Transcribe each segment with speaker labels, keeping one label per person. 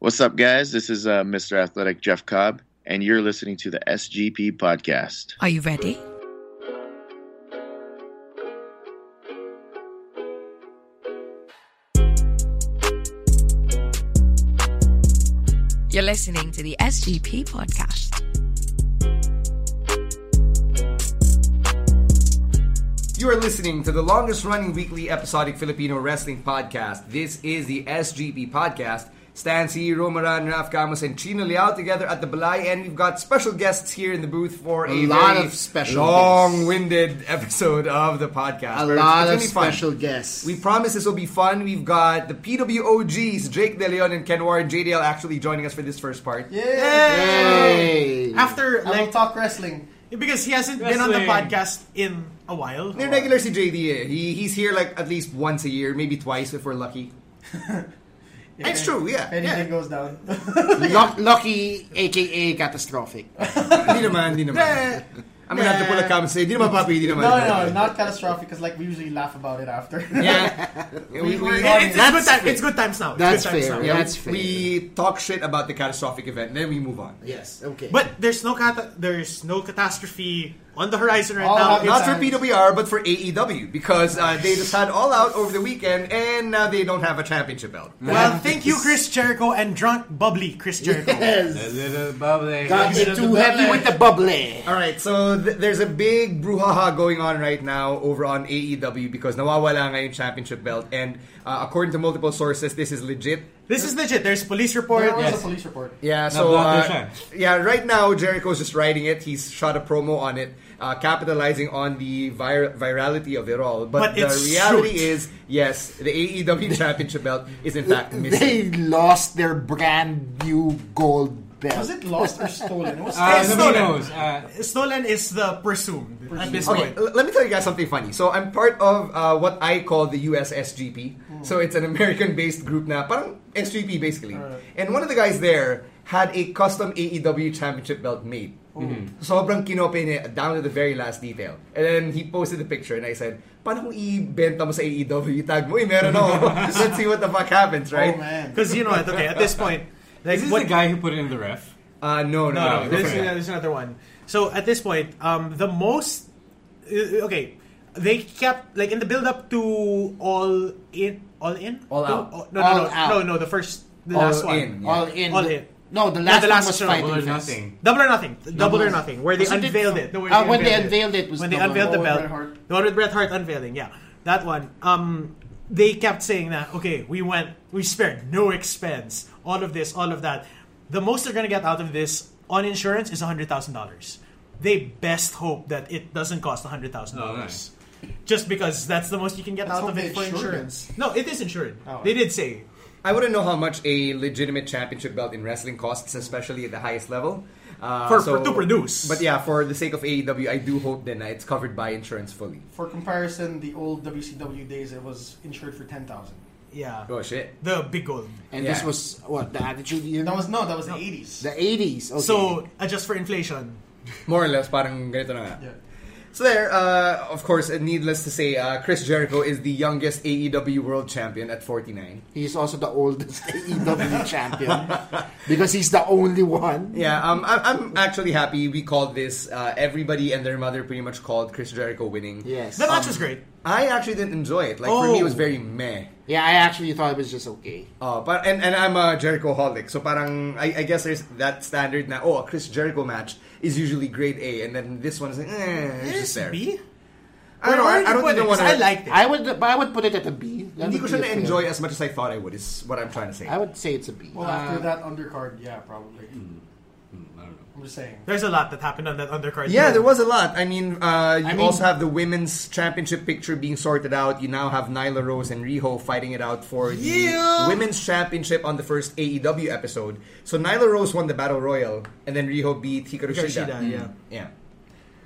Speaker 1: What's up, guys? This is uh, Mr. Athletic Jeff Cobb, and you're listening to the SGP podcast.
Speaker 2: Are you ready? You're listening to the SGP podcast.
Speaker 3: You are listening to the longest running weekly episodic Filipino wrestling podcast. This is the SGP podcast. Stan C, Romaran, Raf Camus, and Chino Liao together at the Balay, and we've got special guests here in the booth for a,
Speaker 4: A lot
Speaker 3: very
Speaker 4: of special
Speaker 3: long-winded episode of the podcast.
Speaker 4: A
Speaker 3: It's-
Speaker 4: lot
Speaker 3: it's
Speaker 4: of
Speaker 3: gonna be fun.
Speaker 4: special guests.
Speaker 3: We promise this will be fun. We've got the PWOGs, Jake De Leon and Ken Warren JDL, actually joining us for this first part.
Speaker 4: Yay!
Speaker 5: After
Speaker 6: I will
Speaker 5: like
Speaker 6: talk wrestling.
Speaker 5: because he hasn't been on the
Speaker 6: Wrestling.
Speaker 5: podcast in a while.
Speaker 6: Oh,
Speaker 3: They're regular si JD eh. He, he's here like at least once a year, maybe twice if we're lucky. It's true, yeah.
Speaker 6: Anything
Speaker 3: yeah.
Speaker 6: goes down.
Speaker 4: Luck- lucky, aka catastrophic.
Speaker 3: Hindi naman, hindi naman. I'm gonna have to pull a comment and say, di naman papi, di naman.
Speaker 6: no, no, not catastrophic because like we usually laugh about it after.
Speaker 3: Yeah. we, we,
Speaker 5: It's, it's, good
Speaker 4: That's
Speaker 5: time, it's good times now. It's
Speaker 4: That's
Speaker 5: good times
Speaker 4: fair.
Speaker 5: Now.
Speaker 3: yeah,
Speaker 4: That's
Speaker 3: we, we talk shit about the catastrophic event, then we move on.
Speaker 4: Yes. Okay.
Speaker 5: But there's no cata- there's no catastrophe on the horizon right
Speaker 6: All
Speaker 5: now.
Speaker 6: out-
Speaker 5: It's-
Speaker 3: Not for
Speaker 6: Sometimes.
Speaker 3: PWR, but for AEW, because uh, they just had All Out over the weekend, and now they don't have a championship belt.
Speaker 5: well, thank you, Chris Jericho, and drunk bubbly Chris Jericho.
Speaker 4: got me too heavy with the bubbly.
Speaker 3: All right, so th- there's a big brouhaha going on right now over on AEW because nawawala nga yung championship belt, and uh, according to multiple sources, this is legit.
Speaker 5: This is legit. There's police report.
Speaker 6: There was a police report.
Speaker 3: Yeah, so uh, yeah, right now Jericho's just riding it. He's shot a promo on it, uh, capitalizing on the vir- virality of it all. But,
Speaker 5: But
Speaker 3: the
Speaker 5: it's
Speaker 3: reality
Speaker 5: shoot.
Speaker 3: is, yes, the AEW championship belt is in fact missing.
Speaker 4: They lost their brand new gold belt.
Speaker 6: Was it lost or stolen? It was
Speaker 5: Uh,
Speaker 6: stolen.
Speaker 5: stolen. stolen is the presumed, at this
Speaker 3: Okay,
Speaker 5: point.
Speaker 3: l- let me tell you guys something funny. So I'm part of uh, what I call the USSGP.
Speaker 6: Hmm.
Speaker 3: So it's an American-based group now, parang SGP basically. And one of the guys there had a custom AEW championship belt made.
Speaker 6: Hmm.
Speaker 3: Sobrang kinope niya down to the very last detail. And then he posted the picture and I said, paano kung ibenta mo sa AEW? Tag mo, eh, meron ako. Let's see what the fuck happens, right?
Speaker 6: Oh man.
Speaker 5: Because you know, at, okay, at this point, like
Speaker 7: Is this
Speaker 5: what
Speaker 7: the guy who put it in the ref?
Speaker 3: Uh, no, no,
Speaker 5: no,
Speaker 3: no.
Speaker 5: no,
Speaker 3: no,
Speaker 5: there's,
Speaker 3: no.
Speaker 5: there's another one. So at this point, um, the most uh, okay, they kept like in the build up to all in, all in,
Speaker 3: All
Speaker 5: To-
Speaker 3: Out.
Speaker 5: oh, no,
Speaker 4: All
Speaker 5: no, no,
Speaker 4: Out.
Speaker 5: no, no, the first, the
Speaker 3: All
Speaker 5: last one,
Speaker 3: In, yeah.
Speaker 4: All in.
Speaker 5: All in.
Speaker 4: No, the
Speaker 5: Yeah,
Speaker 4: last,
Speaker 5: the last
Speaker 4: one was
Speaker 5: show.
Speaker 4: fighting
Speaker 5: All
Speaker 7: Or
Speaker 4: fest.
Speaker 7: nothing?
Speaker 5: Double or nothing. Double or
Speaker 4: was-
Speaker 5: nothing. Where they
Speaker 4: Wasn't it-
Speaker 5: unveiled it. No, where
Speaker 4: Ah, when they unveiled it was
Speaker 5: when they
Speaker 4: double.
Speaker 5: unveiled the
Speaker 6: Oh,
Speaker 5: belt.
Speaker 6: Bret Hart.
Speaker 5: The one with Bret Hart unveiling. Yeah, that one. Um, they kept saying that. Okay, we went. We spared no expense. All of this. All of that. The most they're gonna get out of this on insurance is hundred thousand dollars. They best hope that it doesn't cost hundred thousand
Speaker 7: Oh,
Speaker 5: dollars.
Speaker 7: nice.
Speaker 5: Just because that's the most you can get out
Speaker 6: hope
Speaker 5: of it
Speaker 6: they
Speaker 5: for
Speaker 6: insured it.
Speaker 5: insurance. No, it is insured.
Speaker 4: Oh.
Speaker 5: They did say
Speaker 3: I wouldn't know how much a legitimate championship belt in wrestling costs, especially at the highest level. Uh,
Speaker 5: For- for- to produce.
Speaker 3: But yeah, for the sake of AEW, I do hope then uh, it's covered by insurance fully.
Speaker 6: For comparison, the old WCW days, it was insured for ten thousand.
Speaker 5: yeah.
Speaker 3: Oh shit.
Speaker 5: The big gold.
Speaker 4: And
Speaker 3: Yeah.
Speaker 4: this was what the attitude year.
Speaker 6: That was no, that was the eighties.
Speaker 4: the
Speaker 3: Oh,
Speaker 4: eighties. Okay.
Speaker 5: So adjust for inflation.
Speaker 3: More or less, parang ganito na nga.
Speaker 6: Yeah.
Speaker 3: So there, uh, of course, uh, needless to say, uh, Chris Jericho is the youngest AEW world champion at 49.
Speaker 4: he's also the oldest AEW champion because he's the only one.
Speaker 3: Yeah, um, I'm, I'm actually happy we called this. Uh, everybody and their mother pretty much called Chris Jericho winning.
Speaker 4: Yes.
Speaker 5: The
Speaker 3: Um,
Speaker 5: match was great.
Speaker 3: I actually didn't enjoy it. Like for me, it was
Speaker 5: Oh.
Speaker 3: very meh.
Speaker 4: Yeah, I actually thought it was just okay.
Speaker 3: Oh, but and, and I'm a Jericho holic, so parang I, I guess there's that standard na oh, a Chris Jericho match is usually grade A, and then this one is like, eh, it's just there.
Speaker 5: B?
Speaker 3: I don't know. I, I don't
Speaker 5: Or-
Speaker 3: even
Speaker 5: or-
Speaker 3: want to.
Speaker 5: I liked it.
Speaker 4: I would, but I would put it at a B. That
Speaker 3: Hindi
Speaker 4: would
Speaker 3: ko siya
Speaker 4: be a fair-
Speaker 3: enjoy as much as I thought I would. Is what I'm trying to say.
Speaker 6: Uh,
Speaker 4: I would say it's a B.
Speaker 6: Well, after that undercard, yeah, probably.
Speaker 8: Uh, hmm, I don't know.
Speaker 6: I'm just saying.
Speaker 5: There's a lot that happened on that undercard.
Speaker 3: Yeah, there
Speaker 5: too.
Speaker 3: was a lot. I mean, uh, you
Speaker 4: mean-
Speaker 3: also have the women's championship picture being sorted out. You now have Nyla Rose and Riho fighting it out for the
Speaker 5: Yeah.
Speaker 3: women's championship on the first AEW episode. So Nyla Rose won the Battle Royal, and then Riho beat Hikaru Shida. Mm,
Speaker 5: Yoshida, yeah.
Speaker 3: Yeah.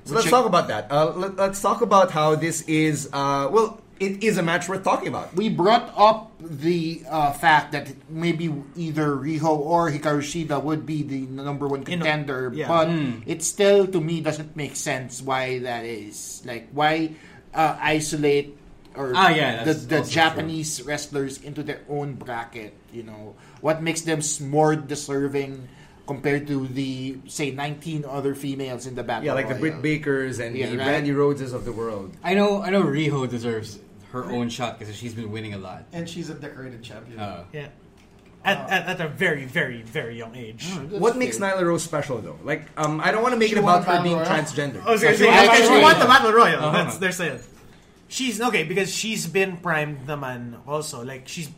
Speaker 3: So let's talk about that. Uh, let, let's talk about how this is. Uh, well, it is a match worth talking about.
Speaker 4: we brought up the uh, fact that maybe either Riho or Hikaru Shida would be the number one
Speaker 5: In-
Speaker 4: contender,
Speaker 5: yeah.
Speaker 4: but it still to me doesn't make sense why that is. Like why uh, isolate or
Speaker 8: Ah, yeah,
Speaker 4: the,
Speaker 8: that's
Speaker 4: the
Speaker 8: also
Speaker 4: Japanese wrestlers into their own bracket? You know what makes them s- more deserving compared to the say 19 other females in the battle?
Speaker 3: Yeah, like the
Speaker 4: royal?
Speaker 3: Britt Bakers and
Speaker 4: Oh, Yeah,
Speaker 3: the
Speaker 4: right.
Speaker 3: Randy Rhodeses of the world.
Speaker 8: I know. I know. Riho deserves her own shot because she's been winning a lot.
Speaker 6: And she's a decorated champion.
Speaker 8: Uh,
Speaker 5: Yeah. At,
Speaker 3: Uh,
Speaker 5: at, at a very, very, very young age.
Speaker 3: what makes Nyla Rose special, though? Like, um, I don't want to make
Speaker 6: She
Speaker 3: it
Speaker 6: won
Speaker 3: about her
Speaker 6: Battle
Speaker 3: being
Speaker 6: Royale.
Speaker 3: transgender.
Speaker 5: I was gonna
Speaker 4: So she
Speaker 5: say,
Speaker 4: Uh-huh. won
Speaker 5: okay,
Speaker 4: the
Speaker 5: she
Speaker 4: Royal.
Speaker 5: won the Battle Royal. That's their sale. She's okay because she's been primed naman also. Like she's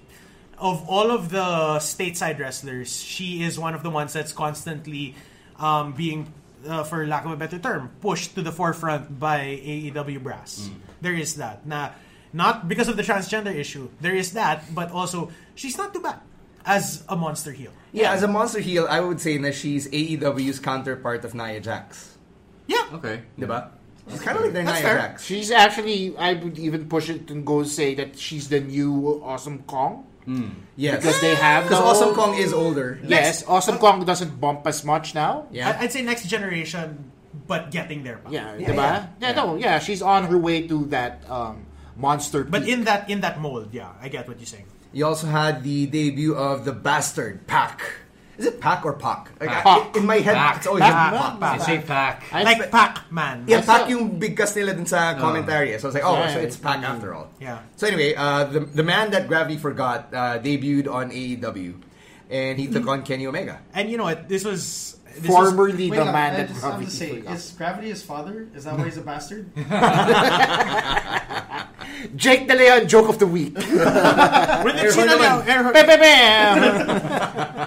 Speaker 5: of all of the stateside wrestlers, she is one of the ones that's constantly um, being, uh, for lack of a better term, pushed to the forefront by AEW brass.
Speaker 4: Mm.
Speaker 5: There is that. Na, not because of the transgender issue. There is that, but also she's not too bad as a monster heel.
Speaker 3: Yeah, as a monster heel, I would say that she's AEW's counterpart of Nia Jax.
Speaker 5: Yeah.
Speaker 8: okay.
Speaker 3: Diba? She's kind of like their
Speaker 4: That's
Speaker 3: Nia
Speaker 4: fair.
Speaker 3: Jax.
Speaker 4: She's actually, I would even push it and go say that she's the new Awesome Kong.
Speaker 3: yes.
Speaker 4: Because they have
Speaker 3: Because
Speaker 4: the-
Speaker 3: Awesome Kong is older.
Speaker 4: Yes, Awesome Kong doesn't bump as much now.
Speaker 3: Yeah.
Speaker 5: I- I'd say next generation, but getting there. pa.
Speaker 4: Yeah,
Speaker 3: Yeah,
Speaker 4: diba?
Speaker 3: yeah.
Speaker 4: Yeah, no, yeah, she's on her way to that um, monster.
Speaker 5: But
Speaker 4: peak.
Speaker 5: in that in that mold, yeah, I get what you're saying.
Speaker 3: You also had the debut of the bastard, Pac. Is it Pac or Pac? Like, I-
Speaker 4: Pac.
Speaker 3: in my head,
Speaker 8: Pac.
Speaker 3: it's always Pac.
Speaker 5: Pac.
Speaker 8: It's a pack.
Speaker 4: I
Speaker 5: like
Speaker 4: fe-
Speaker 5: Pac Man.
Speaker 3: Yeah,
Speaker 4: That's
Speaker 3: Pac
Speaker 4: it.
Speaker 3: yung bigkas nila dun sa comment area. So I was like, oh, so
Speaker 4: Right.
Speaker 3: it's Pac after all.
Speaker 5: Yeah.
Speaker 3: So anyway, uh, the, the man that Gravity forgot uh, debuted on AEW. And he took on Kenny Omega.
Speaker 5: And you know what? This was this Was,
Speaker 4: formerly
Speaker 6: Wait,
Speaker 4: the
Speaker 6: no,
Speaker 4: man
Speaker 6: I
Speaker 4: that
Speaker 6: just have
Speaker 4: gravity
Speaker 6: to say,
Speaker 4: forgot.
Speaker 6: is Gravity his father? Is that why he's a bastard?
Speaker 4: Jake De Leon joke of the week.
Speaker 5: With the Chino now, Earhart-
Speaker 4: Bam, bam, bam.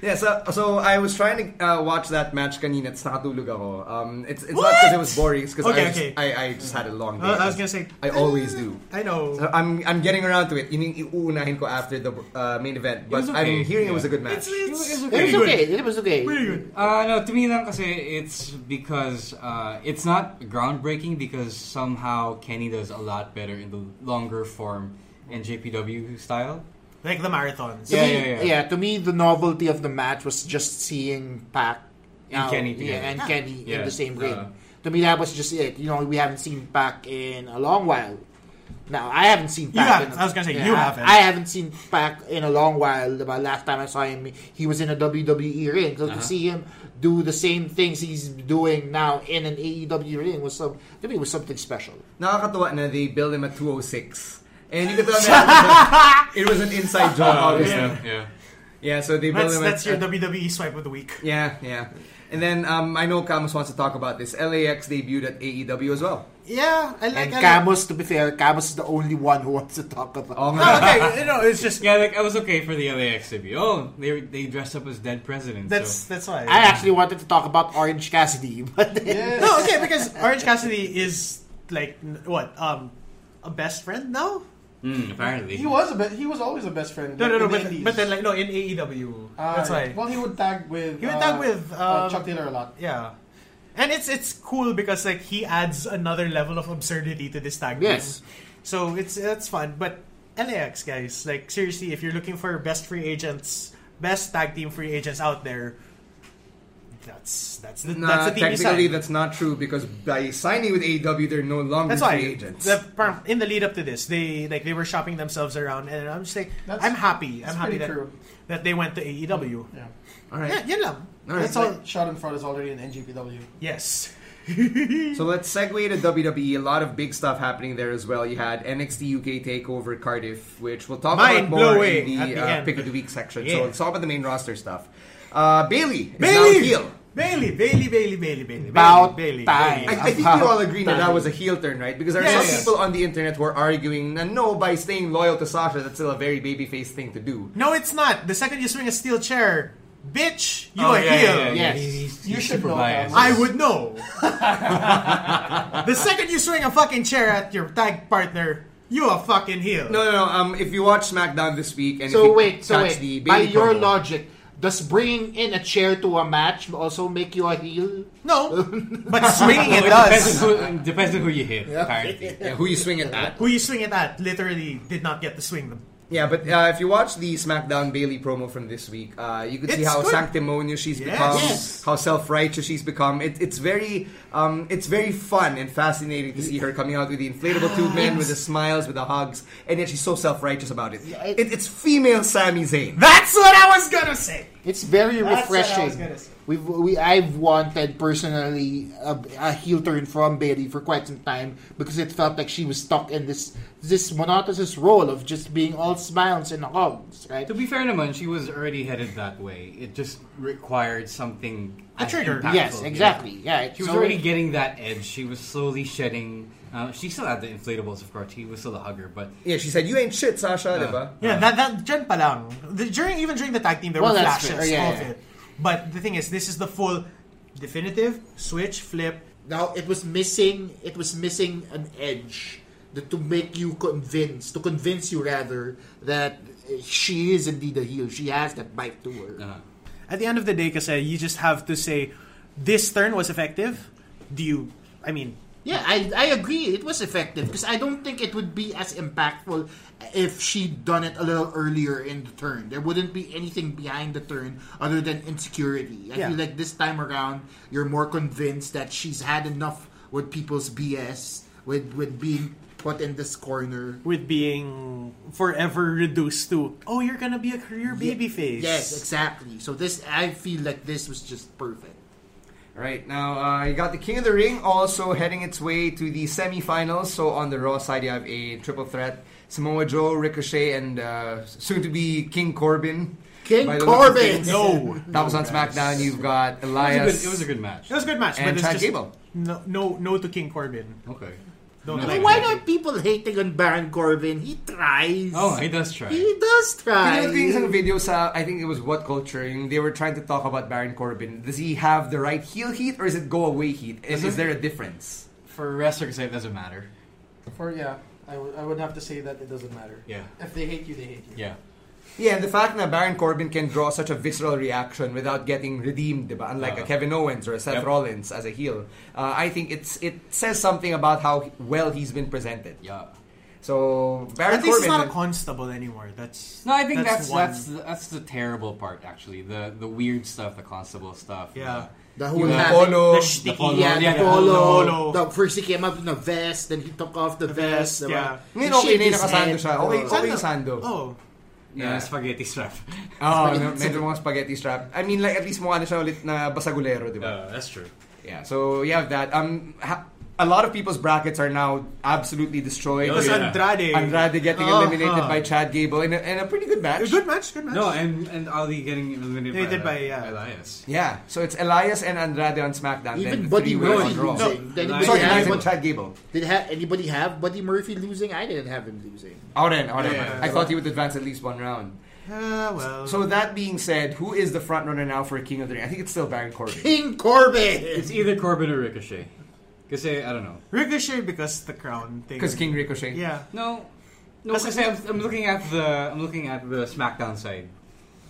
Speaker 3: Yeah, so, so I was trying to uh, watch that match kanina. It's nakatulog ako. Um, it's it's not because it was boring. It's because
Speaker 5: Okay,
Speaker 3: I, just-
Speaker 5: okay. Uh,
Speaker 3: I, I just had a long day.
Speaker 5: I was gonna say-
Speaker 3: I always do.
Speaker 5: I know.
Speaker 3: So I'm I'm getting around to it. Yun yung iuunahin ko after the uh, main event.
Speaker 8: was
Speaker 3: But I'm
Speaker 8: okay.
Speaker 3: hearing it
Speaker 8: Yeah.
Speaker 3: was a good match.
Speaker 5: it's,
Speaker 4: it was okay. It was okay.
Speaker 8: Uh, no, to me lang kasi it's because uh, it's not groundbreaking because somehow Kenny does a lot better in the longer form and JPW style.
Speaker 5: like the marathons.
Speaker 8: Yeah,
Speaker 4: me-
Speaker 8: yeah, yeah.
Speaker 4: To me, the novelty of the match was just seeing Pac
Speaker 8: And
Speaker 4: now-
Speaker 8: Kenny together.
Speaker 4: yeah, and Kenny in
Speaker 8: Yeah.
Speaker 4: the same
Speaker 8: Yeah.
Speaker 4: ring.
Speaker 5: uh-huh.
Speaker 4: To me, that was just it. You know, we haven't seen Pac in a long while. Now, I haven't seen Pac.
Speaker 5: haven't.
Speaker 4: in a-
Speaker 5: I was gonna say,
Speaker 4: yeah,
Speaker 5: you
Speaker 4: I-
Speaker 5: haven't.
Speaker 4: I haven't seen Pac in a long while. The last time I saw him, he was in a WWE ring. So to
Speaker 5: Uh-huh.
Speaker 4: see him do the same things he's doing now in an AEW ring was some to me was something special.
Speaker 3: Nakakatuwa na they build him at 206. And you could tell that it was an inside job, obviously. Yeah,
Speaker 8: yeah.
Speaker 3: so they build
Speaker 5: That's
Speaker 3: him at,
Speaker 5: that's your WWE swipe of the week.
Speaker 3: Yeah, yeah. And then um, I know Camus wants to talk about this. LAX debuted at AEW as well.
Speaker 5: Yeah, I
Speaker 4: And
Speaker 5: like.
Speaker 4: Camus, to be fair, Camus is the only one who wants to talk about.
Speaker 3: Oh, my God.
Speaker 5: okay, you know, it's just
Speaker 8: Yeah, like I was okay for the LAX debut. Oh, they they dressed up as dead presidents.
Speaker 5: that's
Speaker 8: so.
Speaker 5: that's why.
Speaker 4: I actually wanted to talk about Orange Cassidy, but then
Speaker 5: no, okay, because Orange Cassidy is like n- what um a best friend now.
Speaker 8: Mm, apparently.
Speaker 6: he was a be- he was always a best friend.
Speaker 5: No,
Speaker 6: like,
Speaker 5: no, no,
Speaker 6: in the
Speaker 5: but,
Speaker 6: Indies.
Speaker 5: but then like no in E AEW.
Speaker 6: Ah,
Speaker 5: that's why.
Speaker 6: yeah. Well, he would tag with
Speaker 5: He would tag with, um,
Speaker 6: uh, Chuck Taylor a lot.
Speaker 5: Yeah. And it's it's cool because like he adds another level of absurdity to this tag team.
Speaker 4: Yes.
Speaker 5: So it's that's fun. But LAX guys, like seriously, if you're looking for best free agents, best tag team free agents out there, that's that's the
Speaker 3: Nah,
Speaker 5: that's the team you
Speaker 3: technically
Speaker 5: sign.
Speaker 3: that's not true because by signing with AEW, they're no longer
Speaker 5: That's why
Speaker 3: free agents.
Speaker 5: the- par- in the lead up to this, they like they were shopping themselves around, and I'm just like,
Speaker 6: That's-
Speaker 5: I'm happy.
Speaker 6: that's
Speaker 5: I'm happy
Speaker 6: pretty
Speaker 5: that,
Speaker 6: true.
Speaker 5: that they went to E AEW.
Speaker 6: Yeah.
Speaker 3: All
Speaker 5: Yeah,
Speaker 3: right.
Speaker 5: yun lang.
Speaker 3: right.
Speaker 5: That's all.
Speaker 6: Like, Shot in front is already in NGPW.
Speaker 5: Yes.
Speaker 3: So let's segue to WWE. A lot of big stuff happening there as well. You had NXT UK Takeover Cardiff, which we'll talk about more in
Speaker 5: Mind-blowing
Speaker 3: the,
Speaker 5: at the
Speaker 3: uh,
Speaker 5: end.
Speaker 3: pick of the week section. So
Speaker 5: Yeah.
Speaker 3: let's talk about the main roster stuff. Uh, Bailey is now
Speaker 5: Bailey!
Speaker 3: heel.
Speaker 5: Bailey, Bailey, Bailey, Bailey, Bailey,
Speaker 4: About
Speaker 5: Bailey, Bailey,
Speaker 4: time.
Speaker 5: Bailey.
Speaker 3: I, I think we all agree that that was a heel turn, right? Because there are some
Speaker 5: Yes.
Speaker 3: people on the internet who are arguing, and no, by staying loyal to Sasha, that's still a very babyface thing to do.
Speaker 5: No, it's not. The second you swing a steel chair, bitch, you
Speaker 6: Oh,
Speaker 5: are
Speaker 6: yeah,
Speaker 5: here.
Speaker 6: yeah, yeah, yeah.
Speaker 4: Yes.
Speaker 6: He's- he's-
Speaker 9: You
Speaker 6: he's
Speaker 9: should
Speaker 6: super
Speaker 9: know
Speaker 6: biased.
Speaker 9: that.
Speaker 5: I would know. the second you swing a fucking chair at your tag partner, you are fucking heel.
Speaker 3: No, no, no. Um, if you watch SmackDown this week and if
Speaker 4: So
Speaker 3: you
Speaker 4: wait, so
Speaker 3: catch
Speaker 4: wait.
Speaker 3: the
Speaker 4: by
Speaker 3: Bailey
Speaker 4: your
Speaker 3: promo-
Speaker 4: logic, does bringing in a chair to a match also make you a heel?
Speaker 5: No, but swinging it
Speaker 6: Well, Depends
Speaker 5: does.
Speaker 6: on, who, depends on who you hit, apparently.
Speaker 3: yeah, who you swing it at?
Speaker 5: Who you swing it at literally did not get to swing them.
Speaker 3: Yeah, but uh, if you watch the SmackDown Bailey promo from this week, uh, you could see
Speaker 5: It's
Speaker 3: how
Speaker 5: good.
Speaker 3: sanctimonious she's
Speaker 5: Yes.
Speaker 3: become,
Speaker 5: Yes.
Speaker 3: how self-righteous she's become. It, it's very, um, it's very fun and fascinating to see her coming out with the inflatable tube men, with the smiles, with the hugs, and yet she's so self-righteous about it.
Speaker 4: it-
Speaker 3: it it's female Sami Zayn.
Speaker 5: That's what I was gonna say.
Speaker 4: It's very
Speaker 5: That's what I was
Speaker 4: refreshing.
Speaker 5: gonna say.
Speaker 4: We've, we, I've wanted personally a, a heel turn from Bailey for quite some time because it felt like she was stuck in this this monotonous role of just being all smiles and hugs, right?
Speaker 6: To be fair naman, she was already headed that way. It just required something...
Speaker 5: A
Speaker 6: as
Speaker 5: trigger.
Speaker 6: impactful,
Speaker 4: Yes,
Speaker 6: yeah.
Speaker 4: exactly. Yeah,
Speaker 6: She was
Speaker 4: so-
Speaker 6: already getting that edge. She was slowly shedding... Uh, she still had the inflatables, of course. She was still a hugger, but...
Speaker 3: Yeah, she said, "You ain't shit, Sasha." diba?"
Speaker 5: Yeah, that that dyan pa lang. The, during even during the tag team, there
Speaker 4: Well,
Speaker 5: were
Speaker 4: that's
Speaker 5: flashes
Speaker 4: fair. Yeah,
Speaker 5: of
Speaker 4: yeah.
Speaker 5: it. But the thing is, this is the full definitive switch flip.
Speaker 4: now it was missing it was missing an edge that to make you convinced to convince you rather that uh, she is indeed a heel she has that bite to her
Speaker 5: At the end of the day, kasi you just have to say, this turn was effective. Do you? I mean,
Speaker 4: yeah I, I agree it was effective because i don't think it would be as impactful if she'd done it a little earlier in the turn there wouldn't be anything behind the turn other than insecurity i
Speaker 5: Yeah.
Speaker 4: feel like this time around you're more convinced that she's had enough with people's bs with with being put in this corner
Speaker 5: with being forever reduced to, oh, you're gonna be a career babyface.
Speaker 4: Yes, exactly. So this, I feel like this was just perfect.
Speaker 3: Right now, uh, you got the King of the Ring also heading its way to the semifinals. So on the Raw side, you have a triple threat: Samoa Joe, Ricochet, and uh, soon-to-be King Corbin.
Speaker 4: King
Speaker 3: By the look of
Speaker 4: Corbin!
Speaker 3: things.
Speaker 5: No.
Speaker 3: that was on SmackDown. You've got
Speaker 6: It was, a
Speaker 3: Elias.
Speaker 6: good, it was a good match.
Speaker 5: It was a good match,
Speaker 3: And
Speaker 5: but it's
Speaker 3: Chad
Speaker 5: just
Speaker 3: Gable.
Speaker 5: no, no, no to King Corbin.
Speaker 6: Okay.
Speaker 5: Don't
Speaker 6: No,
Speaker 5: like
Speaker 4: Why
Speaker 5: him.
Speaker 4: are people hating on Baron Corbin? He tries.
Speaker 6: Oh, he does try.
Speaker 4: He does try.
Speaker 3: Pinanood ko yung isang video sa, uh, I think it was What Culture, yung they were trying to talk about Baron Corbin. Does he have the right heel heat or is it go away heat? Is, is there a difference?
Speaker 6: For wrestlers, it doesn't matter.
Speaker 9: For yeah, I would- I would have to say that it doesn't matter.
Speaker 6: Yeah.
Speaker 9: If they hate you, they hate you.
Speaker 6: Yeah.
Speaker 3: Yeah, and the fact that Baron Corbin can draw such a visceral reaction without getting redeemed, diba? unlike a
Speaker 6: Uh-huh.
Speaker 3: Kevin Owens or a Seth
Speaker 6: Yep.
Speaker 3: Rollins as a heel, uh, I think it's it says something about how well he's been presented.
Speaker 6: Yeah.
Speaker 3: So Baron
Speaker 5: At least
Speaker 3: Corbin,
Speaker 5: he's not a constable anymore. That's
Speaker 6: No, I think
Speaker 5: that's
Speaker 6: that's
Speaker 5: one.
Speaker 6: that's the, that's the terrible part actually. The the weird stuff, the constable stuff.
Speaker 5: Yeah.
Speaker 4: the whole
Speaker 3: the
Speaker 4: yeah,
Speaker 3: polo,
Speaker 5: the
Speaker 6: The
Speaker 5: shticky-
Speaker 6: polo.
Speaker 4: yeah, the
Speaker 6: yeah, the
Speaker 4: polo.
Speaker 5: polo.
Speaker 4: The- first he came up in a vest, then he took off the, vest.
Speaker 5: vest,
Speaker 4: diba?
Speaker 5: yeah.
Speaker 4: He
Speaker 3: Ngayon okay
Speaker 4: shaved
Speaker 3: na yun,
Speaker 4: his
Speaker 3: nakasando
Speaker 4: head.
Speaker 3: siya. Okay,
Speaker 4: Oh.
Speaker 3: okay sando.
Speaker 5: Oh,
Speaker 6: Yeah, spaghetti strap.
Speaker 3: Oh, no, medyo mga spaghetti strap. I mean, like, at least mukha na siya ulit na basagulero, di ba?
Speaker 6: that's true.
Speaker 3: Yeah, so you have that. Um, ha- a lot of people's brackets are now absolutely destroyed.
Speaker 6: Oh,
Speaker 5: it was
Speaker 6: yeah.
Speaker 5: Andrade.
Speaker 3: Andrade getting
Speaker 5: Uh-huh.
Speaker 3: eliminated by Chad Gable in a, in a pretty good match.
Speaker 5: Good match. Good match.
Speaker 6: No, and and Ali getting eliminated
Speaker 5: They did
Speaker 6: by,
Speaker 5: by, yeah.
Speaker 6: Elias.
Speaker 3: Yeah, so it's Elias and Andrade on SmackDown. then
Speaker 4: Even Buddy
Speaker 3: three-way on
Speaker 4: Murphy
Speaker 3: Raw.
Speaker 4: losing. Did
Speaker 6: No,
Speaker 4: anybody
Speaker 3: Sorry,
Speaker 4: have
Speaker 3: Elias and
Speaker 4: Bud-
Speaker 3: Chad Gable.
Speaker 4: Did ha- anybody have Buddy Murphy losing? I didn't have him losing.
Speaker 3: Oh, then, oh, then.
Speaker 6: Yeah.
Speaker 3: I thought he would advance at least one round.
Speaker 5: Ah, well.
Speaker 3: So that being said, who is the front runner now for King of the Ring? I think it's still Baron Corbin.
Speaker 4: King Corbin.
Speaker 6: It's either Corbin or Ricochet. Cause eh, I don't know.
Speaker 5: Ricochet because the crown thing.
Speaker 3: Because King Ricochet.
Speaker 5: Yeah.
Speaker 6: No, no. Cause I'm, I'm looking at the I'm looking at the SmackDown side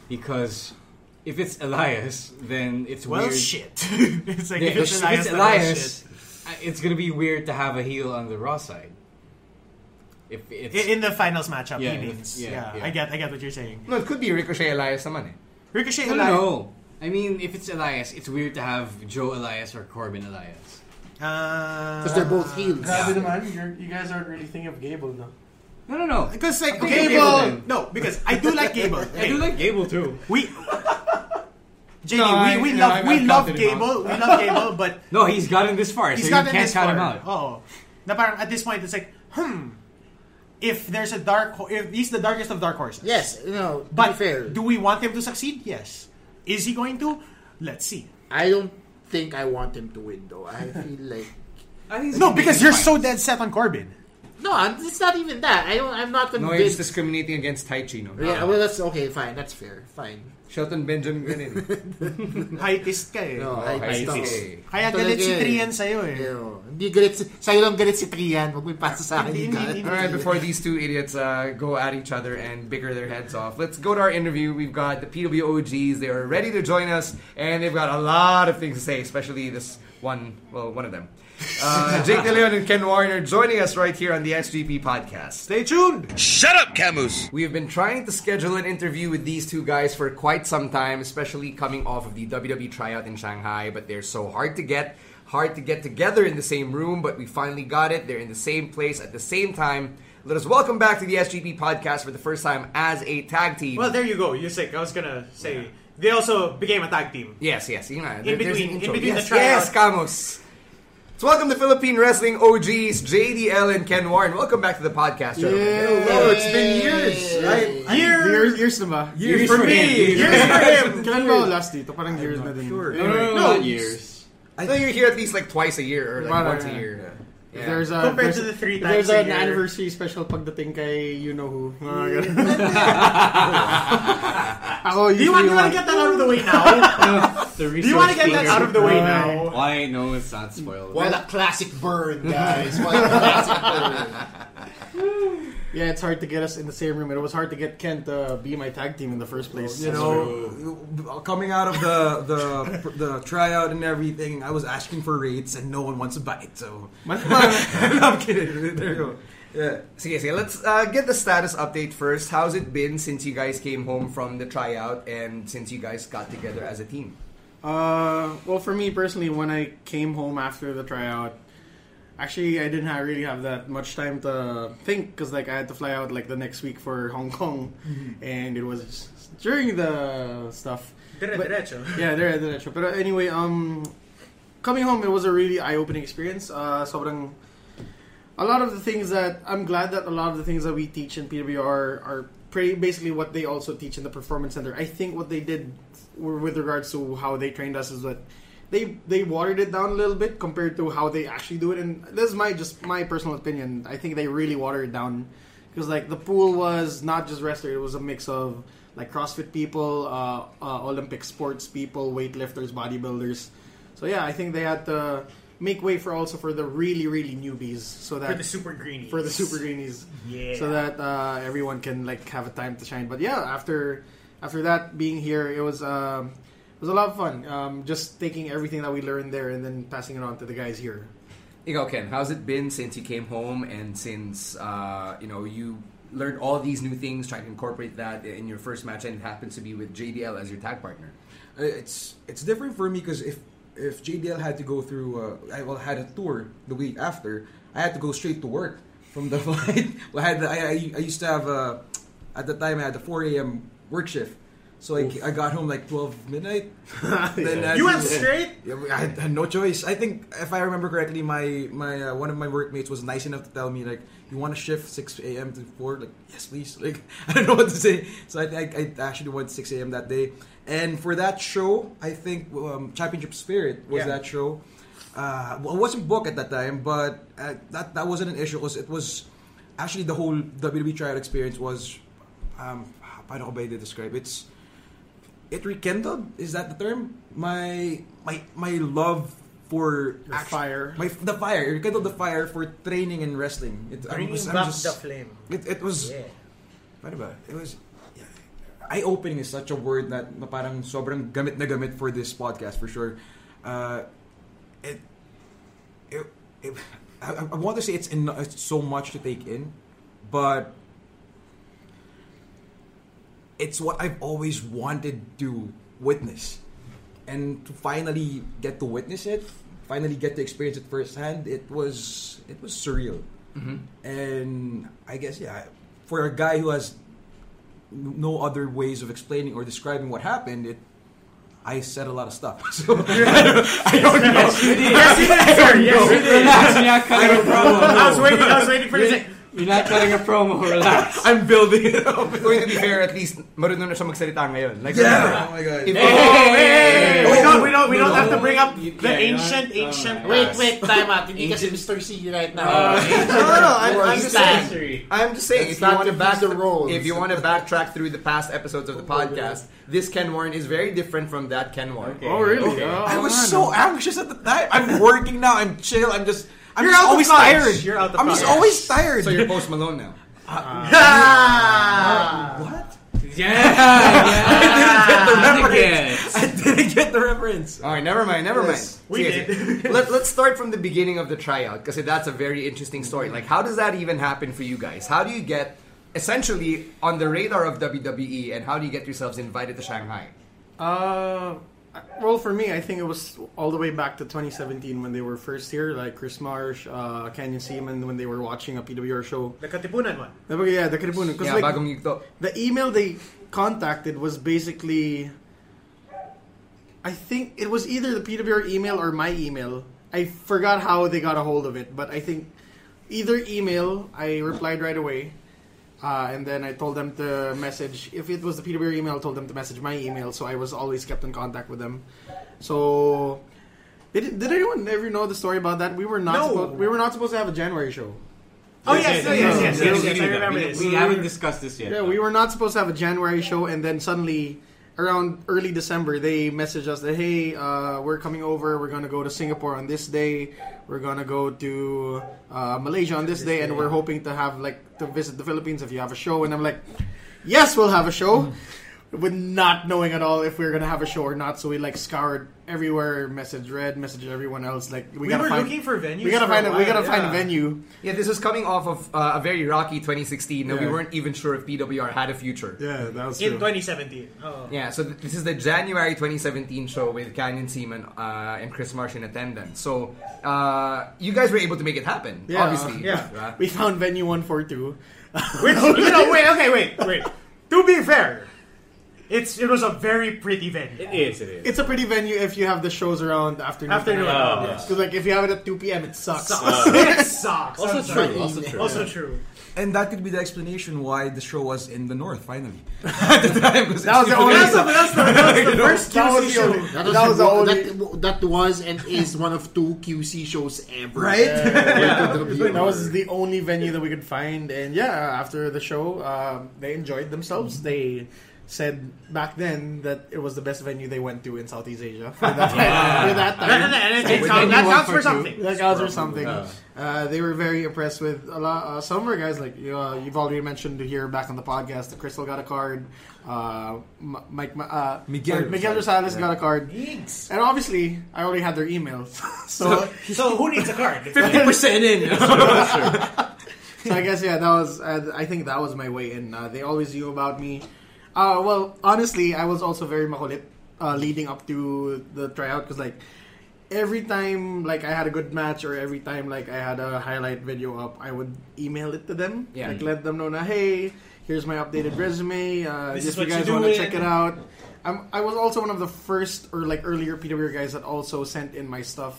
Speaker 6: because if it's Elias, then it's
Speaker 5: Well,
Speaker 6: weird.
Speaker 5: shit. it's like
Speaker 6: Yeah,
Speaker 5: if it's
Speaker 6: if
Speaker 5: Elias,
Speaker 6: it's
Speaker 5: then well,
Speaker 6: Elias, uh, it's gonna be weird to have a heel on the Raw side. If it's
Speaker 5: shit. I- in the finals matchup,
Speaker 6: Yeah,
Speaker 5: he means.
Speaker 6: yeah,
Speaker 5: Yeah,
Speaker 6: yeah.
Speaker 5: I get, I get what you're saying.
Speaker 3: No, it could be Ricochet Elias naman eh.
Speaker 5: Ricochet,
Speaker 6: no,
Speaker 5: Elias.
Speaker 6: no. I mean, if it's Elias, it's weird to have Joe Elias or Corbin Elias.
Speaker 5: Uh,
Speaker 4: Because they're both heels.
Speaker 9: Grabe naman, you're, you guys aren't really thinking of Gable now.
Speaker 6: No, no, no.
Speaker 5: because like
Speaker 6: I think
Speaker 5: Gable,
Speaker 6: Gable then.
Speaker 5: no, because I do like Gable.
Speaker 6: I do like Gable too.
Speaker 5: we, JD,
Speaker 3: No, I-
Speaker 5: we, we
Speaker 3: no,
Speaker 5: love
Speaker 3: I'm-
Speaker 5: we
Speaker 3: I'm
Speaker 5: love
Speaker 3: counting him
Speaker 5: Gable, we love Gable, but
Speaker 6: No, he's gotten this far,
Speaker 5: he's
Speaker 6: so you
Speaker 5: gotten
Speaker 6: can't
Speaker 5: this
Speaker 6: count
Speaker 5: far.
Speaker 6: him
Speaker 4: Uh,
Speaker 6: out.
Speaker 5: Oh, na parang at this point it's like, hmm, if there's a dark, ho- if he's the darkest of dark horses.
Speaker 4: Yes, no, to
Speaker 5: but
Speaker 4: be fair.
Speaker 5: do we want him to succeed? Yes. Is he going to? Let's see.
Speaker 4: I don't think I want him to win though. I feel like
Speaker 6: I think he's
Speaker 5: No,
Speaker 6: gonna
Speaker 5: because
Speaker 6: make
Speaker 5: you're
Speaker 6: it
Speaker 5: so
Speaker 6: fine.
Speaker 5: dead set on Corbin.
Speaker 10: No, I'm- it's not even that. I don't. I'm not
Speaker 3: No, he's
Speaker 10: convinced.
Speaker 3: discriminating against Tai Chino.
Speaker 10: yeah, well, that's okay. Fine, that's fair. Fine.
Speaker 3: Shelton Benjamin ganun eh.
Speaker 5: Heightist ka eh.
Speaker 10: No,
Speaker 3: Oh,
Speaker 10: I, I
Speaker 3: heightist
Speaker 10: don't.
Speaker 3: eh.
Speaker 5: Kaya galit si Trian sa'yo eh.
Speaker 10: Ew. Hindi galit si... Sa'yo lang galit si Trian. Huwag mo ipasa sa akin.
Speaker 5: Hindi,
Speaker 10: yung
Speaker 5: hindi,
Speaker 10: galit.
Speaker 5: hindi.
Speaker 3: All right, before these two idiots uh, go at each other and bicker their heads off, let's go to our interview. We've got the PWOGs. They are ready to join us, and they've got a lot of things to say, especially this one, well, one of them. Uh, Jake De Leon and Ken Warner joining us right here on the SGP podcast.
Speaker 5: Stay tuned!
Speaker 11: Shut up, Camus!
Speaker 3: We have been trying to schedule an interview with these two guys for quite some time, especially coming off of the WWE tryout in Shanghai, but they're so hard to get, hard to get together in the same room, but we finally got it. They're in the same place at the same time. Let us welcome back to the SGP podcast for the first time as a tag team.
Speaker 5: Well, there you go. You're sick. I was gonna say they also became a tag team.
Speaker 3: yes, yes, you know, in
Speaker 5: between- in between
Speaker 3: yes,
Speaker 5: the tryout.
Speaker 3: Yes, Camus. So welcome to Philippine Wrestling OGs, JDL and Ken Warren. Welcome back to the podcast, gentlemen.
Speaker 5: Oh,
Speaker 10: Hello, it's been years.
Speaker 3: Right?
Speaker 5: Years,
Speaker 4: years na ba?
Speaker 3: Years for me.
Speaker 5: years for him.
Speaker 4: Kailan ba last dito? Parang years na din.
Speaker 12: No, no, no, not years.
Speaker 3: I know you're here at least like twice a year or like
Speaker 4: Parang,
Speaker 3: once a year. Yeah.
Speaker 4: There's a,
Speaker 5: Compared
Speaker 4: there's,
Speaker 5: to the three
Speaker 4: there's
Speaker 5: times a
Speaker 4: an
Speaker 5: year.
Speaker 4: anniversary special pagdating kay you know who. Mga ganun. Ah, oh, Ako
Speaker 5: Do you want, you want to get that out of the way now? Do you want to get that out of the way now?
Speaker 12: Why? No, it's not spoiled.
Speaker 10: What a classic burn, guys. What a classic burn.
Speaker 4: Yeah, it's hard to get us in the same room. and It was hard to get Kent to be my tag team in the first place.
Speaker 6: you know, coming out of the the the tryout and everything, I was asking for rates and no one wants to bite. So I'm kidding. There you go.
Speaker 3: Yeah. Sige, sige. Let's uh, get the status update first. How's it been since you guys came home from the tryout and since you guys got together as a team?
Speaker 4: Uh, well, for me personally, when I came home after the tryout, actually I didn't have, really have that much time to think because like I had to fly out like the next week for Hong Kong,
Speaker 6: Mm-hmm.
Speaker 4: and it was during the stuff. But- yeah, they're at the retro. But anyway, um, coming home, it was a really eye-opening experience. Uh, sobrang, a lot of the things that I'm glad that a lot of the things that we teach in PWR are pretty basically what they also teach in the performance center. I think what they did were with regards to how they trained us is that they they watered it down a little bit compared to how they actually do it. And this is my just my personal opinion. I think they really watered it down because like the pool was not just wrestler; it was a mix of like CrossFit people, uh, uh, Olympic sports people, weightlifters, bodybuilders. So yeah, I think they had to make way for also for the really really newbies, so that
Speaker 5: For the super greenies.
Speaker 4: for the super greenies,
Speaker 5: Yeah.
Speaker 4: so that uh, everyone can like have a time to shine. But yeah, after after that being here, it was um, it was a lot of fun. Um, just taking everything that we learned there and then passing it on to the guys here.
Speaker 3: Ikaw, Ken, how's it been since you came home and since, uh, you know, you learned all these new things, trying to incorporate that in your first match and it happens to be with JDL as your tag partner?
Speaker 6: Uh, it's it's different for me because if if JBL had to go through uh, I well had a tour the week after I had to go straight to work from the flight. well, I had the, I, I I used to have a at the time I had a 4 a.m. work shift. So I, I got home like 12 midnight. then I
Speaker 5: You went
Speaker 6: had to-
Speaker 5: straight?
Speaker 6: Yeah, I had, had no choice. I think if I remember correctly, my my uh, one of my workmates was nice enough to tell me like, "You want to shift 6 a.m. to 4? Like, yes, please." Like, I don't know what to say. So I I, I actually went 6 a.m. that day. And for that show, I think um, Championship Spirit was
Speaker 5: Yeah.
Speaker 6: that show. Uh, well, I wasn't booked at that time, but uh, that that wasn't an issue because it was actually the whole WWE trial experience was. Um, paano ko ba i-describe? It's it rekindled is that the term my my my love for act-
Speaker 4: fire.
Speaker 6: my the fire it rekindled the fire for training and wrestling it, I'm
Speaker 5: Bringing
Speaker 6: just- I'm
Speaker 5: back
Speaker 6: just-
Speaker 5: the flame.
Speaker 6: it, it was
Speaker 5: Yeah.
Speaker 6: paano ba? it was eye opening is such a word that na parang sobrang gamit na gamit for this podcast for sure uh, it it, it I, I want to say it's, in, it's so much to take in but it's what I've always wanted to witness. And to finally get to witness it, finally get to experience it firsthand, it was it was surreal.
Speaker 7: Mm-hmm.
Speaker 6: And I guess yeah, for a guy who has no other ways of explaining or describing what happened, it I said a lot of stuff. So I don't know.
Speaker 5: Yes, you did, sir. Yes, you did.
Speaker 12: That's yeah, kind of problem.
Speaker 5: I was waiting. I was waiting for you to say.
Speaker 7: You're not cutting a promo, relax.
Speaker 13: I'm building it up.
Speaker 4: Going to be fair, at least marunong na siya magsalita ngayon. Like,
Speaker 3: Yeah. Oh my god.
Speaker 4: If-
Speaker 5: Hey, we don't, we don't, we
Speaker 7: No.
Speaker 5: don't have to bring up
Speaker 7: You-
Speaker 5: the
Speaker 7: yeah, you
Speaker 5: ancient, ancient.
Speaker 4: Wait,
Speaker 5: past.
Speaker 4: wait, time out. Hindi kasi Mr. C right now.
Speaker 14: No, no, I'm, I'm just
Speaker 4: Stand.
Speaker 14: saying.
Speaker 3: Ah,
Speaker 14: I'm just saying. If
Speaker 13: If you want
Speaker 14: not
Speaker 13: to
Speaker 14: to
Speaker 13: back
Speaker 4: the roles.
Speaker 13: if you want to backtrack through the past episodes of the podcast, this Ken Warren is very different from that Ken Warren.
Speaker 6: Oh, really? Oh,
Speaker 3: I was
Speaker 6: man.
Speaker 3: so anxious at the time. I'm working now. I'm chill. I'm just. I'm
Speaker 5: You're
Speaker 3: just
Speaker 5: out of
Speaker 3: always
Speaker 5: touch.
Speaker 3: tired.
Speaker 5: You're out of
Speaker 3: I'm just
Speaker 5: touch.
Speaker 3: always tired.
Speaker 13: So you're Post Malone now.
Speaker 3: what?
Speaker 7: Yeah, yeah.
Speaker 3: I didn't get the reference.
Speaker 13: All right, never mind, never mind.
Speaker 5: We
Speaker 13: Sige,
Speaker 5: did.
Speaker 13: sige. Let, let's start from the beginning of the tryout because that's a very interesting story. Like, how does that even happen for you guys? How do you get essentially on the radar of WWE, and how do you get yourselves invited to Shanghai?
Speaker 6: Uh, well, for me, I think it was all the way back to 2017 when they were first here, like Chris Marsh, uh, Canyon Seaman, when they were watching a PWR show.
Speaker 5: The Katipunan one.
Speaker 6: The- Yeah, the Katipunan. 'Cause,
Speaker 13: Yeah,
Speaker 6: like,
Speaker 13: bagong yugto.
Speaker 6: the email they contacted was basically I think it was either the PWR email or my email. I forgot how they got a hold of it, but I think either email I replied right away. Uh, and then I told them to message. If it was the PWR email, I told them to message my email. So I was always kept in contact with them. So did, did anyone ever know the story about that? We were not
Speaker 5: No.
Speaker 6: supposed, we were not supposed to have a January show.
Speaker 5: Oh yes, yes, yes, yes, yes, yes, I remember
Speaker 7: We,
Speaker 5: this.
Speaker 7: we haven't discussed this yet.
Speaker 6: Yeah, we were not supposed to have a January show, and then suddenly, around early December, they messaged us that hey, uh, we're coming over. We're gonna go to Singapore on this day. We're gonna go to uh, Malaysia on this day, and we're hoping to have like to visit the Philippines if you have a show. And I'm like, yes, we'll have a show.
Speaker 5: Mm-hmm.
Speaker 6: With not knowing at all if we were gonna have a show or not, so we like scoured everywhere, messaged Red, messaged everyone else. Like
Speaker 5: We
Speaker 6: we,
Speaker 5: were
Speaker 6: gotta find,
Speaker 5: looking for venues
Speaker 6: We gotta
Speaker 5: for a
Speaker 6: find a, we
Speaker 5: while,
Speaker 6: gotta find a
Speaker 5: yeah.
Speaker 6: venue.
Speaker 13: Yeah, this was coming off of uh, a very rocky 2016, and we
Speaker 6: Yeah.
Speaker 13: weren't even sure if PWR had a future.
Speaker 6: Yeah, that was
Speaker 5: in
Speaker 6: true.
Speaker 5: 2017. Oh.
Speaker 13: Yeah, so th- this is the January 2017 show with Canyon Seaman uh, and Chris Marsh in attendance. So uh, you guys were able to make it happen,
Speaker 6: Yeah,
Speaker 13: obviously.
Speaker 5: yeah.
Speaker 6: we found venue one four two.
Speaker 5: Which you know, wait, okay, wait, wait. to be fair, it's it was a very pretty venue.
Speaker 15: It is, it is.
Speaker 6: It's a pretty venue if you have the shows around the afternoon.
Speaker 5: Afternoon,
Speaker 15: Oh.
Speaker 5: yes.
Speaker 6: Because like if you have it at two p.m., it sucks.
Speaker 5: Socks. It sucks.
Speaker 15: Also true,
Speaker 5: I'm sorry.
Speaker 15: also true.
Speaker 5: Also true.
Speaker 3: And that could be the explanation why the show was in the north finally. At the time, 'cause
Speaker 6: That was the only.
Speaker 5: That's the, that's the, that's the first
Speaker 6: That was
Speaker 5: QC
Speaker 6: the
Speaker 5: show.
Speaker 6: only-
Speaker 4: That
Speaker 6: That
Speaker 4: was,
Speaker 6: was the
Speaker 4: one-
Speaker 6: only.
Speaker 4: that, that was and is one of two QC shows ever.
Speaker 3: right.
Speaker 6: That was the only venue that we could find, and yeah, after the show, um, they enjoyed themselves. They said back then that it was the best venue they went to in Southeast Asia for that, for
Speaker 5: That,
Speaker 6: that
Speaker 5: that,
Speaker 6: time.
Speaker 5: that- that counts- that counts for something.
Speaker 6: Like us or something. Uh, they were very impressed with a lot. Uh, some of our guys, like you, uh, you've already mentioned here back on the podcast, that Crystal got a card. Uh, M- Mike, Ma- uh,
Speaker 3: Miguel
Speaker 6: sorry, Miguel Rosales got a card,
Speaker 5: Thanks.
Speaker 6: and obviously, I already had their email, so
Speaker 5: So who needs a card?
Speaker 3: percent in.
Speaker 6: so I guess yeah, that was. Uh, I think that was my way in. Uh, they always knew about me. Uh, well, honestly, I was also very makulit uh, leading up to the tryout because like every time like I had a good match or every time like I had a highlight video up, I would email it to them.
Speaker 13: Yeah.
Speaker 6: Like let them know na hey, here's my updated resume. Uh,
Speaker 5: This
Speaker 6: if
Speaker 5: is
Speaker 6: you
Speaker 5: what
Speaker 6: guys
Speaker 5: you're
Speaker 6: want
Speaker 5: doing.
Speaker 6: to check it out. I'm, I was also one of the first or like earlier PW guys that also sent in my stuff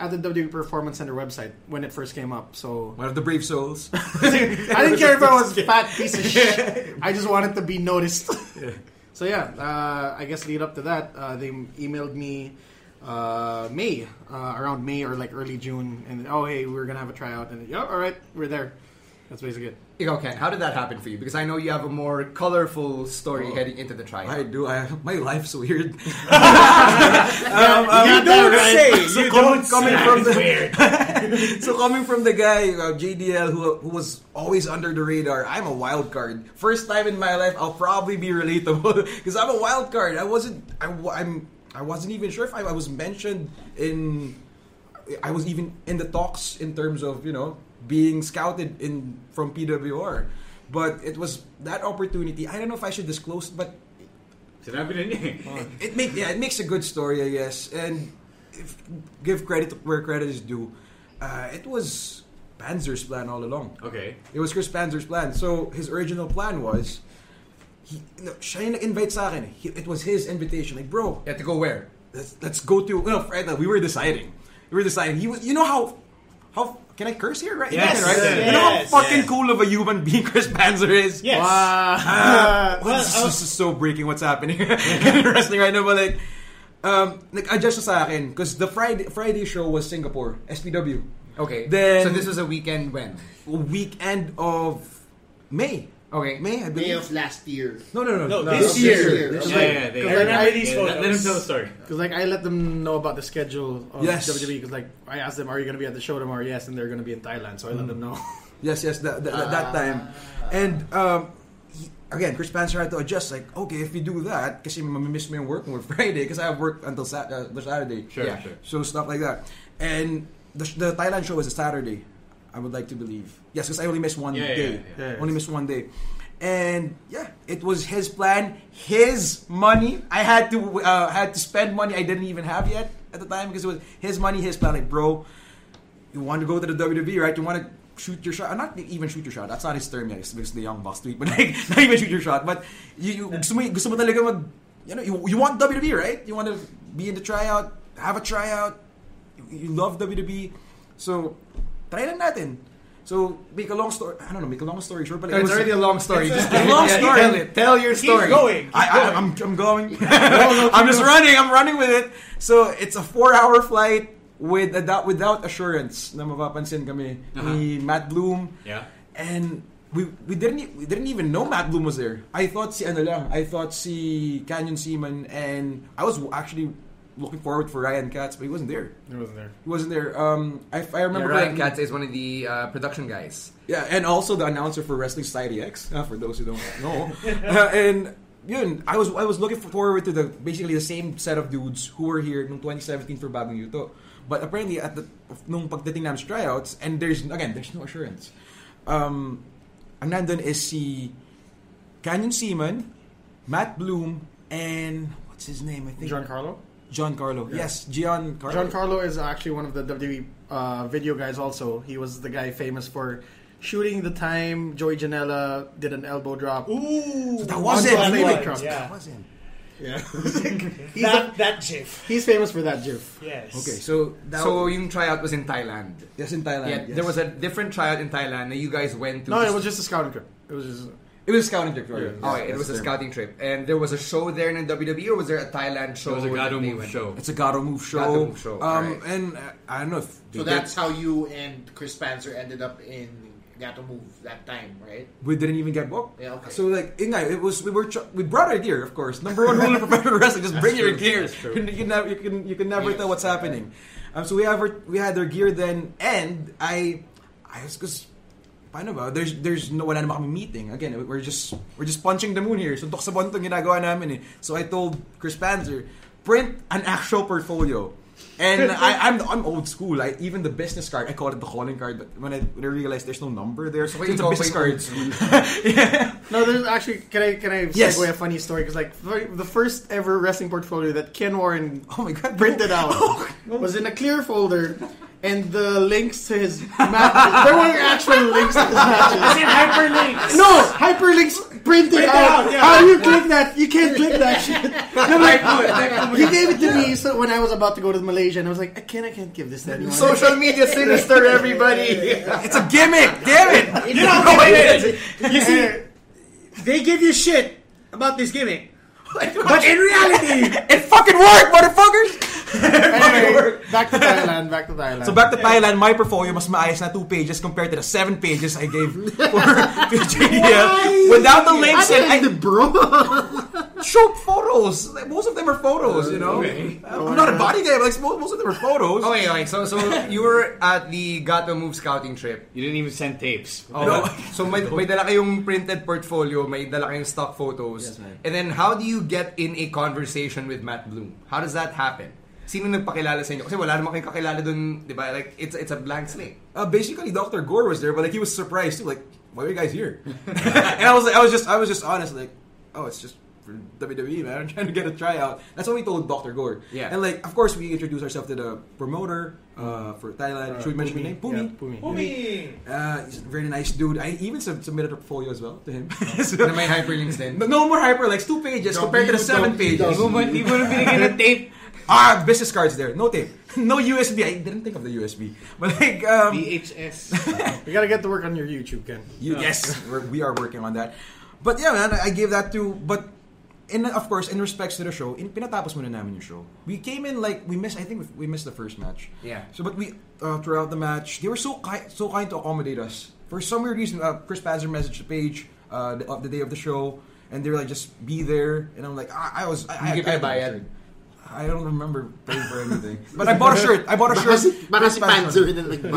Speaker 6: at the WWE Performance Center website when it first came up. So
Speaker 3: One of the brave souls.
Speaker 6: I didn't care if I was a fat piece of shit. I just wanted to be noticed. so yeah, uh, I guess lead up to that, uh, they emailed me uh, May uh, around May or like early June, and oh hey, we're gonna have a tryout, and yeah, all right, we're there. That's basically it.
Speaker 13: You okay, how did that happen for you? Because I know you have a more colorful story heading into the tryout.
Speaker 3: Oh. I do. I, my life's weird.
Speaker 6: you
Speaker 3: don't say. You don't coming from the
Speaker 5: Weird.
Speaker 3: so coming from the guy uh, JDL who, who was always under the radar, I'm a wild card. First time in my life, I'll probably be relatable because I'm a wild card. I wasn't. I, wa- I'm. I wasn't even sure if I, I was mentioned in. I was even in the talks in terms of you know being scouted in from PWR, but it was that opportunity. I don't know if I should disclose, it, but
Speaker 15: Sinabi na niya eh.
Speaker 3: it make yeah, it makes a good story, I guess. And if, give credit where credit is due. Uh, it was Panzer's plan all along.
Speaker 15: Okay.
Speaker 3: It was Chris Panzer's plan. So his original plan was, he, no, siya yung nag-invite sa akin. eh. He- it was his invitation. Like, bro,
Speaker 13: You had to go where?
Speaker 3: let's, let's go to. You know, Friday, we were deciding. We were deciding. He was. You know how how can I curse here? Right?
Speaker 5: Yes.
Speaker 3: You can, right?
Speaker 5: Yes.
Speaker 3: You know how
Speaker 5: Yes.
Speaker 3: fucking cool of a human being Chris Panzer is.
Speaker 5: Yes.
Speaker 3: Wow.
Speaker 5: Uh,
Speaker 3: What?
Speaker 5: well,
Speaker 3: this,
Speaker 5: I
Speaker 3: is-
Speaker 5: was-
Speaker 3: this is so breaking. What's happening in wrestling right now? But like, um, nag-adjust siya sa akin because the Friday Friday show was Singapore SPW.
Speaker 13: Okay.
Speaker 3: Then
Speaker 13: so this was a weekend when?
Speaker 3: weekend of May.
Speaker 13: Okay.
Speaker 3: May, I believe.
Speaker 4: May of last year.
Speaker 3: No, no, no.
Speaker 6: No,
Speaker 3: this,
Speaker 6: this
Speaker 3: year.
Speaker 6: year.
Speaker 3: This
Speaker 6: Yeah,
Speaker 3: year.
Speaker 6: yeah, they-
Speaker 3: Because
Speaker 6: I
Speaker 3: like,
Speaker 6: remember these
Speaker 3: yeah,
Speaker 6: photos.
Speaker 3: let him tell the story.
Speaker 6: Because like I let them know about the schedule of
Speaker 3: Yes.
Speaker 6: WWE. Because like I asked them, "Are you going to be at the show tomorrow?" Yes, and they're going to be in Thailand. So I
Speaker 3: Mm.
Speaker 6: let them know.
Speaker 3: Yes, yes, that, that, that
Speaker 13: Ah.
Speaker 3: time. And um, he- again, Chris Panzer had to adjust. Like, okay, if we do that, kasi mamimiss mo yung work mo Friday because I have work until Sat- uh, the Saturday.
Speaker 13: Sure, Yeah. sure.
Speaker 3: So stuff like that. And the, the Thailand show was a Saturday, I would like to believe. Yes, because I only missed one
Speaker 13: Yeah, yeah,
Speaker 3: day.
Speaker 13: yeah, yeah.
Speaker 3: Only missed one day. And yeah, it was his plan, his money. I had to uh, had to spend money I didn't even have yet at the time because it was his money, his plan. Like, bro, you want to go to the WWE, right? You want to shoot your shot, not even shoot your shot. That's not his term yet, it's because the young boss tweet. But like, not even shoot your shot. But you, you gusto mo, gusto mo talaga mag, you know, you, you want WWE, right? You want to be in the tryout, have a tryout. You, you love WWE, so try lang natin. So make a long story. I don't know. Make a long story short, but
Speaker 14: It's already a long story.
Speaker 3: It's
Speaker 14: Just
Speaker 3: a,
Speaker 14: give it-
Speaker 3: long
Speaker 14: yeah,
Speaker 3: story.
Speaker 14: tell it. Tell your story.
Speaker 3: Keep going. I, I, I'm, I'm going. I'm just running. I'm running with it. So it's a four-hour flight with without, without assurance. Na mapapansin kami ni Matt Bloom.
Speaker 15: Yeah.
Speaker 3: And we we didn't e- we didn't even know Matt Bloom was there. I thought si ano lang, I thought si Canyon Seaman and I was actually looking forward for Ryan Katz, but he wasn't there.
Speaker 6: He wasn't there.
Speaker 3: He wasn't there. Um, I, I
Speaker 13: Yeah,
Speaker 3: remember
Speaker 13: Ryan
Speaker 3: correctly-
Speaker 13: Katz is one of the uh, production guys.
Speaker 3: yeah, and also the announcer for Wrestling Society X, uh, for those who don't know. Uh, and yun, I was I was looking forward to the basically the same set of dudes who were here in 2017 for Bagong Yuto. But apparently at the nung pagdating namin sa tryouts and there's again, there's no assurance. Um ang nandun is si Canyon Seaman, Matt Bloom, and what's his name? I think
Speaker 6: John Carlo.
Speaker 3: John Carlo.
Speaker 6: Yeah.
Speaker 3: Yes, Gian Carlo.
Speaker 6: John Carlo is actually one of the WWE uh, video guys. Also, he was the guy famous for shooting the time Joey Janela did an elbow drop.
Speaker 5: Ooh,
Speaker 3: that was it. I knew it.
Speaker 5: Yeah.
Speaker 3: That was him.
Speaker 6: Yeah,
Speaker 5: He's that, that gif.
Speaker 6: he's famous for that GIF.
Speaker 5: Yes.
Speaker 3: Okay, so that
Speaker 13: so yung tryout was in Thailand.
Speaker 3: yes, in Thailand.
Speaker 13: yeah,
Speaker 3: yes.
Speaker 13: there was a different tryout in Thailand that you guys went to.
Speaker 6: No, it was just a scouting trip. It was just
Speaker 3: It was a scouting trip, right?
Speaker 13: Oh, it was a scouting trip, and there was a show there in WWE, or was there a Thailand show?
Speaker 7: It was a
Speaker 13: that
Speaker 7: Gado
Speaker 13: they
Speaker 7: move
Speaker 13: went?
Speaker 7: show.
Speaker 3: It's a Gato move show.
Speaker 13: Gato move show,
Speaker 3: Um,
Speaker 13: alright.
Speaker 3: and uh, I don't know if
Speaker 4: So that's how you and Chris Panzer ended up in Gato Move that time, right?
Speaker 3: we didn't even get booked.
Speaker 4: Yeah, okay.
Speaker 3: So like, yun nga, it was we were ch- we brought our gear, of course. Number one rule of professional wrestling: just bring your gear. You can, you can never you can you can never tell what's happening. Um, so we have our, we had our gear then, and I I was because. Paano ba? There's there's no wala naman kami meeting. Again, we're just we're just punching the moon here. Suntok sa buwan itong ginagawa namin eh. So I told Chris Panzer, print an actual portfolio. And I, I'm I'm old school. I even the business card, I call it the calling card. But when I, when I realized there's no number there, so
Speaker 13: Wait,
Speaker 3: it's a
Speaker 13: no,
Speaker 3: business
Speaker 13: wait,
Speaker 3: card.
Speaker 13: old school.
Speaker 6: No, there's actually. Can I can I
Speaker 3: Yes.
Speaker 6: segue a funny story? Because like for- the first ever wrestling portfolio that Ken Warren
Speaker 3: Oh my god!
Speaker 6: printed out
Speaker 3: Oh.
Speaker 6: was in a clear folder, and the links to his matches there weren't actual links to his matches.
Speaker 5: Is it hyperlinks?
Speaker 6: No hyperlinks printed out.
Speaker 5: out, yeah.
Speaker 6: How do you click that? You can't click that shit. I'm like, he gave it to me so when I was about to go to Malaysia, and I was like, I can't, I can't give this to anyone.
Speaker 13: Social media sinister, everybody.
Speaker 3: It's a gimmick. Damn it!
Speaker 5: You know, okay, wait. you see, they give you shit about this gimmick, but in reality,
Speaker 3: It fucking worked, motherfuckers.
Speaker 6: anyway, back to Thailand. Back to Thailand.
Speaker 3: So back to Thailand, my portfolio mas maayos na two pages compared to the seven pages I gave for to JDL without the links and I, show photos. Like, most of them are photos, you know. I'm not a body guy, but like, most, most of them are photos.
Speaker 13: Oh wait, wait. So, so you were at the Gato Move scouting trip.
Speaker 15: You didn't even send tapes.
Speaker 13: Oh,
Speaker 3: No.
Speaker 13: So may, may dala kayong printed portfolio, may dala kayong stock photos. and then how do you get in a conversation with Matt Bloom? How does that happen? Sino nagpakilala sa inyo? Kasi wala naman kayong kakilala dun, di ba? Like, it's, it's a blank slate.
Speaker 3: Uh, basically, Doctor Gore was there, but like he was surprised too. Like, why are you guys here? and I was like, I was just, I was just honest. Like, oh, it's just for WWE, man. I'm trying to get a tryout. That's what we told Doctor Gore.
Speaker 13: Yeah.
Speaker 3: And like, of course, we introduced ourselves to the promoter uh, for Thailand. Should we mention the name? Pumi.
Speaker 6: Yeah, Pumi.
Speaker 3: Uh, he's a very nice dude. I even sub- submitted a portfolio as well to him.
Speaker 13: Na Oh. may hyperlinks din.
Speaker 3: No, no more hyperlinks. Two pages compared to the seven pages.
Speaker 7: Hindi mo, hindi mo na binigyan ng tape.
Speaker 3: ah, business cards there. No tape. No USB. I didn't think of the USB. But like, um,
Speaker 6: VHS. we gotta get to work on your YouTube, Ken.
Speaker 3: You, Yes, we're, we are working on that. But yeah, man, I give that to. But in of course, in respects to the show, in pinatapos muna namin yung show. We came in like we missed. I think we, we missed the first match.
Speaker 13: Yeah.
Speaker 3: So, but we uh, throughout the match, they were so kind, so kind to accommodate us. For some weird reason, uh, Chris Panzer messaged the page uh, the, of the day of the show, and they were like, "Just be there." And I'm like, "I, I was." I,
Speaker 4: Hindi
Speaker 3: I,
Speaker 4: ka
Speaker 3: I,
Speaker 4: bayad.
Speaker 3: I don't remember paying for anything, but I bought a shirt. I bought a
Speaker 4: Baka
Speaker 3: shirt.
Speaker 4: si- baka
Speaker 3: Chris
Speaker 4: si Panzer
Speaker 3: Panzer.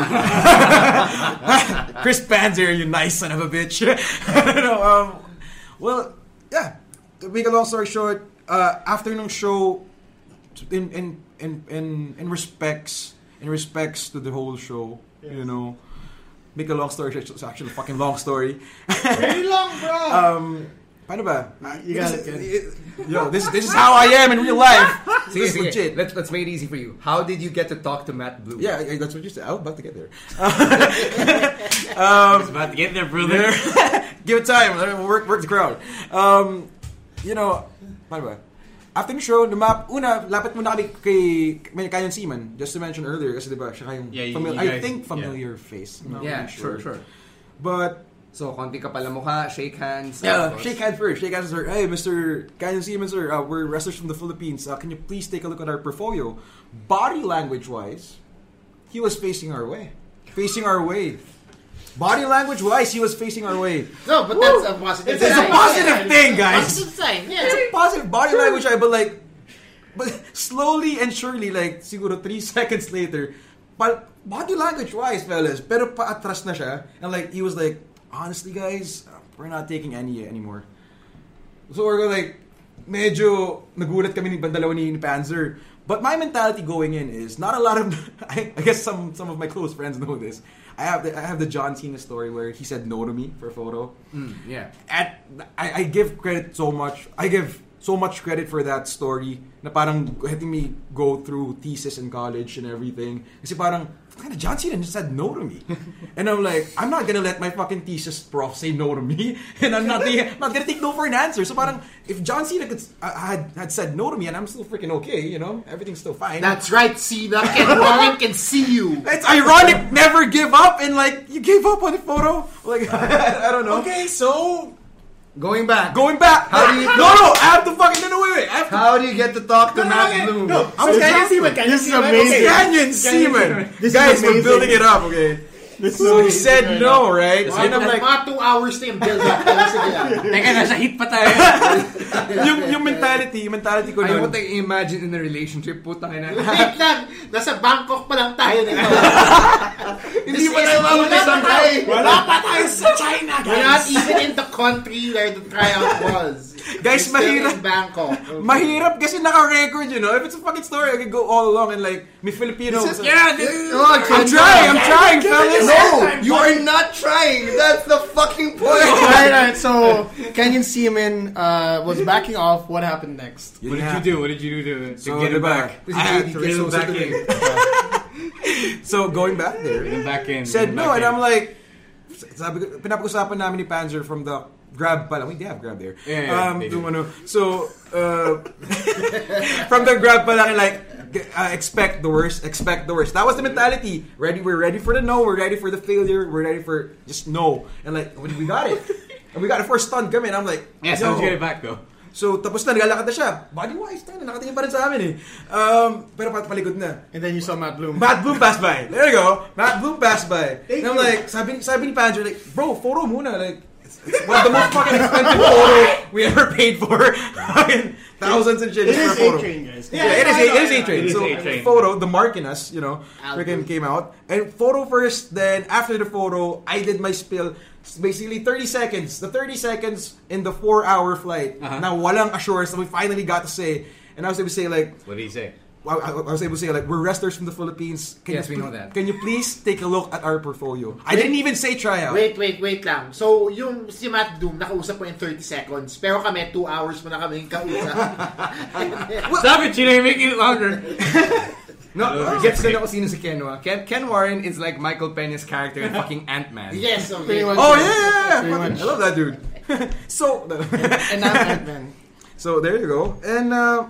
Speaker 4: na
Speaker 3: Chris Panzer, you nice son of a bitch. no, um, well, yeah. To make a long story short, uh, after nung show, in in in in in respects in respects to the whole show, you know. Make a long story short, it's actually a fucking long story.
Speaker 4: Very long, bro.
Speaker 3: Um, paano ba?
Speaker 4: You got
Speaker 3: This-
Speaker 4: it, Ken.
Speaker 3: it- Yo, this this is how I am in real life.
Speaker 13: See,
Speaker 3: This is
Speaker 13: see,
Speaker 3: legit.
Speaker 13: Let's, let's make it easy for you. How did you get to talk to Matt Blue?
Speaker 3: Yeah, I- I- that's what you said. I was about to get there.
Speaker 7: It's about to get there, brother.
Speaker 3: There. Give it time. Let it Work, work the crowd. Um, you know, paano ba? After the show, the map, una, lapit muna kami kay, kay Kanyon Seaman, just to mention earlier, kasi diba, siya kayong,
Speaker 13: Yeah, you-
Speaker 3: famil-
Speaker 13: you
Speaker 3: I
Speaker 13: guys-
Speaker 3: think, familiar face. I'm not
Speaker 13: Yeah,
Speaker 3: really
Speaker 13: sure, sure.
Speaker 3: But,
Speaker 13: so, konti ka pala mukha, shake hands.
Speaker 3: Yeah,
Speaker 13: tapos-
Speaker 3: shake hands first. Shake hands, sir. Hey, Mr. Kanyon Seaman, sir. Uh, we're wrestlers from the Philippines. Uh, can you please take a look at our portfolio? Body language wise, he was facing our way. Facing our way. Body language wise, he was facing our way.
Speaker 4: No, but that's a positive.
Speaker 3: It's, it's a
Speaker 4: sign.
Speaker 3: positive thing, guys.
Speaker 4: Positive sign. Yeah.
Speaker 3: It's a positive body language, I but like, but slowly and surely, like siguro three seconds later, but body language wise, fellas, pero paatras na siya, and like he was like, honestly, guys, uh, we're not taking any anymore. So we're gonna, like, medyo nagulat kami ni bandalawa ni, ni Panzer. But my mentality going in is not a lot of. I, I guess some some of my close friends know this. I have the, I have the John Cena story where he said no to me for a photo
Speaker 13: Mm, yeah.
Speaker 3: at I, I give credit so much. I give so much credit for that story. Na parang letting me go through thesis in college and everything. Kasi parang kind John Cena just said no to me, and I'm like, I'm not gonna let my fucking thesis prof say no to me, and I'm not I'm not gonna take no for an answer. So parang if John Cena could uh, had had said no to me and I'm still freaking okay, you know, everything's still fine.
Speaker 4: That's right, Cena. Ken Warren can see you.
Speaker 3: It's ironic, never give up, and like you gave up on the photo. Like I don't know.
Speaker 13: Okay,
Speaker 3: so
Speaker 13: Going back.
Speaker 3: Going back.
Speaker 13: How do you-
Speaker 3: no, no. I have to fucking. No, no, wait, wait. I have to.
Speaker 13: How do you get to talk to Matt Blue?
Speaker 3: No, I'm so Canyon Seaman. Canyon
Speaker 6: This is amazing.
Speaker 3: Canyon Seaman. Guys, we're building it up, okay? So he said no, right?
Speaker 4: Wow,
Speaker 3: And I'm like,
Speaker 4: mga two hours na yung build-up. Sige lang.
Speaker 7: Teka, nasa hit pa tayo.
Speaker 3: yung, yung mentality, yung mentality ko
Speaker 13: I
Speaker 3: nun.
Speaker 13: what I imagine in a relationship, putang ina.
Speaker 4: Wait lang. Nasa Bangkok pa lang tayo nito.
Speaker 13: Hindi pa tayo
Speaker 4: Wala
Speaker 13: mabuli
Speaker 4: pa
Speaker 13: sa
Speaker 4: tayo-
Speaker 3: Wala pa tayo sa China,
Speaker 4: We're not even in the country where the tryout was.
Speaker 3: Guys,
Speaker 4: We're still
Speaker 3: mahirap.
Speaker 4: in Bangkok.
Speaker 3: Mahirap kasi naka-record, you know? If it's a fucking story, I can go all along and like, may Filipino.
Speaker 13: Yeah, this is...
Speaker 3: I'm trying, I'm trying, fellas.
Speaker 13: No, you are not trying. That's the fucking point.
Speaker 6: Alright, alright, so Kenyon Seaman uh, was backing off. What happened next?
Speaker 7: What did you do? What did you do to, to
Speaker 3: So,
Speaker 7: get
Speaker 3: the
Speaker 7: him back?
Speaker 3: back.
Speaker 7: I had to
Speaker 3: Get
Speaker 7: reel him
Speaker 3: him back
Speaker 7: back in.
Speaker 3: So going back there,
Speaker 7: Reel him back in.
Speaker 3: said
Speaker 7: reel him
Speaker 3: no,
Speaker 7: back
Speaker 3: and
Speaker 7: in.
Speaker 3: I'm like, sabi ko, pinapag-usapan namin ni Panzer from the grab pala. We did have grab there.
Speaker 7: Yeah, yeah,
Speaker 3: um,
Speaker 7: they
Speaker 3: yung
Speaker 7: do.
Speaker 3: ano, so, uh, from the grab pala, like, uh, expect the worst, expect the worst. That was the mentality. Ready, we're ready for the no, we're ready for the failure, we're ready for just no. And like, we we got it. And we got it for a stunt kami. And I'm like,
Speaker 7: Yeah,
Speaker 3: yo.
Speaker 7: so let's get it back though.
Speaker 3: So, tapos na, naglalakad na siya. Body-wise, tayo, nakatingin pa rin sa amin eh. Um, pero pat- palikod na.
Speaker 6: And then you saw Matt
Speaker 5: Um,
Speaker 6: Bloom.
Speaker 3: Matt Bloom passed by. There you go. Matt Bloom passed by.
Speaker 6: Thank
Speaker 3: and I'm
Speaker 6: you.
Speaker 3: like, sabi, sabi ni Panzer, like, bro, photo muna. Like, it's, it's one of the most fucking expensive photo we ever paid for. Fucking thousands and shit
Speaker 6: it
Speaker 3: for
Speaker 6: is
Speaker 3: a photo.
Speaker 6: A-Train, guys.
Speaker 3: Yeah, it is. A, it is A
Speaker 7: It
Speaker 3: train.
Speaker 7: is
Speaker 3: So
Speaker 7: A-Train.
Speaker 3: photo, the mark in us, you know,
Speaker 4: Album.
Speaker 3: freaking came out. And photo first, then after the photo, I did my spill. It's basically 30 seconds. The 30 seconds in the four-hour flight.
Speaker 7: Uh-huh.
Speaker 3: Now, walang assurance that we finally got to say. And I was able to say like,
Speaker 7: What did he say?
Speaker 3: I, I- I was able to say like we're wrestlers from the Philippines. Can
Speaker 13: Yes, we
Speaker 3: you pl-
Speaker 13: know that.
Speaker 3: Can you please take a look at our portfolio? I didn't even say tryout.
Speaker 4: Wait, wait, wait lang. So, yung si Matt Doom, nakausap ko in 30 seconds. Pero kami, 2 hours mo na kami yung kausap.
Speaker 7: Stop it, Chino. You're making it longer.
Speaker 13: No, gets to know sino si Ken
Speaker 3: ah.
Speaker 13: Warren. Ken, Ken Warren is like Michael Pena's character in fucking Ant-Man.
Speaker 4: yes, okay.
Speaker 6: Pretty much.
Speaker 3: Oh yeah, yeah, yeah,
Speaker 6: Pretty
Speaker 3: Fucking-
Speaker 6: much.
Speaker 3: I love that dude. so,
Speaker 6: And now Ant-Man.
Speaker 3: so there you go. And uh,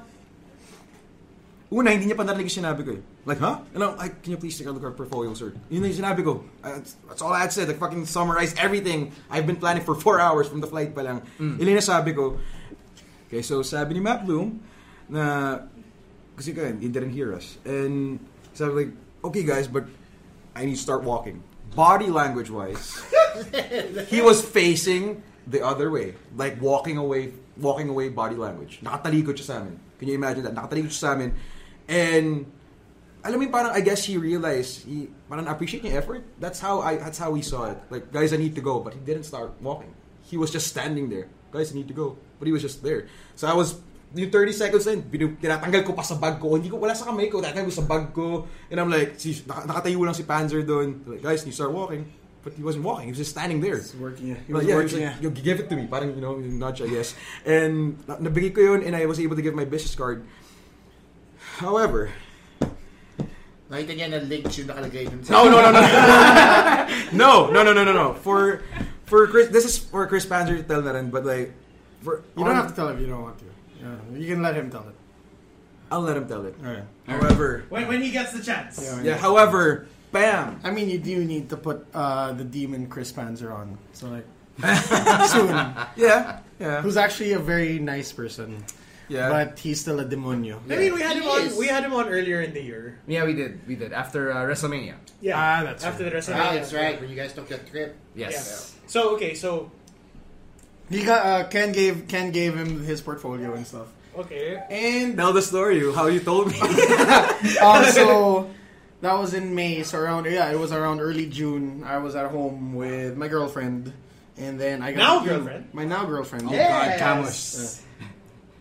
Speaker 3: Una, hindi niya pa narinig yung sinabi ko eh. Like, huh? And I'm like, can you please take a look at our portfolio, sir? Yun lang yung sinabi ko. Uh, that's- that's all I had said. Like, fucking summarize everything I've been planning for four hours from the flight pa lang.
Speaker 13: Mm.
Speaker 3: Yun lang yung sabi ko. Okay, so sabi ni Matt Bloom na, kasi ka, he didn't hear us. And sabi like, okay guys, but I need to start walking. Body language wise, he was facing the other way, like walking away, walking away body language. Nakatalikod siya sa amin. Can you imagine that? Nakatalikod siya sa amin. And alam mo yung parang I guess he realized he parang appreciate niya effort. That's how I that's how we saw it. Like guys, I need to go, but he didn't start walking. He was just standing there. Guys, I need to go, but he was just there. So I was yung 30 seconds in, binu- tinatanggal ko pa sa bag ko. Hindi ko, wala sa kamay ko. Tinatanggal ko sa bag ko. And I'm like, si, naka- nakatayo lang si Panzer doon. Like, guys, you start walking. But he wasn't walking. He was just standing there. He's
Speaker 6: working. Yeah. He
Speaker 3: But
Speaker 6: was
Speaker 3: yeah,
Speaker 6: working,
Speaker 3: he was like, "Yo, give it to me. Parang, you know, yung nudge, I guess. And na- nabigay ko yun and I was able to give my business card. However,
Speaker 4: Nakita niya na link yung nakalagay dun.
Speaker 3: No, no, no, no. no, no, no, no, no, no. For for Chris, this is for Chris Panzer to tell na rin, but like for
Speaker 6: You don't have to tell him you don't want to. Yeah, you can let him tell it.
Speaker 3: I'll let him tell it. However,
Speaker 5: When, when he gets the chance.
Speaker 3: yeah. However, bam.
Speaker 6: I mean, you do need to put uh, the demon Chris Panzer on. So like soon.
Speaker 3: Yeah, yeah.
Speaker 6: Who's actually a very nice person.
Speaker 3: Yeah.
Speaker 6: But he's still a demonio.
Speaker 5: I mean, we had him
Speaker 6: He
Speaker 5: on.
Speaker 6: is.
Speaker 5: We had him on earlier in the year.
Speaker 13: Yeah, we did. We did after uh, WrestleMania.
Speaker 5: Yeah.
Speaker 13: Ah, that's right.
Speaker 5: after the WrestleMania.
Speaker 13: Ah, that's right,
Speaker 4: When you guys took that trip.
Speaker 13: Yes.
Speaker 5: Yeah. So okay, so
Speaker 6: He got uh, Ken gave Ken gave him his portfolio and stuff.
Speaker 5: okay.
Speaker 6: And
Speaker 3: tell the story you how you told
Speaker 13: Oh,
Speaker 3: me.
Speaker 6: also, that was in May, so around yeah, it was around early June. I was at home with my girlfriend, and then I got
Speaker 5: Now girlfriend?
Speaker 6: my now girlfriend.
Speaker 13: Oh, Yes! God, Camus.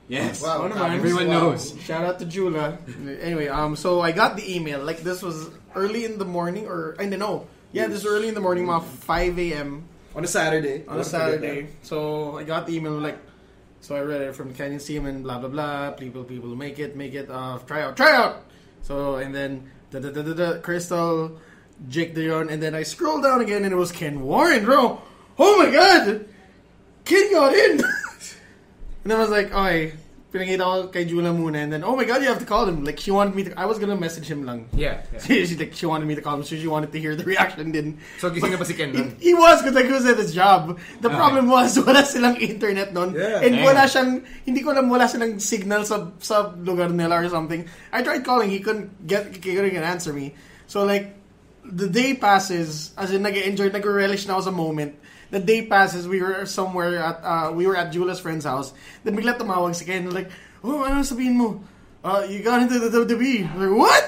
Speaker 6: Yeah.
Speaker 13: Yes.
Speaker 6: Wow,
Speaker 13: Wow,
Speaker 6: one of
Speaker 13: Camus.
Speaker 6: mine.
Speaker 13: Everyone
Speaker 6: Wow.
Speaker 13: knows.
Speaker 6: Shout out to Jula. anyway, um, so I got the email. Like this was early in the morning, or I don't know. Yeah, this was early in the morning, about five a.m.
Speaker 3: On a Saturday.
Speaker 6: On a
Speaker 3: Don't forget
Speaker 6: Saturday. So I got the email like. So I read it from Canyon Seaman, blah blah blah. People, people, make it, make it. Uh, try out, try out. So and then da da da da da. Crystal, Jake DeYoung, and then I scroll down again, and it was Ken Warren, bro. Oh my god, Ken got in. and then I was like, okay, pinagay ako kay Jula muna, and then oh my god, you have to call him. Like she wanted me to. I was gonna message him lang.
Speaker 13: Yeah, yeah.
Speaker 6: She, she like she wanted me to call him, so she wanted to hear the reaction. Didn't.
Speaker 13: So gising na ba si Ken nun?
Speaker 6: He was because like, he was at his job. The
Speaker 13: Okay.
Speaker 6: problem was wala silang internet nun.
Speaker 13: Yeah.
Speaker 6: and
Speaker 13: Damn.
Speaker 6: wala siyang hindi ko alam wala silang signal sa sa lugar nila or something. I tried calling, he couldn't get he couldn't answer me. So like the day passes as in nag-enjoy, nag-relish na ako sa moment. The day passes, we were somewhere at uh, we were at Jula's friend's house. Then bigla tumawag si Ken like, "Oh, ano sabihin mo? Uh, you got into the WWE." I'm like, "What?"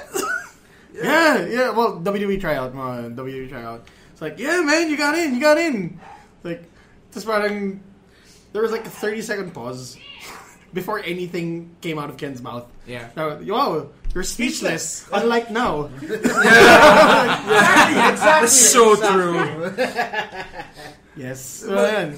Speaker 6: Yeah, yeah. Well, WWE tryout, uh, mga WWE E tryout. It's like, yeah, man, you got in, you got in. Like, just parang there was like a thirty second pause before anything came out of Ken's mouth.
Speaker 13: Yeah.
Speaker 6: Now, wow, you're speechless. Unlike now.
Speaker 13: Yeah.
Speaker 3: Ah,
Speaker 13: Exactly,
Speaker 6: That's
Speaker 13: so
Speaker 6: yes.
Speaker 13: But-
Speaker 6: Well,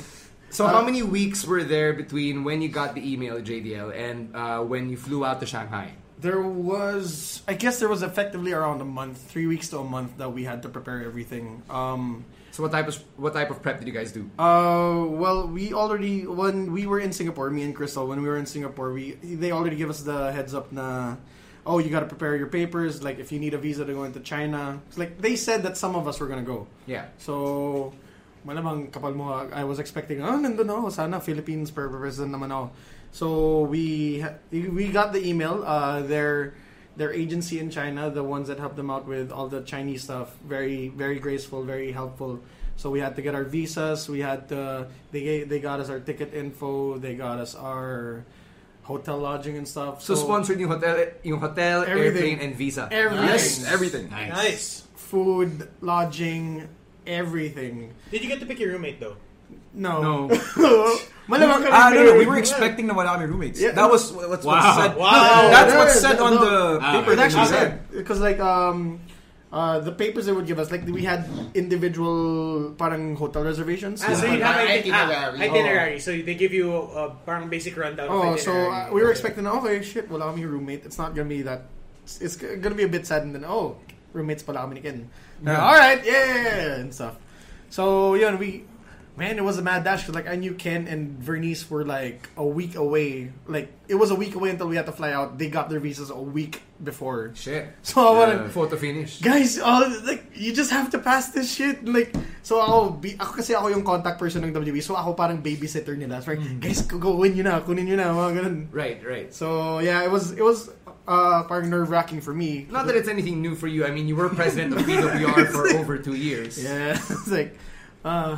Speaker 13: So
Speaker 6: Uh,
Speaker 13: how many weeks were there between when you got the email JDL and uh, when you flew out to Shanghai?
Speaker 6: There was, I guess, there was effectively around a month, three weeks to a month that we had to prepare everything. Um,
Speaker 13: so what type of what type of prep did you guys do?
Speaker 6: Uh, well, we already when we were in Singapore, me and Crystal, when we were in Singapore, we they already give us the heads up na, oh, you got to prepare your papers. Like if you need a visa to go into China, It's like they said that some of us were gonna go.
Speaker 13: Yeah.
Speaker 6: So, malamang kapal mo, ha- I was expecting, ah, nandun ako, sana Philippines per person naman ako. So, we ha- we got the email, uh, their their agency in China, the ones that help them out with all the Chinese stuff, very very graceful, very helpful. So we had to get our visas. We had to, they gave, they got us our ticket info. They got us our hotel lodging and stuff.
Speaker 13: So, sponsored yung hotel, yung hotel,
Speaker 6: Everything.
Speaker 13: airplane, and visa.
Speaker 6: Everything.
Speaker 13: Yes, everything.
Speaker 6: Food, lodging, everything.
Speaker 5: Did you get to pick your roommate though?
Speaker 6: No.
Speaker 13: Ah,
Speaker 5: No.
Speaker 6: Malamang kami
Speaker 3: Ah, no, no,
Speaker 6: may-
Speaker 3: we were expecting na wala kami roommates.
Speaker 6: Yeah.
Speaker 3: That was what's
Speaker 6: Wow.
Speaker 3: what's said.
Speaker 6: Wow.
Speaker 3: That's
Speaker 6: Yeah,
Speaker 3: what's said
Speaker 6: no,
Speaker 3: on
Speaker 6: no.
Speaker 3: the
Speaker 6: Ah,
Speaker 3: paper.
Speaker 6: It
Speaker 3: that she
Speaker 6: actually
Speaker 3: said.
Speaker 6: said because like um, uh, the papers they would give us like we had individual parang hotel reservations.
Speaker 5: Ah, so you have
Speaker 6: Parang
Speaker 5: iti- ah, itinerary. So they give you a parang basic rundown.
Speaker 6: Oh,
Speaker 5: of
Speaker 6: so
Speaker 5: itinerary.
Speaker 6: uh, we were expecting okay shit wala kami roommate. It's not gonna be that. It's, it's gonna be a bit sad and then oh roommates pala kami ni Ken.
Speaker 3: Yeah.
Speaker 6: All right, yeah and stuff. So yun we Man, it was a mad dash because like I knew Ken and Vernice were like a week away. Like it was a week away until we had to fly out. They got their visas a week before.
Speaker 13: Shit.
Speaker 6: So I wanna
Speaker 13: photo finish.
Speaker 6: guys, uh, like you just have to pass this shit. Like so ako, be, ako kasi ako yung contact person ng WB. So ako parang babysitter nila. So, like,
Speaker 13: Mm.
Speaker 6: guys, kukunin nyo na, kunin nyo na, mga ganun.
Speaker 13: Right, right.
Speaker 6: So yeah, it was it was uh parang nerve wracking for me.
Speaker 13: Not that it's anything new for you. I mean, you were president of BWR for over two years.
Speaker 6: Yeah, it's like, uh,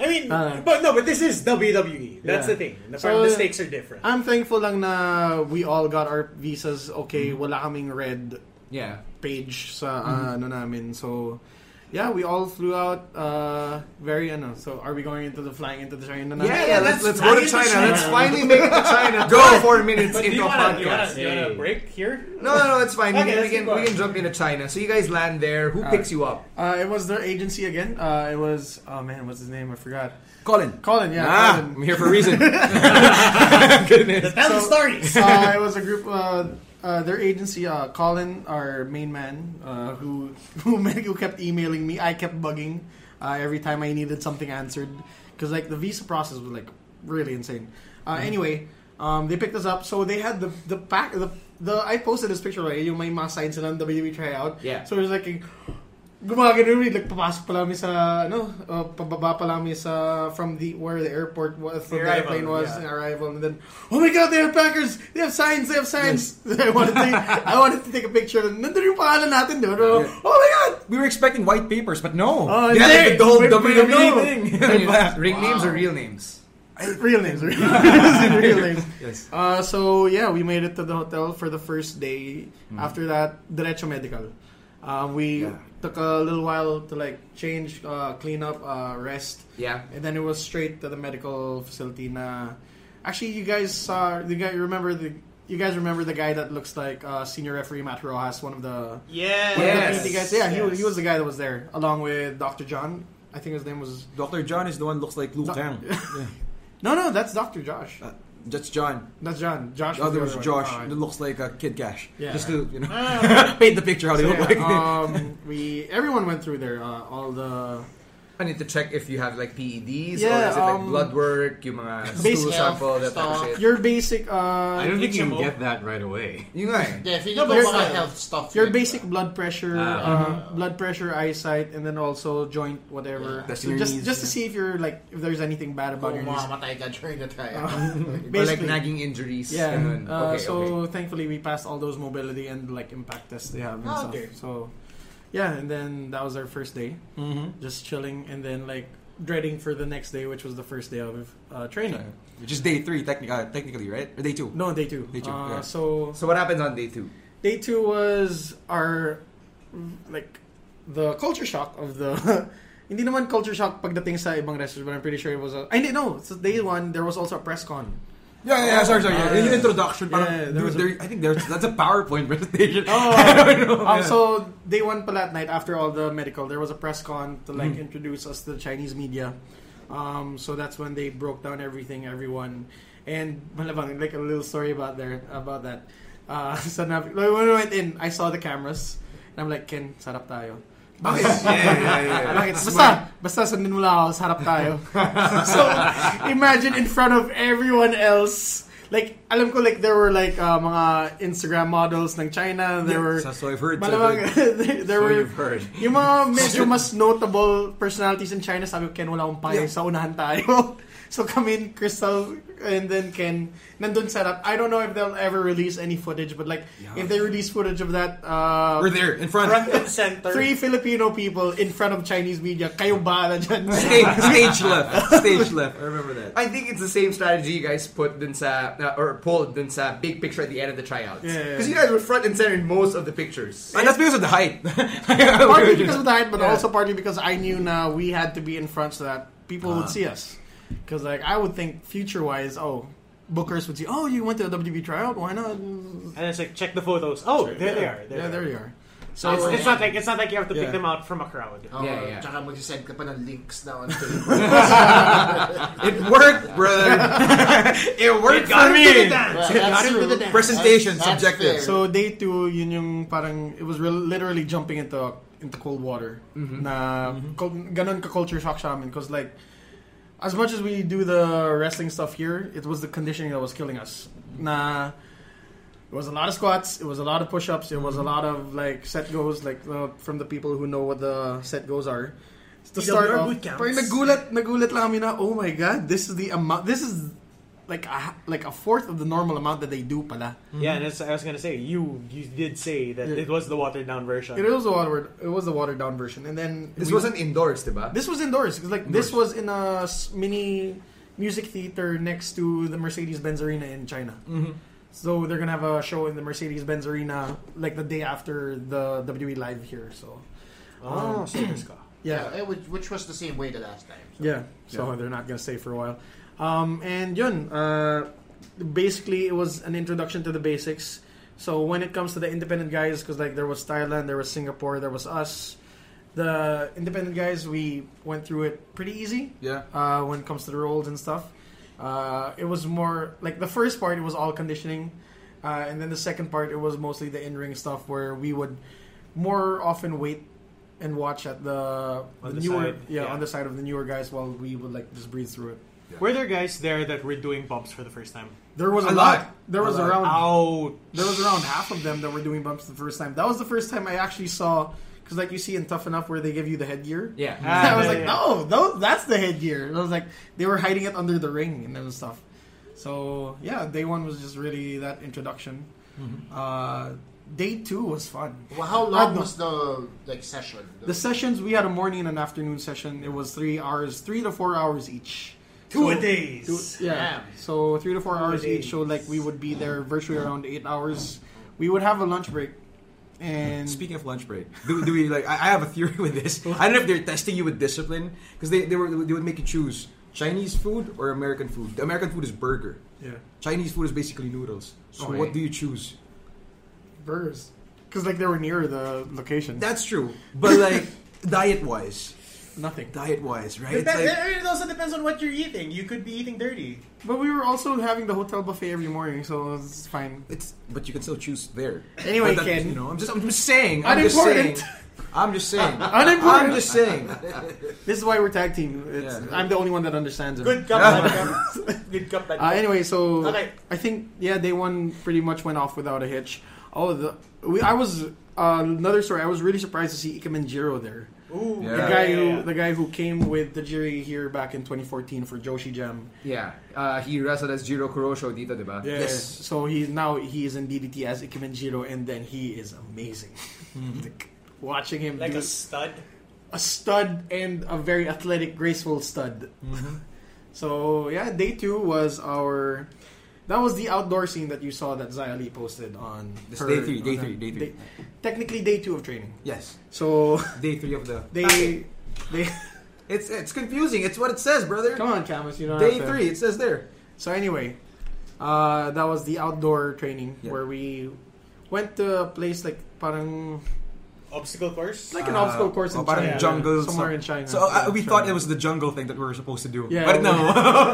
Speaker 5: I mean,
Speaker 6: Uh,
Speaker 5: but no, but this is WWE. That's
Speaker 6: yeah.
Speaker 5: the thing. The,
Speaker 6: So,
Speaker 5: the stakes are different.
Speaker 6: I'm thankful lang na we all got our visas
Speaker 13: Mm.
Speaker 6: okay. Wala kaming red
Speaker 13: Yeah. Mm.
Speaker 6: page sa uh, ano namin. So, yeah, we all flew out uh, very ano. So, are we going into the flying into the China na?
Speaker 13: Yeah, yeah, let's, let's go to China. Let's finally make it to China.
Speaker 5: Go.
Speaker 13: four minutes
Speaker 5: But do
Speaker 13: into a
Speaker 5: you wanna- do you wanna-
Speaker 13: podcast.
Speaker 5: do you wanna break here?
Speaker 13: No, no, no, it's fine.
Speaker 5: Okay,
Speaker 13: we, can, we, can,
Speaker 5: let's keep
Speaker 13: we
Speaker 5: going.
Speaker 13: can jump into China. So you guys land there. Who picks you up?
Speaker 6: Uh, it was their agency again. Uh, it was oh man, what's his name? I forgot.
Speaker 3: Colin.
Speaker 6: Colin, yeah.
Speaker 3: Ah,
Speaker 6: Colin.
Speaker 3: I'm here for a reason. Goodness.
Speaker 5: Tell the stories.
Speaker 6: uh, it was a group. Uh, uh, their agency, uh, Colin, our main man, uh, who who, made, who kept emailing me. I kept bugging uh, every time I needed something answered because like the visa process was like really insane. Uh, Anyway, um, they picked us up. So they had the the pack. The, the I posted this picture right. Yung may mga signs silang WWE tryout.
Speaker 13: Yeah.
Speaker 6: So it was like. Gumagano rin, nagpapasok pa namin sa, ano, uh, pababa pa namin sa, from the, where the airport was, from the
Speaker 5: Arrival,
Speaker 6: airplane was,
Speaker 5: yeah.
Speaker 6: arrival, and then, oh my god, they have Packers! They have signs! They have signs! I, wanted to, I wanted to take a picture. Nandun yung pangalan natin, di ba? Oh my god!
Speaker 3: We were expecting white papers, but no.
Speaker 6: Oh,
Speaker 3: They had
Speaker 6: hindi.
Speaker 3: the whole
Speaker 6: Wait,
Speaker 3: WWE
Speaker 6: no.
Speaker 3: thing.
Speaker 13: E Ring names or real names?
Speaker 6: Real names, real names. real names.
Speaker 13: Yes.
Speaker 6: Uh, so, yeah, we made it to the hotel for the first day.
Speaker 13: Mm-hmm.
Speaker 6: After that, Derecho Medical. Um, we took a little while to, like, change, uh, clean up, uh, rest.
Speaker 13: Yeah.
Speaker 6: And then it was straight to the medical facility. Na actually, you guys saw the guy. Remember the you guys remember the guy that looks like uh, senior referee Matt Rojas, one of the
Speaker 5: Yes.
Speaker 6: one of the
Speaker 13: Yes.
Speaker 6: PT guys. Yeah, he was he
Speaker 5: Yes.
Speaker 6: was the guy that was there along with Doctor John. I think his name was
Speaker 3: Dr. John is the one who looks like Liu
Speaker 6: Doc-
Speaker 3: Kang. Yeah.
Speaker 6: no no that's Doctor Josh.
Speaker 3: Uh, That's John.
Speaker 6: That's John. Josh.
Speaker 3: The other was
Speaker 6: one.
Speaker 3: Josh.
Speaker 6: Alright.
Speaker 3: That looks like a Kid Cash.
Speaker 6: Yeah.
Speaker 3: Just to, you know, paint the picture how they
Speaker 6: So,
Speaker 3: look
Speaker 6: yeah,
Speaker 3: like.
Speaker 6: um, we everyone went through there. Uh, all the
Speaker 13: I need to check if you have like PEDs or
Speaker 6: Yeah,
Speaker 13: is it like
Speaker 6: um,
Speaker 13: blood work, yung mga stool
Speaker 6: Basic-
Speaker 13: sample, that type of shit.
Speaker 6: your basic. Uh,
Speaker 7: I don't think you can
Speaker 5: HMO.
Speaker 7: get that right away.
Speaker 13: You know, eh?
Speaker 4: Yeah, if you
Speaker 6: No,
Speaker 4: no,
Speaker 6: but
Speaker 4: don't
Speaker 6: your-
Speaker 4: health stuff.
Speaker 6: Your
Speaker 4: like
Speaker 6: basic
Speaker 4: that.
Speaker 6: blood pressure,
Speaker 7: Ah.
Speaker 6: uh, blood pressure, eyesight, and then also joint
Speaker 4: Yeah.
Speaker 6: whatever.
Speaker 3: That's your
Speaker 6: So just
Speaker 3: knees,
Speaker 6: just to
Speaker 3: yeah.
Speaker 6: see if you're like if there's anything bad about your
Speaker 4: Kung
Speaker 6: knees.
Speaker 4: mamamatay ka during the
Speaker 13: Or
Speaker 4: trial.
Speaker 13: like
Speaker 6: basically.
Speaker 13: nagging injuries.
Speaker 6: Yeah.
Speaker 13: ganun.
Speaker 6: Uh,
Speaker 13: okay,
Speaker 6: so
Speaker 13: okay.
Speaker 6: thankfully we passed all those mobility and like impact tests they have and stuff.
Speaker 4: Okay.
Speaker 6: So yeah, and then that was our first day, mm-hmm. just chilling, and then like dreading for the next day, which was the first day of uh, training.
Speaker 3: Which is day three, techni- uh, technically, right? Or day two.
Speaker 6: No, day two.
Speaker 3: Day two,
Speaker 6: Uh,
Speaker 3: yeah.
Speaker 6: So
Speaker 13: So what happens on day two?
Speaker 6: day two was our like the culture shock of the hindi naman culture shock pagdating sa ibang wrestlers but I'm pretty sure it was a I didn't know so day one there was also a press con
Speaker 3: Yeah, yeah, yeah, sorry, sorry. Yeah.
Speaker 6: Ah,
Speaker 3: In your
Speaker 6: yeah.
Speaker 3: introduction, parang,
Speaker 6: Yeah,
Speaker 3: dude,
Speaker 6: there was a-
Speaker 3: there- I think there's, that's a PowerPoint presentation.
Speaker 6: oh
Speaker 3: yeah.
Speaker 6: um, so day one pala at night after all the medical there was a press con to like introduce us to the Chinese media um, so that's when they broke down everything everyone and malabang like a little story about there about that uh, so now, like, when we went in I saw the cameras and I'm like Ken sarap tayo
Speaker 13: Okay. yeah, yeah, yeah.
Speaker 6: Bakit? Basta, basta sundin mo lang ako, sa harap tayo. so, imagine in front of everyone else. Like, alam ko, like, there were, like, uh, mga Instagram models ng China. There were...
Speaker 3: So- so I've heard, so
Speaker 6: Malamang,
Speaker 3: I've
Speaker 6: there, there
Speaker 13: So
Speaker 6: were...
Speaker 13: you've heard.
Speaker 6: Yung mga medyo mas notable personalities in China, sabi ko, Ken, wala akong payo. Sa unahan tayo. so, kami, Crystal, and then Ken, nandun sa harap. I don't know if they'll ever release any footage, but, like, if they release footage of that... Uh,
Speaker 3: We're there, in front.
Speaker 5: Front and center.
Speaker 6: Three Filipino people in front of Chinese media. Kayo bahala dyan.
Speaker 3: Stage, stage left. Stage left. I remember that.
Speaker 13: I think it's the same strategy you guys put dun sa, uh, or pulled dun sa big picture at the end of the tryouts. Because
Speaker 6: yeah,
Speaker 13: you guys were front and center in most of the pictures.
Speaker 3: And that's because of the height.
Speaker 6: partly because of the height, but also partly because I knew now we had to be in front so that people
Speaker 5: Ah.
Speaker 6: would see us. Because like I would think future wise, oh, bookers would see, oh, you went to a WB tryout, why not?
Speaker 5: And it's like check the photos. Oh, there they are. There
Speaker 6: yeah,
Speaker 5: they
Speaker 6: there
Speaker 5: are.
Speaker 6: you are.
Speaker 5: So it's, it's not like it's not like you have to pick them out from a crowd.
Speaker 4: Oh,
Speaker 13: Yeah, yeah.
Speaker 4: Tsaka magsisend ka pa ng links na on Facebook.
Speaker 3: it worked, brother. it worked for me.
Speaker 4: Well, that's true.
Speaker 3: Presentation,
Speaker 4: That's- that's
Speaker 3: subjective.
Speaker 4: fair.
Speaker 6: So day two, yun yung parang it was real, literally jumping
Speaker 5: Mm-hmm.
Speaker 6: into into cold water. Na kul- ganun ka culture shock siya amin because like as much as we do the wrestling stuff here, it was the conditioning that was killing us. Nah. It was a lot of squats. It was a lot of push-ups. It was
Speaker 5: Mm-hmm.
Speaker 6: a lot of like set goes, like uh, from the people who know what the set goes are. To start
Speaker 5: PWR
Speaker 6: off,
Speaker 5: boot camps.
Speaker 6: parang nagulat, nagulat lang kami na, oh my god, this is the amount. This is like a like a fourth of the normal amount that they do, pala.
Speaker 5: Yeah, and it's, I was gonna say you you did say that
Speaker 6: Yeah.
Speaker 5: it was the watered down version.
Speaker 6: It was the watered. It was the watered down version, and then
Speaker 13: This
Speaker 6: we-
Speaker 13: wasn't indoors, diba?
Speaker 6: This was indoors. 'cause, like this was in a s- mini music theater next to the Mercedes Benz Arena in China.
Speaker 5: Mhm.
Speaker 6: So they're gonna have a show in the Mercedes Benz Arena like the day after the WWE live here. So,
Speaker 5: Oh,
Speaker 6: um,
Speaker 5: so this guy.
Speaker 6: yeah,
Speaker 4: eh, which, which was the same way the last time. so.
Speaker 6: yeah. So they're not gonna stay for a while. Um, and yun, uh, basically it was an introduction to the basics. So when it comes to the independent guys, because like there was Thailand, there was Singapore, there was us. The independent guys, we went through it pretty easy.
Speaker 3: Yeah.
Speaker 6: Uh, when it comes to the roles and stuff, uh, it was more like the first part. It was all conditioning, uh, and then the second part it was mostly the in ring stuff where we would more often wait and watch at the,
Speaker 5: On the
Speaker 6: the newer
Speaker 5: side,
Speaker 6: yeah,
Speaker 5: yeah.
Speaker 6: on the side of the newer guys while we would like just breathe through it.
Speaker 5: Were there guys there that were doing bumps for the first time?
Speaker 6: There was
Speaker 5: A
Speaker 6: a, lot.
Speaker 5: lot.
Speaker 6: There
Speaker 5: A
Speaker 6: was
Speaker 5: lot.
Speaker 6: around
Speaker 5: Ouch.
Speaker 6: there was around half of them that were doing bumps the first time. That was the first time I actually saw because like you see in Tough Enough where they give you the headgear.
Speaker 13: Yeah.
Speaker 5: Ah,
Speaker 6: I
Speaker 5: yeah,
Speaker 6: was like,
Speaker 5: yeah.
Speaker 6: no, no, that's the headgear. And I was like, they were hiding it under the ring and then stuff. So yeah, day one was just really that introduction.
Speaker 5: Mm-hmm.
Speaker 6: Uh, day two was fun.
Speaker 4: Well, how
Speaker 6: Uh,
Speaker 4: long
Speaker 6: no.
Speaker 4: was the like session?
Speaker 6: The sessions we had a morning and an afternoon session. It was three hours, three to four hours each.
Speaker 5: Two a days.
Speaker 6: two- yeah. So three to four hours
Speaker 5: days.
Speaker 6: each. So like we would be there virtually around eight hours. We would have a lunch break, and
Speaker 3: Speaking of lunch break, do, do we like? I, I have a theory with this. I don't know if they're testing you with discipline because they, they were they would make you choose Chinese food or American food. The American food is burger.
Speaker 6: yeah,
Speaker 3: Chinese food is basically noodles. So
Speaker 13: Oh,
Speaker 6: Okay.
Speaker 3: what do you choose?
Speaker 6: burgers. Because like they were near the location.
Speaker 3: That's true, but like diet wise,
Speaker 6: nothing.
Speaker 3: diet wise, right?
Speaker 5: It,
Speaker 3: It's like,
Speaker 5: it also depends on what you're eating. You could be eating dirty.
Speaker 6: But we were also having the hotel buffet every morning, so it's fine.
Speaker 13: uh,
Speaker 3: it's but you can still choose there.
Speaker 6: Anyway,
Speaker 3: But that-
Speaker 6: Ken.
Speaker 3: you know, I'm just I'm just saying. I'm just
Speaker 6: Unimportant.
Speaker 3: saying. I'm just saying.
Speaker 6: Unimportant.
Speaker 3: I'm just saying.
Speaker 6: This is why we're tag team. It's,
Speaker 3: Yeah.
Speaker 6: I'm the only one that understands it.
Speaker 5: Good cup, bad cup. Good cup, bad
Speaker 6: Uh,
Speaker 5: cup.
Speaker 6: anyway, so
Speaker 5: Okay.
Speaker 6: I think yeah, day one pretty much went off without a hitch. Oh, the we, I was uh, another story. I was really surprised to see Ikemen Jiro there.
Speaker 5: Ooh,
Speaker 3: Yeah.
Speaker 6: The guy
Speaker 5: Oh, yeah,
Speaker 6: who
Speaker 5: yeah, yeah.
Speaker 6: the guy who came with the jury here back in 2014 for Joshi Jam.
Speaker 13: Yeah. Uh, he wrestled as Jiro Kurosho dito, diba?
Speaker 6: Yes. So he's now he is in DDT as Ikemen Jiro, and then he is amazing. Like, watching him
Speaker 5: Hmm. like a
Speaker 6: do
Speaker 5: stud.
Speaker 6: a stud and a very athletic, graceful stud.
Speaker 3: Mm-hmm.
Speaker 6: so yeah, day two was our. That was the outdoor scene that you saw that Zia Lee posted on.
Speaker 3: This
Speaker 6: her-
Speaker 3: day three,
Speaker 6: on
Speaker 3: day
Speaker 6: her-
Speaker 3: three, day three.
Speaker 6: technically, day two of training.
Speaker 3: Yes.
Speaker 6: So
Speaker 3: Day three of the.
Speaker 6: they they
Speaker 3: It's it's confusing. It's what it says, brother.
Speaker 6: come on, Camus. You know
Speaker 3: Day three. It says there.
Speaker 6: So anyway, uh, that was the outdoor training
Speaker 3: Yeah.
Speaker 6: where we went to a place like parang
Speaker 5: Obstacle course.
Speaker 6: like an
Speaker 3: Uh,
Speaker 6: obstacle course
Speaker 3: oh,
Speaker 6: in
Speaker 3: parang
Speaker 6: China,
Speaker 3: jungle,
Speaker 6: somewhere
Speaker 3: some-
Speaker 6: in China.
Speaker 3: So uh,
Speaker 6: Yeah,
Speaker 3: we
Speaker 6: sure.
Speaker 3: thought it was the jungle thing that we were supposed to do.
Speaker 6: Yeah,
Speaker 3: but no.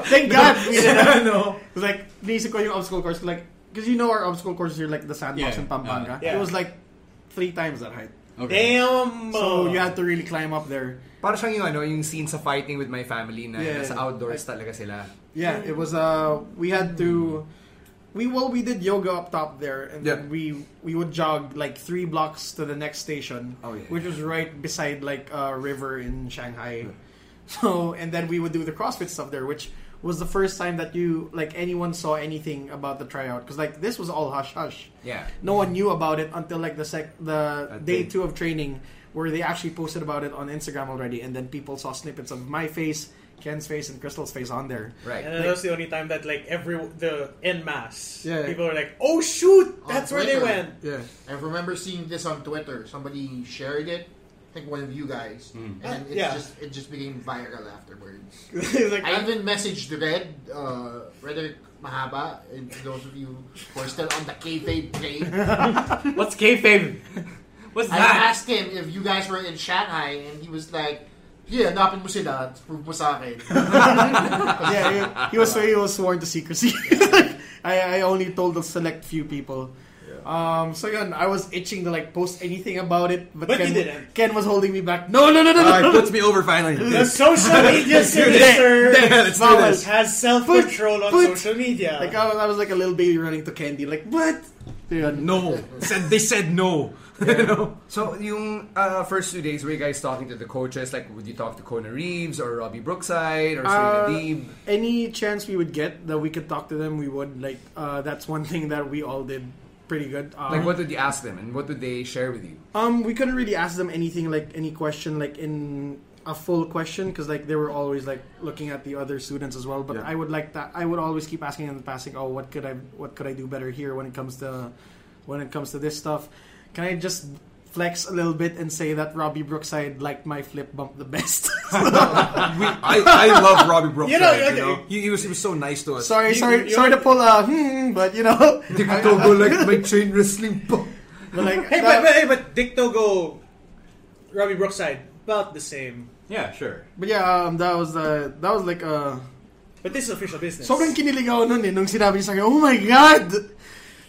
Speaker 6: Thank God we didn't.
Speaker 3: no.
Speaker 6: like naisip ko yung obstacle course like because you know our obstacle courses are like the sandbox
Speaker 7: Yeah.
Speaker 6: in Pampanga.
Speaker 5: Yeah.
Speaker 6: It was like three times that height.
Speaker 5: Damn.
Speaker 6: So you had to really climb up there.
Speaker 13: Para siyang yung, ano, yung scene sa fighting with my family na
Speaker 6: Yeah.
Speaker 13: nasa outdoors talaga sila.
Speaker 6: Yeah, it was uh we had to we well we did yoga up top there and
Speaker 3: Yeah.
Speaker 6: then we we would jog like three blocks to the next station.
Speaker 3: Oh, yeah.
Speaker 6: Which was right beside like a river in Shanghai. So and then we would do the CrossFit stuff there, which was the first time that you like anyone saw anything about the tryout because like this was all hush hush.
Speaker 13: Yeah.
Speaker 6: no one knew about it until like the sec the
Speaker 3: That day.
Speaker 6: day two of training where they actually posted about it on Instagram already, and then people saw snippets of my face, Ken's face, and Crystal's face on there.
Speaker 13: Right.
Speaker 5: And that was the only time that like every the en mass
Speaker 6: Yeah.
Speaker 5: people were like, "Oh shoot,
Speaker 4: On
Speaker 5: that's where they
Speaker 4: Twitter.
Speaker 5: went."
Speaker 6: Yeah,
Speaker 4: I remember seeing this on Twitter. Somebody shared it. I think one of you guys, and then it's
Speaker 5: Yeah.
Speaker 4: just it just became viral afterwards.
Speaker 6: It's like,
Speaker 4: I even messaged Red, uh, Rederick Mahaba, and to those of you who are still on the kayfabe train.
Speaker 7: What's kayfabe? What's
Speaker 4: I
Speaker 7: that?
Speaker 4: asked him if you guys were in Shanghai, and he was like, "Yeah, hanapin mo sila, tapos prove mo sa akin."
Speaker 6: yeah, he, he was he was sworn to secrecy. I I only told a select few people. Um, so yun, I was itching to like post anything about it, but,
Speaker 5: But you
Speaker 6: Ken,
Speaker 5: didn't.
Speaker 6: Ken was holding me back. No, no, no, no,
Speaker 3: Alright,
Speaker 6: no.
Speaker 3: puts me over finally.
Speaker 6: The
Speaker 3: Yes.
Speaker 6: social media
Speaker 3: Let's do this.
Speaker 6: sinister
Speaker 3: Yeah, let's do
Speaker 6: Mamas
Speaker 3: this.
Speaker 5: has self control on
Speaker 6: But-
Speaker 5: social media.
Speaker 3: uh,
Speaker 6: Like I was, I was like a little baby running to candy. Like what?
Speaker 3: No. said they said no.
Speaker 13: So, yung uh, first two days, were you guys talking to the coaches? Like, would you talk to Kona Reeves or Robbie Brookside or
Speaker 6: Uh,
Speaker 13: Serena Deeb?
Speaker 6: any chance we would get that we could talk to them, we would. Like uh, that's one thing that we all did pretty good. Um,
Speaker 13: Like, what did you ask them and what did they share with you?
Speaker 6: Um, we couldn't really ask them anything like any question like in a full question because like they were always like looking at the other students as well. But I would like that. I would always keep asking in the past, like, oh, what could I what could I do better here when it comes to when it comes to this stuff? Can I just flex a little bit and say that Robbie Brookside liked my flip bump the best?
Speaker 3: I, I love Robbie Brooks.
Speaker 6: You know,
Speaker 3: right,
Speaker 6: okay.
Speaker 3: He, he was he was so nice to us.
Speaker 6: sorry,
Speaker 3: You-
Speaker 6: sorry,
Speaker 3: you-
Speaker 6: sorry to pull a hmm, but you know.
Speaker 3: Dick Togo like my chain wrestling.
Speaker 6: But like,
Speaker 5: hey, but, but, hey, but Dick Togo, Robbie Brookside, about the same.
Speaker 7: Yeah, sure.
Speaker 6: but yeah, um, that was the that was like uh, a.
Speaker 5: But this is official business.
Speaker 6: Sobrang kinilig ako nun eh, nung sinabi niya sa akin, oh my god!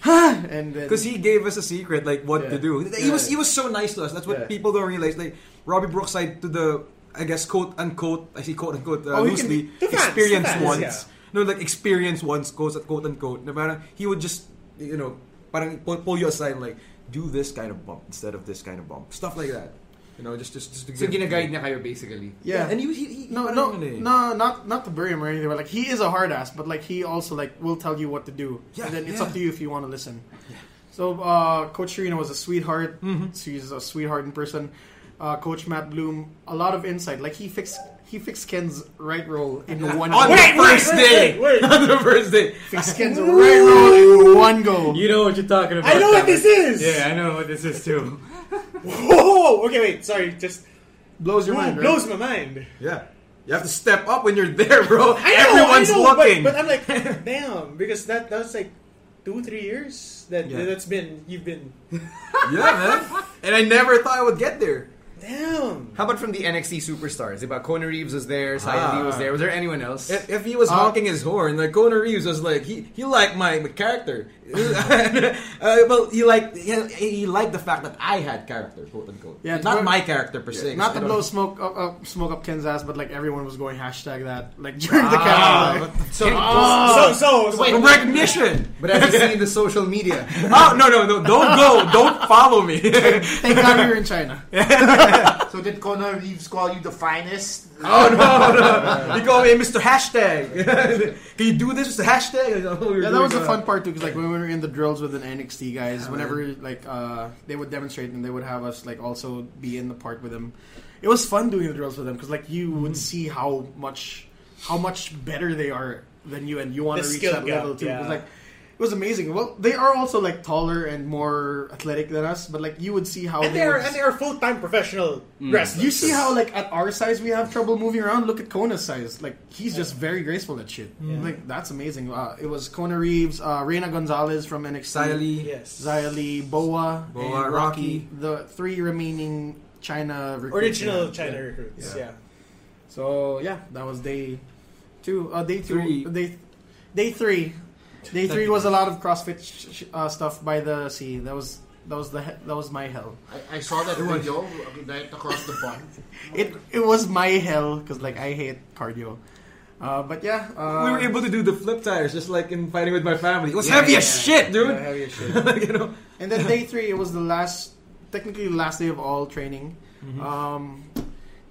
Speaker 6: Huh? And then,
Speaker 3: Because he gave us a secret, like what to
Speaker 6: Yeah.
Speaker 3: do. He
Speaker 6: Yeah.
Speaker 3: was he was so nice to us. That's what
Speaker 6: Yeah.
Speaker 3: people don't realize. Like Robbie Brookside to the I guess quote unquote I see quote unquote uh,
Speaker 6: Oh, he can
Speaker 3: loosely
Speaker 6: be- to fans, to
Speaker 3: experience
Speaker 6: fans,
Speaker 3: once.
Speaker 6: yeah.
Speaker 3: No, like experience once quote quote unquote. Na parang he would just you know parang pull, pull you aside and like do this kind of bump instead of this kind of bump. Stuff like that. You know, just just just to
Speaker 13: So,
Speaker 3: give-
Speaker 13: ginaguide niya kayo basically.
Speaker 6: yeah.
Speaker 3: And he, he, he
Speaker 6: no,
Speaker 3: parang
Speaker 6: no,
Speaker 3: yun eh.
Speaker 6: no, not not to bury him or anything, but like he is a hard ass, but like he also like will tell you what to do,
Speaker 3: Yeah,
Speaker 6: and then it's
Speaker 3: yeah.
Speaker 6: up to you if you want to listen. So uh, Coach Serena was a sweetheart.
Speaker 3: Mm-hmm.
Speaker 6: She's a sweetheart in person. Uh, Coach Matt Bloom, a lot of insight. Like he fixed he fixed Ken's right roll in one.
Speaker 3: on
Speaker 6: go.
Speaker 3: the first
Speaker 5: wait,
Speaker 3: day.
Speaker 5: wait, wait.
Speaker 3: on the first day.
Speaker 6: fixed Ken's right roll in one go.
Speaker 15: You know what you're talking about.
Speaker 5: I know what
Speaker 15: Thomas.
Speaker 5: this is!
Speaker 15: Yeah, I know what this is too.
Speaker 5: Whoa! Okay, wait, sorry, just.
Speaker 6: Blows your
Speaker 5: Ooh,
Speaker 6: mind. right?
Speaker 5: blows my mind.
Speaker 3: Yeah. You have to step up when you're there, bro.
Speaker 5: I know,
Speaker 3: Everyone's
Speaker 5: I know, but-
Speaker 3: looking.
Speaker 5: But, I'm like, damn, because that that's like two, three years that
Speaker 3: Yeah.
Speaker 5: that's been you've been
Speaker 3: yeah, man. And I never thought I would get there.
Speaker 5: damn.
Speaker 13: How about from the NXT superstars? About Kona Reeves was there, Saya
Speaker 3: Ah.
Speaker 13: Lee was there. Was there anyone else? Uh,
Speaker 3: If, if he was honking his horn, like Conor Reeves was like, he, he liked my, my character. uh, well, he liked he, he liked the fact that I had character, quote unquote.
Speaker 6: Yeah,
Speaker 3: not
Speaker 6: but-
Speaker 3: my character per se. 'cause
Speaker 6: Not
Speaker 3: I
Speaker 6: to
Speaker 3: don't-
Speaker 6: blow smoke up, up smoke up Ken's ass, but like everyone was going hashtag that like during the
Speaker 3: Ah,
Speaker 6: camera.
Speaker 3: what the- so,
Speaker 5: So so, so
Speaker 3: wait, recognition.
Speaker 13: but have you seen the social media?
Speaker 3: oh no no no! Don't go! Don't follow me.
Speaker 6: Thank God we were in China.
Speaker 4: So did Conor Reeves call you the finest?
Speaker 3: Oh no, no! You call me Mr. Hashtag. Can you do this, Mr. Hashtag? Oh, you're
Speaker 6: Yeah, that was
Speaker 3: doing
Speaker 6: the fun part too, because like when we were in the drills with the NXT guys, whenever like uh, they would demonstrate and they would have us like also be in the part with them. It was fun doing the drills with them because like you would see how much how much better they are than you, and you want
Speaker 5: The
Speaker 6: to reach
Speaker 5: skill
Speaker 6: that
Speaker 5: gap,
Speaker 6: level too. 'cause,
Speaker 5: yeah.
Speaker 6: like it was amazing. Well, they are also like taller and more athletic than us, but like you would see how
Speaker 5: and
Speaker 6: they
Speaker 5: they're
Speaker 6: would-
Speaker 5: and they're full time professional
Speaker 3: Mm.
Speaker 5: wrestlers.
Speaker 6: You see how like at our size we have trouble moving around. Look at Kona's size; like he's just very graceful at shit. Like that's amazing. Uh, it was Kona Reeves, uh, Reina Gonzalez from NXT,
Speaker 3: Xia Li.
Speaker 5: yes.
Speaker 6: Xia Li, Boa,
Speaker 3: Boa,
Speaker 6: and
Speaker 3: Rocky.
Speaker 6: the three remaining China recruits.
Speaker 5: Original
Speaker 6: Yeah.
Speaker 5: China
Speaker 6: Yeah.
Speaker 5: recruits, yeah.
Speaker 6: So yeah, that was day two. Uh, day two.
Speaker 3: Three.
Speaker 6: Day day three. Day three was a lot of CrossFit sh- sh- uh, stuff by the sea. That was that was the he- that was my hell.
Speaker 4: I, I saw that video right across the pond.
Speaker 6: It it was my hell because like I hate cardio. Uh, but yeah, uh,
Speaker 3: we were able to do the flip tires just like in fighting with my family. It was
Speaker 6: Yeah,
Speaker 3: heavy
Speaker 6: yeah,
Speaker 3: as
Speaker 6: yeah.
Speaker 3: shit, dude.
Speaker 6: Yeah, heavy as shit.
Speaker 3: you know,
Speaker 6: and then day three, it was the last, technically the last day of all training.
Speaker 3: Mm-hmm.
Speaker 6: Um,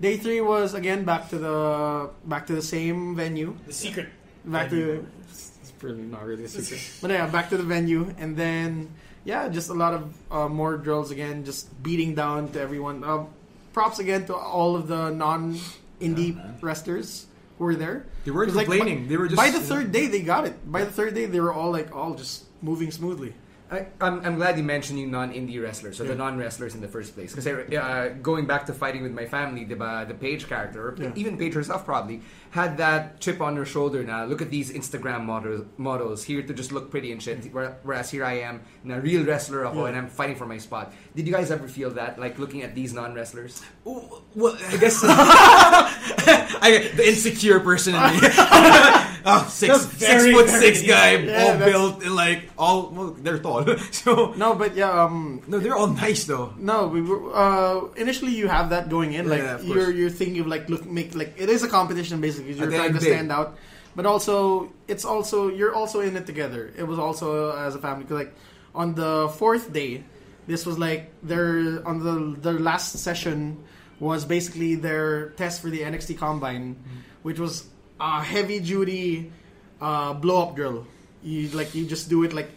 Speaker 6: day three was again back to the back to the same venue,
Speaker 5: The secret
Speaker 6: back to it's really not really a secret, but yeah, back to the venue, and then yeah, just a lot of uh, more drills again, just beating down to everyone. Um, props again to all of the non indie wrestlers who were there.
Speaker 3: they weren't
Speaker 6: 'Cause, like,
Speaker 3: complaining.
Speaker 6: by-
Speaker 3: they were just
Speaker 6: by the third day they got it. By the third day they were all like all just moving smoothly.
Speaker 13: I, I'm, I'm glad you mentioned you non-indie wrestlers, or the
Speaker 6: Yeah.
Speaker 13: non-wrestlers in the first place. Because uh, going back to fighting with my family, the, uh, the Paige character, or
Speaker 6: Yeah.
Speaker 13: even Paige herself probably, had that chip on her shoulder now. Look at these Instagram models, models here to just look pretty and shit.
Speaker 6: Mm-hmm.
Speaker 13: where- Whereas here I am, a real wrestler ako, and I'm fighting for my spot. Did you guys ever feel that, like looking at these non-wrestlers?
Speaker 3: Well, I guess I, the insecure person in me.
Speaker 7: oh, six,
Speaker 6: Just
Speaker 7: six
Speaker 6: very,
Speaker 7: foot
Speaker 6: very-
Speaker 7: six guy,
Speaker 6: Yeah,
Speaker 7: all
Speaker 6: that's-
Speaker 7: built and like all well, they're tall. so
Speaker 6: no, but yeah, um,
Speaker 7: no, they're all nice though.
Speaker 6: No, we were, uh, initially you have that going in.
Speaker 7: Yeah,
Speaker 6: Like
Speaker 7: yeah, of course.
Speaker 6: you're you're thinking of like look make like it is a competition basically. You're
Speaker 7: At the
Speaker 6: trying
Speaker 7: end
Speaker 6: to
Speaker 7: big.
Speaker 6: stand out, but also it's also you're also in it together. It was also as a family. 'cause, like on the fourth day, this was like their on the their last session was basically their test for the NXT Combine, which was a heavy duty uh, blow up drill. You like you just do it like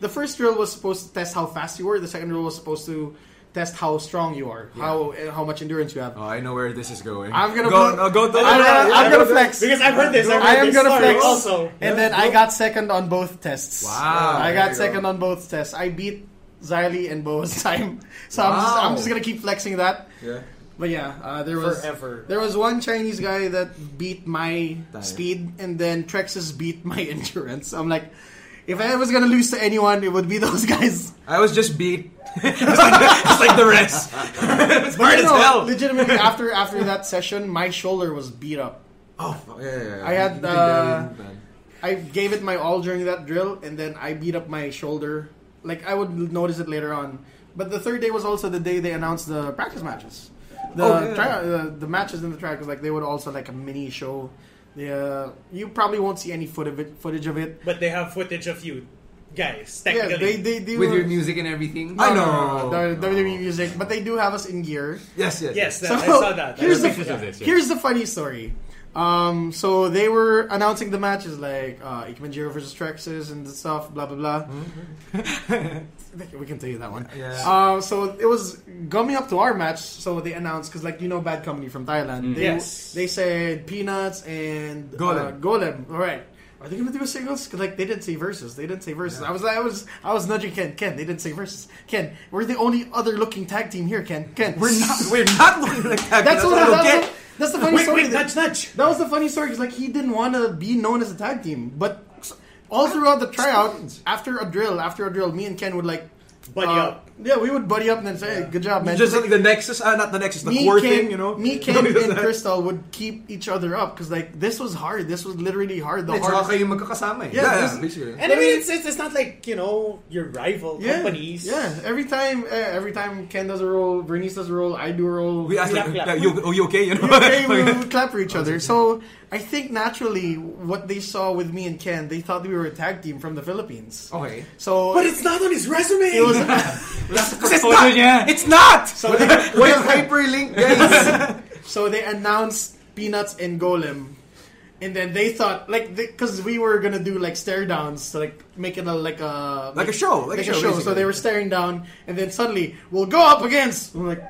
Speaker 6: the first drill was supposed to test how fast you were. The second drill was supposed to test how strong you are, how uh, how much endurance you have.
Speaker 3: Oh, I know where this is going.
Speaker 6: I'm gonna
Speaker 3: go.
Speaker 6: put-
Speaker 3: no, go to
Speaker 6: I'm gonna, I'm gonna
Speaker 3: go-
Speaker 6: flex
Speaker 5: Because I've heard this, I've
Speaker 6: I
Speaker 5: heard
Speaker 6: am
Speaker 5: this
Speaker 6: gonna
Speaker 5: story
Speaker 6: flex
Speaker 5: also.
Speaker 6: and then I got second on both tests.
Speaker 3: Wow,
Speaker 6: I
Speaker 3: there
Speaker 6: got
Speaker 3: you
Speaker 6: second on both tests. I beat Xylee and Boa's time, so I'm just I'm
Speaker 3: Wow.
Speaker 6: just gonna keep flexing that.
Speaker 3: Yeah.
Speaker 6: But yeah, uh, there was
Speaker 5: Forever.
Speaker 6: there was one Chinese guy that beat my
Speaker 3: Time.
Speaker 6: speed, and then Trexus beat my endurance. I'm like, if I was gonna lose to anyone, it would be those guys.
Speaker 3: I was just beat. it's, like, it's like the rest. it's hard as
Speaker 6: You know,
Speaker 3: hell.
Speaker 6: Legitimately, after after that session, my shoulder was beat up.
Speaker 3: Oh, fuck, yeah, yeah, yeah.
Speaker 6: I had,
Speaker 3: You can barely
Speaker 6: uh,
Speaker 3: move, man.
Speaker 6: I gave it my all during that drill, and then I beat up my shoulder. Like I would notice it later on. But the third day was also the day they announced the practice matches. The
Speaker 3: Oh, yeah.
Speaker 6: tri- uh, the matches in the track was like they would also like a mini show. Yeah, you probably won't see any foot of it, footage of it.
Speaker 5: But they have footage of you guys,
Speaker 6: Yeah,
Speaker 5: technically.
Speaker 6: they they do
Speaker 13: With your music and everything.
Speaker 3: I
Speaker 6: No,
Speaker 3: know.
Speaker 6: no, no, no, no, WWE music, but they do have us in gear.
Speaker 3: Yes, yes,
Speaker 5: Yes,
Speaker 6: So,
Speaker 5: that, I saw that.
Speaker 6: Here's
Speaker 5: I
Speaker 6: the,
Speaker 5: saw that.
Speaker 7: this, yeah.
Speaker 6: here's the funny story. Um, so they were announcing the matches like uh, Ike Manjiro versus Trexus and stuff, blah blah blah. we can tell you that one.
Speaker 3: Mm-hmm. Yeah.
Speaker 6: Uh, so it was coming up to our match. So they announced because like you know Bad Company from Thailand.
Speaker 3: Mm.
Speaker 6: They,
Speaker 5: Yes.
Speaker 6: They said Peanuts and
Speaker 3: Golem.
Speaker 6: Uh, Golem. All right. Are they gonna do a singles? 'Cause, like they didn't say verses. They didn't say verses. I was I was I was nudging Ken. Ken. They didn't say verses. Ken. We're the only other looking tag team here. Ken. Ken.
Speaker 3: We're not. We're not looking like that.
Speaker 6: That's, what,
Speaker 3: I don't
Speaker 6: that's,
Speaker 3: get.
Speaker 6: the- that's the funny
Speaker 5: Wait,
Speaker 6: story.
Speaker 5: wait,
Speaker 6: that,
Speaker 5: nudge, nudge.
Speaker 6: that was the funny story because like he didn't want to be known as a tag team, but all throughout the tryout, after a drill, after a drill, me and Ken would like uh,
Speaker 5: Buddy up.
Speaker 6: Yeah, we would buddy up and then say, "Good job, man."
Speaker 3: Just like the Nexus, uh, not the Nexus, the core thing, you know.
Speaker 6: me, Ken, and Crystal would keep each other up because like this was hard. This was literally hard. The
Speaker 13: It's all
Speaker 6: hardest.
Speaker 13: kayo magkakasama eh.
Speaker 6: Yeah,
Speaker 3: Yeah,
Speaker 6: this-
Speaker 3: yeah, basically.
Speaker 5: And I mean, it's, it's, it's not like, you know, your rival
Speaker 6: Yeah,
Speaker 5: companies.
Speaker 6: yeah. Every time, uh, every time Ken does a roll, Bernice does a roll, I do a roll.
Speaker 3: We asked,
Speaker 5: Clap,
Speaker 3: like,
Speaker 5: clap.
Speaker 3: like, you, oh, you okay? You know.
Speaker 6: okay, we would clap for each other. So I think naturally, what they saw with me and Ken, they thought we were a tag team from the Philippines.
Speaker 3: Oh,
Speaker 13: Okay.
Speaker 6: So,
Speaker 5: But it's not on his resume.
Speaker 6: it was
Speaker 3: it's not. It's not.
Speaker 13: Walang hyperlink guys.
Speaker 6: so they announced Peanuts and Golem, and then they thought like because we were gonna do like stare downs, to, like making a like a
Speaker 3: Like a show, like a show,
Speaker 6: So
Speaker 3: basically.
Speaker 6: they were staring down, and then suddenly we'll go up against. We're like,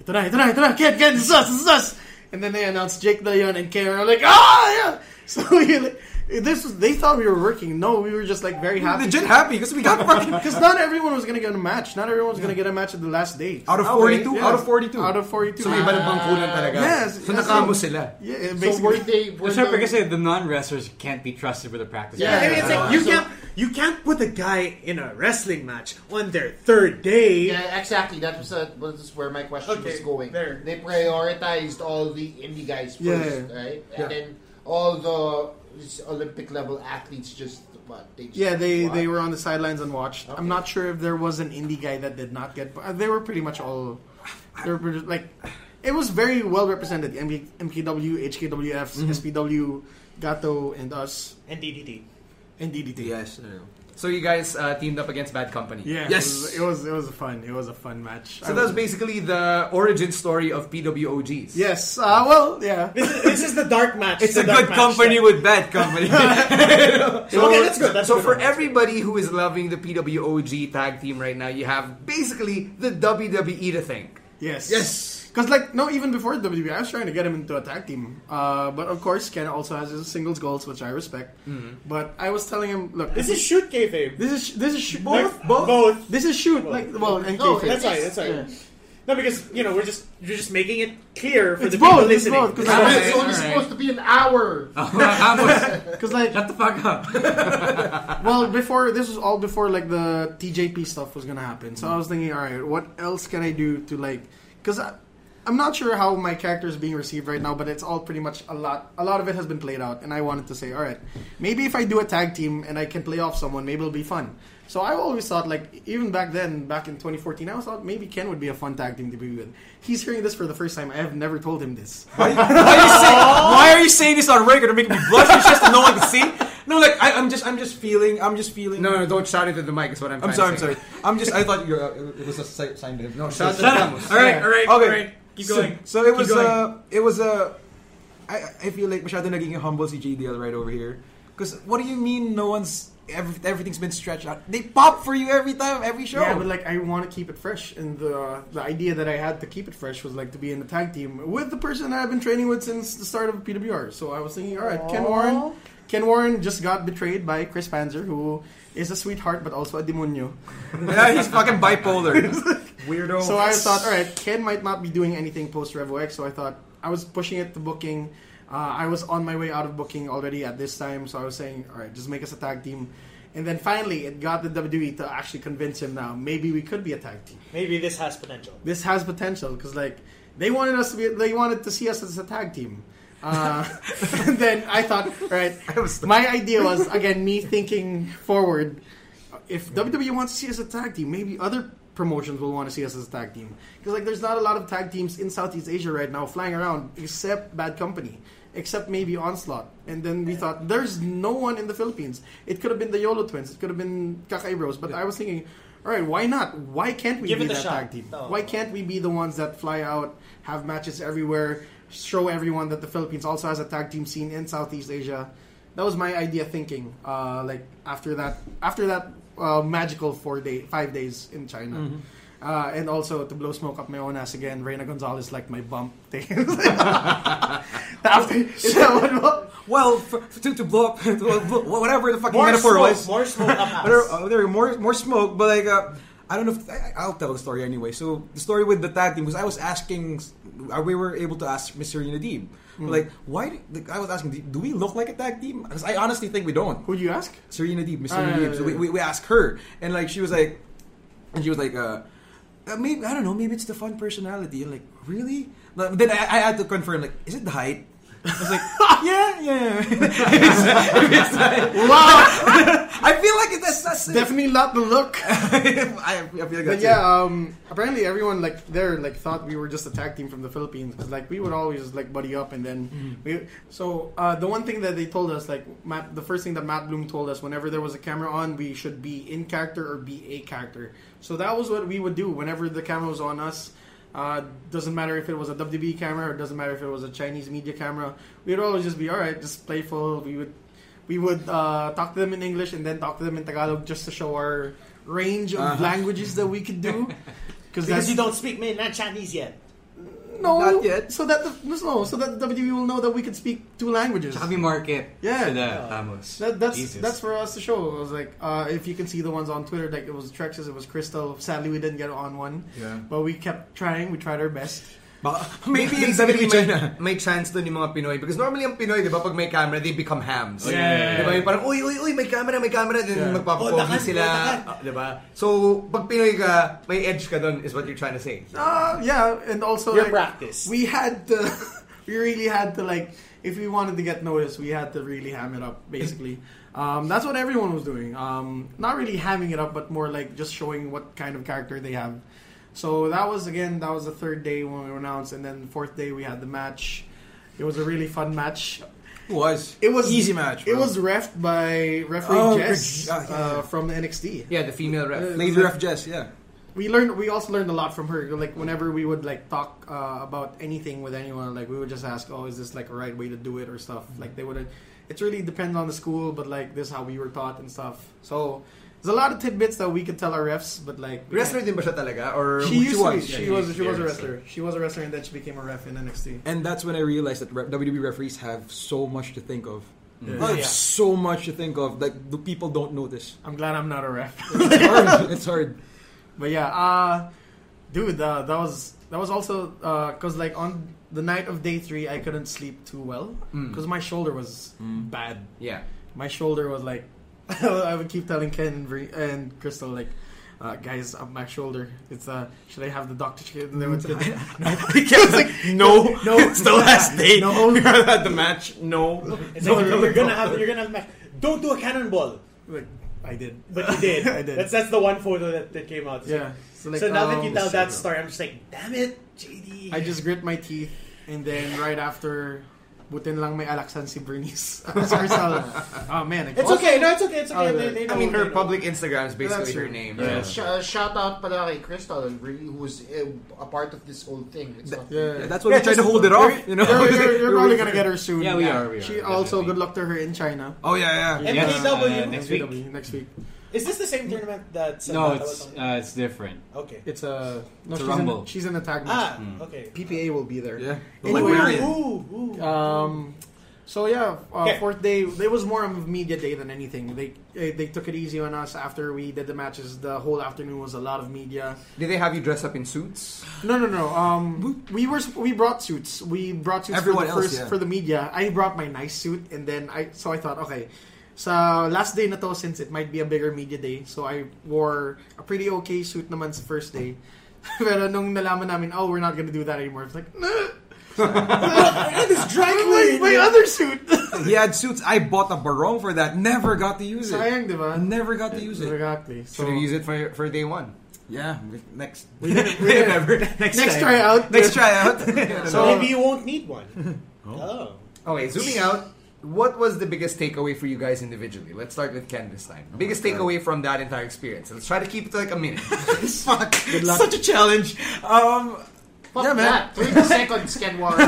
Speaker 6: ito na, ito na, ito na, Ken, Ken, this is us, this is us. And then they announced Jake Leon and Ken, and I'm like, ah, yeah. So we, like, this was, they thought we were working. No, we were just like very happy.
Speaker 3: Legit happy because we got fucking
Speaker 6: Because not everyone was gonna get a match. Not everyone was gonna get a match at the last day.
Speaker 3: out of
Speaker 6: Okay,
Speaker 3: forty-two.
Speaker 6: yeah.
Speaker 3: Out of forty-two.
Speaker 6: Out of 42.
Speaker 13: So may iba ng bangkulan talaga.
Speaker 6: Yes,
Speaker 13: So
Speaker 6: yes.
Speaker 13: nakamo sila.
Speaker 6: Yeah,
Speaker 4: So
Speaker 6: basically.
Speaker 4: were they? Were
Speaker 7: Siyempre
Speaker 4: the-
Speaker 7: kasi the non-wrestlers can't be trusted with the practice.
Speaker 6: Yeah,
Speaker 5: I mean, it's like you can't you can't put a guy in a wrestling match on their third day.
Speaker 4: Yeah, exactly. That was, uh was where my question
Speaker 5: Okay,
Speaker 4: was going.
Speaker 5: there.
Speaker 4: They prioritized all the indie guys first,
Speaker 6: Yeah.
Speaker 4: right? And then all the Olympic level athletes just what they just
Speaker 6: Yeah, they,
Speaker 4: what?
Speaker 6: they were on the sidelines and watched.
Speaker 4: Okay.
Speaker 6: I'm not sure if there was an indie guy that did not get. But they were pretty much all. They were pretty, like, it was very well represented. MK, MKW, HKWF, SPW, Gato, and us,
Speaker 5: And DDT.
Speaker 6: and DDT.
Speaker 3: Yes. there you go.
Speaker 13: So you guys uh, teamed up against Bad Company.
Speaker 6: Yeah, it
Speaker 3: Yes.
Speaker 6: was- It was, it was a fun. It was a fun match. Um,
Speaker 13: So that was basically the origin story of PWOGs.
Speaker 6: Yes. Uh, well, yeah.
Speaker 5: This is, this is the dark match.
Speaker 3: It's a
Speaker 5: the
Speaker 3: good
Speaker 5: dark match
Speaker 3: company
Speaker 5: then.
Speaker 3: with bad company.
Speaker 5: So, okay, that's good. That's
Speaker 13: so
Speaker 5: good
Speaker 13: for
Speaker 5: one.
Speaker 13: everybody who is loving the PWOG tag team right now, you have basically the WWE to thank.
Speaker 6: Yes.
Speaker 3: Yes.
Speaker 6: Because like no, even before WWE, I was trying to get him into a tag team. Uh, but of course, Ken also has his singles goals, which I respect. But I was telling him, look,
Speaker 5: this is shoot kayfabe.
Speaker 6: this is this is sh-
Speaker 5: Like,
Speaker 6: both, both
Speaker 5: both.
Speaker 6: This is shoot like well, and
Speaker 4: No,
Speaker 6: kayfabe.
Speaker 5: That's right. That's right. No, because you know we're just you're just making it clear for
Speaker 6: It's
Speaker 5: the people
Speaker 6: both, it's
Speaker 5: listening.
Speaker 6: both, 'cause
Speaker 4: Ah,
Speaker 6: Alright,
Speaker 4: it's only
Speaker 7: alright.
Speaker 4: supposed to be an hour.
Speaker 6: because like
Speaker 7: Shut the fuck up.
Speaker 6: well before this was all before like the TJP stuff was gonna happen. So I was thinking, all right, what else can I do to like because. I, I'm not sure how my character is being received right now, but it's all pretty much a lot. A lot of it has been played out, and I wanted to say, all right, maybe if I do a tag team and I can play off someone, maybe it'll be fun. So I always thought, like, even back then, back in 2014, I always thought maybe Ken would be a fun tag team to be with. He's hearing this for the first time. I have never told him this.
Speaker 3: Why, are you saying, why are you saying this on record to make me blush? It's just that no one can see. No, like I, I'm just, I'm just feeling, I'm just feeling.
Speaker 13: No, no, don't shout into the mic. Is what I'm.
Speaker 3: I'm
Speaker 13: trying
Speaker 3: sorry,
Speaker 13: to
Speaker 3: I'm sorry. I'm just. I thought you were, uh, it was a si- sign to him. No,
Speaker 13: Shout out to
Speaker 3: sorry.
Speaker 13: Camus.
Speaker 3: All right,
Speaker 13: Yeah.
Speaker 3: all right,
Speaker 13: Okay.
Speaker 3: all right.
Speaker 13: Keep
Speaker 3: So-
Speaker 13: going.
Speaker 3: So, it
Speaker 13: Keep
Speaker 3: was.
Speaker 13: going.
Speaker 3: Uh, it was Uh, I, I feel like masyado naging humble si JDL right over here. Because what do you mean? No one's every, everything's been stretched out. They pop for you every time, every show.
Speaker 6: Yeah, but like I want to keep it fresh, and the the idea that I had to keep it fresh was like to be in the tag team with the person that I've been training with since the start of PWR. So I was thinking, all right, Ken Warren. Ken Warren just got betrayed by Chris Panzer, who is a sweetheart but also a demonio.
Speaker 3: Yeah, he's fucking bipolar. Oh.
Speaker 6: Weirdo. So I thought, all right, Ken might not be doing anything post Revo X, so I thought I was pushing it to booking. Uh, I was on my way out of booking already at this time, so I was saying, all right, just make us a tag team. And then finally, it got the WWE to actually convince him now, maybe we could be a tag team.
Speaker 5: Maybe this has potential.
Speaker 6: This has potential because like they wanted us to be, they wanted to see us as a tag team. Uh, and then I thought, all right, my idea was again me thinking forward. If WWE wants to see us as a tag team, maybe other promotions will want to see us as a tag team because like there's not a lot of tag teams in Southeast Asia right now flying around except Bad Company. Except maybe Onslaught. And then we thought, there's no one in the Philippines. It could have been the Yolo twins. It could have been Kakai Bros. But I was thinking, all right, why not? Why can't we
Speaker 5: Give
Speaker 6: be
Speaker 5: it a
Speaker 6: that
Speaker 5: shot.
Speaker 6: tag team?
Speaker 5: No.
Speaker 6: Why can't we be the ones that fly out, have matches everywhere, show everyone that the Philippines also has a tag team scene in Southeast Asia? That was my idea thinking. Uh, like after that, after that uh, magical four day, five days in China.
Speaker 5: Mhm.
Speaker 6: Uh, and also to blow smoke up my own ass again, Reyna Gonzalez like my bump thing. After- is that what-
Speaker 3: Well, for, to, to blow up, to blow, whatever the fucking
Speaker 6: More
Speaker 3: metaphor
Speaker 6: smoke,
Speaker 3: was.
Speaker 6: more smoke up us.
Speaker 3: Whatever- uh, there, more, more smoke, but like, uh, I don't know if, I, I'll tell the story anyway. So, the story with the tag team, because I was asking, uh, we were able to ask Mr. Nadib,
Speaker 6: Hmm.
Speaker 15: Mm.
Speaker 3: like, why, do- like, I was asking, do- do we look like a tag team? Because I honestly think we don't.
Speaker 6: Who'd you ask? Uh,
Speaker 3: Serena Deeb, Mr.
Speaker 15: Ah, yeah,
Speaker 3: Nadib.
Speaker 15: yeah,
Speaker 3: So we,
Speaker 15: yeah.
Speaker 3: we, we asked her, and like, she was like, and she was like, uh, uh, maybe I don't know. Maybe it's the fun personality. And like, really? Like, then I, I had to confirm. Like, is it the height? I was like, yeah, yeah. wow. I feel like it's that's
Speaker 6: definitely not the look.
Speaker 3: I, I feel like
Speaker 6: But
Speaker 3: that's
Speaker 6: yeah,
Speaker 3: it.
Speaker 6: um, apparently everyone like there like thought we were just a tag team from the Philippines because like we would always like buddy up and then
Speaker 3: Mm-hmm.
Speaker 6: we. So uh, the one thing that they told us like Matt, the first thing that Matt Bloom told us whenever there was a camera on, we should be in character or be a character. So that was what we would do whenever the camera was on us. Uh, doesn't matter if it was a WB camera or doesn't matter if it was a Chinese media camera. We'd always just be all right, just playful. We would we would uh, talk to them in English and then talk to them in Tagalog just to show our range of
Speaker 5: Uh-huh.
Speaker 6: languages that we could do.
Speaker 5: Because
Speaker 6: that's-
Speaker 5: you don't speak man, not Chinese yet.
Speaker 6: no, not yet. So that the, no, so that the WWE will know that we could speak two languages.
Speaker 7: Sabi market.
Speaker 6: Yeah.
Speaker 7: Sila, Camus.
Speaker 6: That, that's
Speaker 7: Jesus.
Speaker 6: that's for us to show. It was like uh, if you can see the ones on Twitter, like it was Trex's, it was Crystal. Sadly, we didn't get on one.
Speaker 13: Yeah.
Speaker 6: But we kept trying. We tried our best.
Speaker 13: Maybe in WWE China, may, may chance dun yung mga Pinoy. Because normally ang Pinoy, di ba, pag may camera, they become hams.
Speaker 3: Oh,
Speaker 6: Yeah, yeah, yeah.
Speaker 13: Di ba, yung parang, uy, uy, uy, may camera, may camera. Then
Speaker 6: Yeah.
Speaker 13: magpapapogi
Speaker 6: Botakan,
Speaker 13: sila.
Speaker 6: botakan.
Speaker 13: Ah, Di ba? So, pag Pinoy ka, may edge ka dun, is what you're trying to say.
Speaker 6: Uh, yeah, and also
Speaker 13: Your
Speaker 6: like, practice. We had to, we really had to like, if we wanted to get noticed, we had to really ham it up. Basically, um, that's what everyone was doing. Um, not really hamming it up, but more like just showing what kind of character they have. So that was again, that was the third day when we were announced, and then the fourth day we had the match. It was a really fun match.
Speaker 3: It was.
Speaker 6: It was
Speaker 3: Easy match,
Speaker 6: It
Speaker 3: bro.
Speaker 6: was refed by referee
Speaker 3: Oh,
Speaker 6: Jess
Speaker 3: Grig- ah, yeah,
Speaker 6: uh, from the NXT.
Speaker 13: Yeah, the female ref.
Speaker 6: Uh,
Speaker 3: Lady Ref Jess, yeah.
Speaker 6: we learned we also learned a lot from her like whenever we would like talk uh, about anything with anyone like we would just ask oh is this like a right way to do it or stuff like they wouldn't it's really depends on the school but like this is how we were taught and stuff so there's a lot of tidbits that we could tell our refs but like we
Speaker 13: Wrestler din
Speaker 6: can't-
Speaker 13: ba siya talaga? Or
Speaker 6: she
Speaker 13: who
Speaker 6: used to be
Speaker 13: was?
Speaker 6: she
Speaker 13: Yeah,
Speaker 6: was
Speaker 13: she's
Speaker 6: she was
Speaker 13: a
Speaker 6: a
Speaker 13: wrestler.
Speaker 6: wrestler she was a wrestler and then she became a ref in NXT
Speaker 3: And that's when I realized that re- WWE referees have so much to think of.
Speaker 6: Yeah.
Speaker 3: They have
Speaker 6: Yeah.
Speaker 3: so much to think of. Like, the people don't know this.
Speaker 6: I'm glad I'm not a ref
Speaker 3: it's hard. It's hard.
Speaker 6: But yeah, uh, dude, uh, that was that was also because like on the night of day three, I couldn't sleep too well
Speaker 13: Mm.
Speaker 6: because my shoulder was
Speaker 5: Mm.
Speaker 6: bad.
Speaker 13: Yeah.
Speaker 6: my shoulder was like I would keep telling Ken and Vri- and Crystal like. uh, guys, up my shoulder. It's uh, should I have the doctor check it? And they went to
Speaker 5: no.
Speaker 6: I was like, no,
Speaker 5: No.
Speaker 6: it's the last day.
Speaker 5: No.
Speaker 6: You're at the match. No,
Speaker 5: It's
Speaker 6: No,
Speaker 5: like
Speaker 6: no,
Speaker 5: you're gonna
Speaker 6: no.
Speaker 5: have you're gonna have a match. Don't do a cannonball.
Speaker 6: Like, I did,
Speaker 5: but you did.
Speaker 6: I did.
Speaker 5: That's that's the one photo that, that came out. It's
Speaker 6: Yeah.
Speaker 5: like- So,
Speaker 6: So, like,
Speaker 5: now that
Speaker 6: um,
Speaker 5: you tell that
Speaker 6: zero.
Speaker 5: story, I'm just like, damn it, JD.
Speaker 6: I just grit my teeth, and then right after, butin lang may alaksan si Bernice. Rizal. oh man,
Speaker 5: It's okay. No, it's okay. It's okay.
Speaker 6: Oh,
Speaker 5: They- they
Speaker 13: I
Speaker 5: know,
Speaker 13: mean,
Speaker 5: they
Speaker 13: her
Speaker 5: know.
Speaker 13: public Instagram is basically
Speaker 4: That's
Speaker 13: her
Speaker 4: true.
Speaker 13: name.
Speaker 4: Yeah. Sh- uh, shout out pala kay Crystal, really, who was uh, a part of this whole thing. It's not-
Speaker 6: Yeah,
Speaker 3: that's why we try to hold it off, you know?
Speaker 6: You're, you're- you're
Speaker 3: We're
Speaker 6: probably
Speaker 3: waiting for-
Speaker 6: gonna get her soon.
Speaker 3: Yeah, we are, we
Speaker 6: she
Speaker 3: are,
Speaker 6: also good luck to her in China.
Speaker 3: Oh, yeah, yeah.
Speaker 5: Yes, MPW? uh,
Speaker 7: next week.
Speaker 6: MPW, next week.
Speaker 5: Is this the same tournament that?
Speaker 7: No, it's uh, it's different.
Speaker 5: Okay.
Speaker 6: It's a no.
Speaker 7: It's a
Speaker 6: she's
Speaker 7: rumble.
Speaker 6: In, she's in a tag match.
Speaker 5: Ah, okay.
Speaker 6: PPA will be there.
Speaker 3: Yeah.
Speaker 6: Anyway,
Speaker 5: Ooh, ooh, ooh.
Speaker 6: Um, so yeah, uh,
Speaker 5: Okay.
Speaker 6: fourth day. It was more of a media day than anything. They eh, they took it easy on us after we did the matches. The whole afternoon was a lot of media.
Speaker 13: Did they have you dress up in suits?
Speaker 6: No, no, no. Um, we were sup- we brought suits. We brought suits
Speaker 3: Everyone
Speaker 6: for the
Speaker 3: else,
Speaker 6: first
Speaker 3: yeah.
Speaker 6: for the media. I brought my nice suit, and then I so I thought, okay, so last day na to since it might be a bigger media day, so I wore a pretty okay suit naman sa first day. Pero nung nalaman namin, oh, we're not gonna do that anymore. It's like, nah,
Speaker 5: I got this drag
Speaker 6: my,
Speaker 5: queen.
Speaker 6: my other suit.
Speaker 3: He had suits. I bought a barong for that. Never got to use it.
Speaker 6: Sayang, di ba?
Speaker 3: Never got to use it.
Speaker 6: Exactly. So,
Speaker 13: Should have used it for, for day one.
Speaker 3: Yeah. Next.
Speaker 6: next, next tryout.
Speaker 3: Next tryout.
Speaker 5: So maybe you won't need one. oh.
Speaker 13: Okay, zooming out, what was the biggest takeaway for you guys individually? Let's start with Ken this time. biggest takeaway from that entire experience. Let's try to keep it to like a minute.
Speaker 3: Fuck. Such a challenge. Um,
Speaker 4: Fuck
Speaker 3: Yeah, man.
Speaker 4: that. 30 seconds, Ken Warren.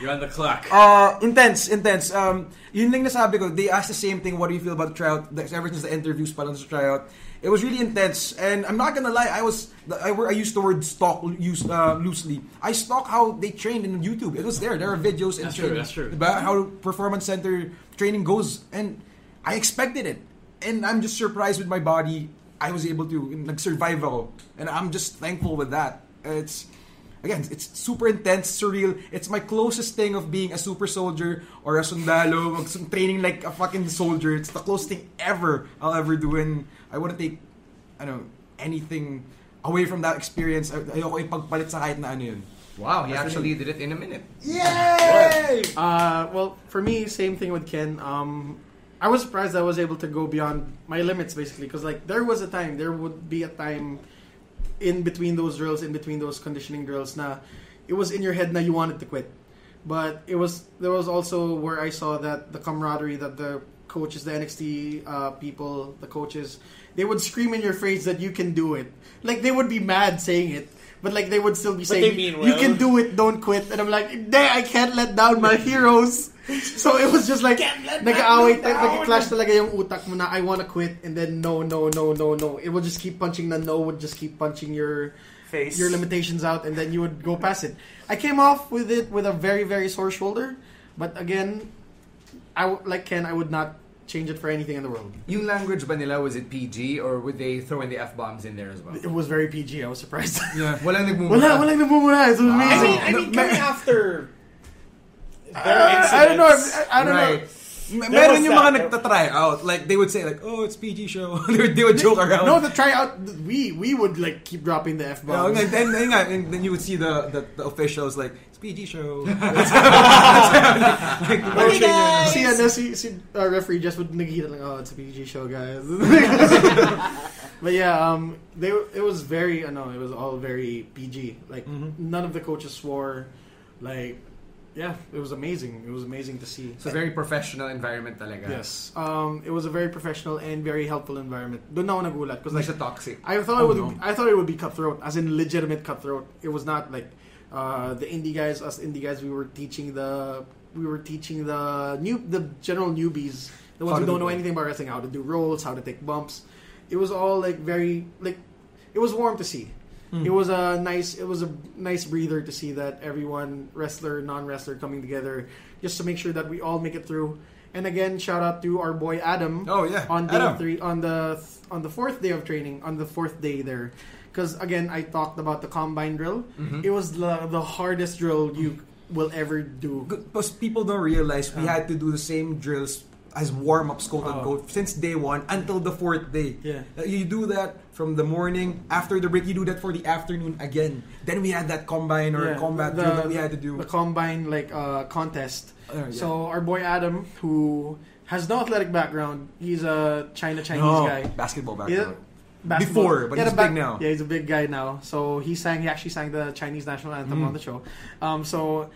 Speaker 15: You're on the clock.
Speaker 3: Uh, intense, intense. Um, yun lang nasabi ko, they asked the same thing, what do you feel about the tryout? Like, Ever since the interviews pa lang sa tryout. It was really intense. And I'm not gonna lie, I was, I, were- I used the word stalk use, uh, loosely. I stalk how they trained in YouTube. It was there. There are videos and
Speaker 15: That's true,
Speaker 3: training.
Speaker 15: that's true.
Speaker 3: About how performance center training goes. And I expected it. And I'm just surprised with my body. I was able to, nag-survive ako. And I'm just thankful with that. It's, again, it's super intense, surreal. It's my closest thing of being a super soldier or a sundalo, mag- some training like a fucking soldier. It's the closest thing ever I'll ever do, and I wouldn't take, I don't know, anything away from that experience. Ay- Ayoko ipagpalit sa kahit na ano yun.
Speaker 13: wow, he actually did it in a minute.
Speaker 3: Yay!
Speaker 6: Uh, well, for me, same thing with Ken. Um, I was surprised I was able to go beyond my limits, basically, because like there was a time, there would be a time in between those drills, in between those conditioning drills, na it was in your head na you wanted to quit. But it was there was also where I saw that the camaraderie that the coaches, the NXT uh, people, the coaches, they would scream in your face that you can do it. Like they would be mad saying it, but like they would still be saying
Speaker 5: they mean
Speaker 6: you
Speaker 5: well."
Speaker 6: can do do it, don't quit. And I'm like, dang, I can't let down my heroes. So it was just like,
Speaker 5: Can't let
Speaker 6: nag-aaway,
Speaker 5: them down.
Speaker 6: nag-clash talaga yung utak mo na I wanna quit, and then no, no, no, no, no. It would just keep punching the no, would just keep punching your
Speaker 5: Face.
Speaker 6: your limitations out, and then you would go past it. I came off with it with a very, very sore shoulder, but again, I w- like Ken, I would not change it for anything in the world.
Speaker 13: Yung language ba nila, was it PG or would they throw in the F-bombs in there as well?
Speaker 6: It was very PG. I was surprised.
Speaker 3: Yeah.
Speaker 13: Walang nagmumura.
Speaker 6: Wala, wala nagmumura. It's amazing.
Speaker 5: I mean, I mean, coming after. their
Speaker 6: Uh, Um, I don't know.
Speaker 5: incidents-
Speaker 6: I, I don't know.
Speaker 13: Right.
Speaker 3: M-
Speaker 5: There
Speaker 3: meron
Speaker 5: was
Speaker 3: yung
Speaker 5: that.
Speaker 3: mga nagtatry out. Like, they would say like, oh, it's PG show. they, would, they would joke around.
Speaker 6: No, the tryout. We we would like keep dropping the f
Speaker 3: No,
Speaker 6: bomb.
Speaker 3: and then, then, and then you would see the, the, the officials like, it's PG show.
Speaker 5: Okay, guys.
Speaker 6: si ano si, si uh, referee just would nagita lang. Oh, it's a PG show, guys. but yeah, um, they were- it was very I know it was all very PG. Like
Speaker 13: Mm-hmm.
Speaker 6: none of the coaches swore. Like yeah, it was amazing. It was amazing to see.
Speaker 13: It's a very professional environment talaga.
Speaker 6: Yes, um, it was a very professional and very helpful environment. Doon ako nagulat because
Speaker 13: Like
Speaker 6: like
Speaker 13: siya toxic.
Speaker 6: I thought it
Speaker 3: Oh,
Speaker 6: would. I thought it would be cutthroat, as in legitimate cutthroat. It was not like uh, the indie guys. Us indie guys, we were teaching the we were teaching the new the general newbies, the
Speaker 3: How
Speaker 6: ones
Speaker 3: to
Speaker 6: who
Speaker 3: do
Speaker 6: don't know
Speaker 3: that.
Speaker 6: anything about wrestling, how to do rolls, how to take bumps. It was all like very like it was warm to see.
Speaker 3: Hmm.
Speaker 6: It was a nice it was a nice breather to see that everyone wrestler non wrestler coming together just to make sure that we all make it through. And again, shout out to our boy Adam.
Speaker 3: Oh, yeah.
Speaker 6: on day
Speaker 3: Adam.
Speaker 6: three on the on the fourth day of training on the fourth day there because again i talked about the combine drill
Speaker 3: Mm-hmm.
Speaker 6: it was the, the hardest drill you will ever do Ah.
Speaker 3: Because people don't realize we had to do the same drills as warm ups, quote unquote,
Speaker 6: Oh.
Speaker 3: since day one until the fourth day. Yeah. You do that from the morning after the break. You do that for the afternoon again. Then we had that combine or
Speaker 6: Yeah,
Speaker 3: combat
Speaker 6: the-
Speaker 3: drill that we had to do.
Speaker 6: the combine like uh, contest.
Speaker 3: yeah.
Speaker 6: So our boy Adam, who has no athletic background, he's a China Chinese
Speaker 3: No,
Speaker 6: guy.
Speaker 3: basketball
Speaker 6: He's a-
Speaker 3: background. Before, but
Speaker 6: Yeah,
Speaker 3: he's
Speaker 6: the
Speaker 3: big now.
Speaker 6: Yeah, he's a big guy now. So he sang. He actually sang the Chinese national anthem
Speaker 3: Mm.
Speaker 6: on the show. Um, so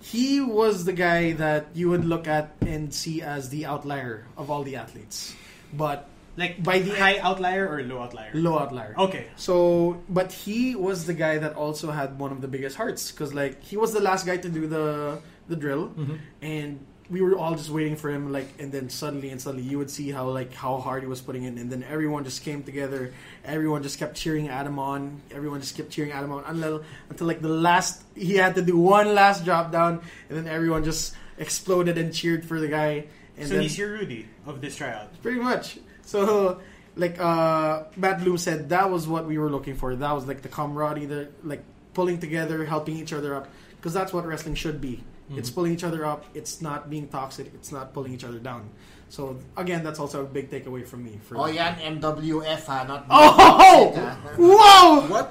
Speaker 6: he was the guy that you would look at and see as the outlier of all the athletes. But
Speaker 5: like
Speaker 6: by the
Speaker 5: high outlier or low outlier?
Speaker 6: Low outlier.
Speaker 5: Okay.
Speaker 6: So, but he was the guy that also had one of the biggest hearts because, like, he was the last guy to do the the drill,
Speaker 5: Mhm.
Speaker 6: and we were all just waiting for him. Like, and then suddenly and suddenly, you would see how like how hard he was putting in, and then everyone just came together. Everyone just kept cheering Adam on. Everyone just kept cheering Adam on until until like the last he had to do one last drop down, and then everyone just exploded and cheered for the guy. And
Speaker 5: so
Speaker 6: then,
Speaker 5: he's your Rudy of this tryout.
Speaker 6: Pretty much. So, like uh, Matt Bloom said, that was what we were looking for. That was like the camaraderie, the like pulling together, helping each other up, because that's what wrestling should be.
Speaker 15: Mm-hmm.
Speaker 6: It's
Speaker 5: Mhm.
Speaker 6: pulling each other up. It's not being toxic. It's not pulling each other down. So again, that's also a big takeaway from me. For
Speaker 4: Oh yeah, MWF ha, not
Speaker 6: Oh! Whoa!
Speaker 3: What?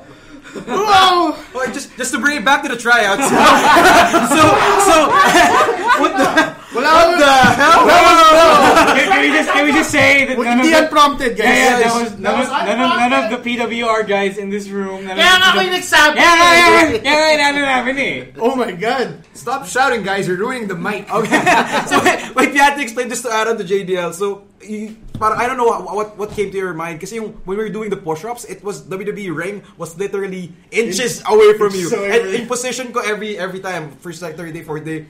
Speaker 6: Whoa!
Speaker 3: Well, just just to bring it back to the tryouts. so so what the what the hell?
Speaker 15: Can, can we just can we just say that none of
Speaker 6: Hindi
Speaker 15: the,
Speaker 6: unprompted, guys.
Speaker 15: Yeah, yeah, that
Speaker 6: Yes.
Speaker 15: was none, of,
Speaker 6: That was
Speaker 15: none, of, none of the PWR guys in this room. None
Speaker 4: Kaya
Speaker 15: of
Speaker 4: nga
Speaker 15: the
Speaker 4: ako yung nagsabi.
Speaker 15: Yeah, yeah, yeah, yeah, yeah, yeah, ano namin eh.
Speaker 6: Oh my god!
Speaker 13: Stop shouting, guys! You're ruining the mic.
Speaker 3: so wait, wait, you had to explain this to Adam to JDL. So, you, para, I don't know what, what what came to your mind kasi yung when we were doing the push-ups, it was WWE ring was literally inches
Speaker 13: Inch-
Speaker 3: away from you.
Speaker 13: inches away
Speaker 3: and
Speaker 13: from you.
Speaker 3: in position ko every every time first like third day, fourth day,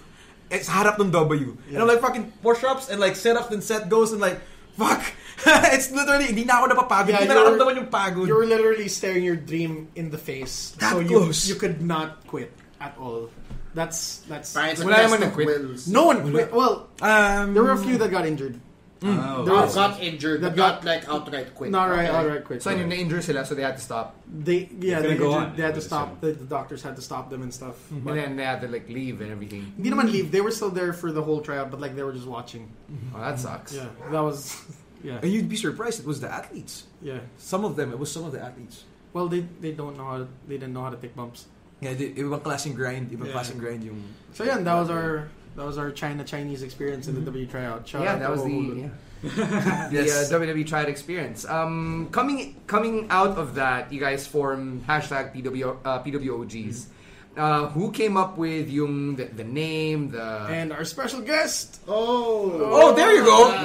Speaker 3: it's harap ng W. And I'm like fucking push-ups and like sit-ups and set goes and like fuck. it's literally hindi na ako napapagod.
Speaker 6: Yeah,
Speaker 3: Hindi na
Speaker 6: you're-
Speaker 3: nararamdaman yung pagod.
Speaker 6: You're literally staring your dream in the face.
Speaker 3: That
Speaker 6: so you,
Speaker 3: close.
Speaker 6: you could not quit at all. That's that's.
Speaker 4: Right, it's a
Speaker 6: that's
Speaker 4: test
Speaker 6: naman
Speaker 4: of
Speaker 6: nag-quit.
Speaker 4: wills.
Speaker 6: No one quit. Well,
Speaker 3: Um,
Speaker 6: there were a few that got injured.
Speaker 13: Oh.
Speaker 6: There
Speaker 13: Oh,
Speaker 6: was-
Speaker 13: got
Speaker 4: injured,
Speaker 6: That
Speaker 4: but
Speaker 6: got
Speaker 4: not like outright quit.
Speaker 6: Not right, outright quit.
Speaker 13: So I na injure sila, so they had to stop.
Speaker 6: They yeah
Speaker 13: They're gonna go
Speaker 6: they, injured-
Speaker 13: on. Mm-hmm.
Speaker 6: they had to stop. The, the doctors had to stop them and stuff. But
Speaker 13: And then they had to like leave and everything.
Speaker 6: Hindi naman leave. They were still there for the whole tryout, but like they were just watching.
Speaker 13: Oh, that sucks.
Speaker 6: Yeah, that was yeah.
Speaker 3: And you'd be surprised it was the athletes.
Speaker 6: Yeah.
Speaker 3: Some of them, it was some of the athletes.
Speaker 6: Well, they they don't know how to, they didn't know how to take bumps.
Speaker 3: Yeah, the, ibang klaseng grind, ibang
Speaker 6: Yeah.
Speaker 3: klaseng grind yung
Speaker 6: So yeah, that was our that was our China Chinese experience in the W tryout.
Speaker 13: Mm-hmm.
Speaker 6: Shout
Speaker 13: yeah,
Speaker 6: out
Speaker 13: that
Speaker 6: to
Speaker 13: was the,
Speaker 6: Wohulu.
Speaker 13: yeah. the uh, WWE tried experience. Um, coming coming out of that, you guys form hashtag PW, uh, PWOGs. Uh, who came up with yung the, the name the
Speaker 6: and our special guest?
Speaker 13: Oh, there you go.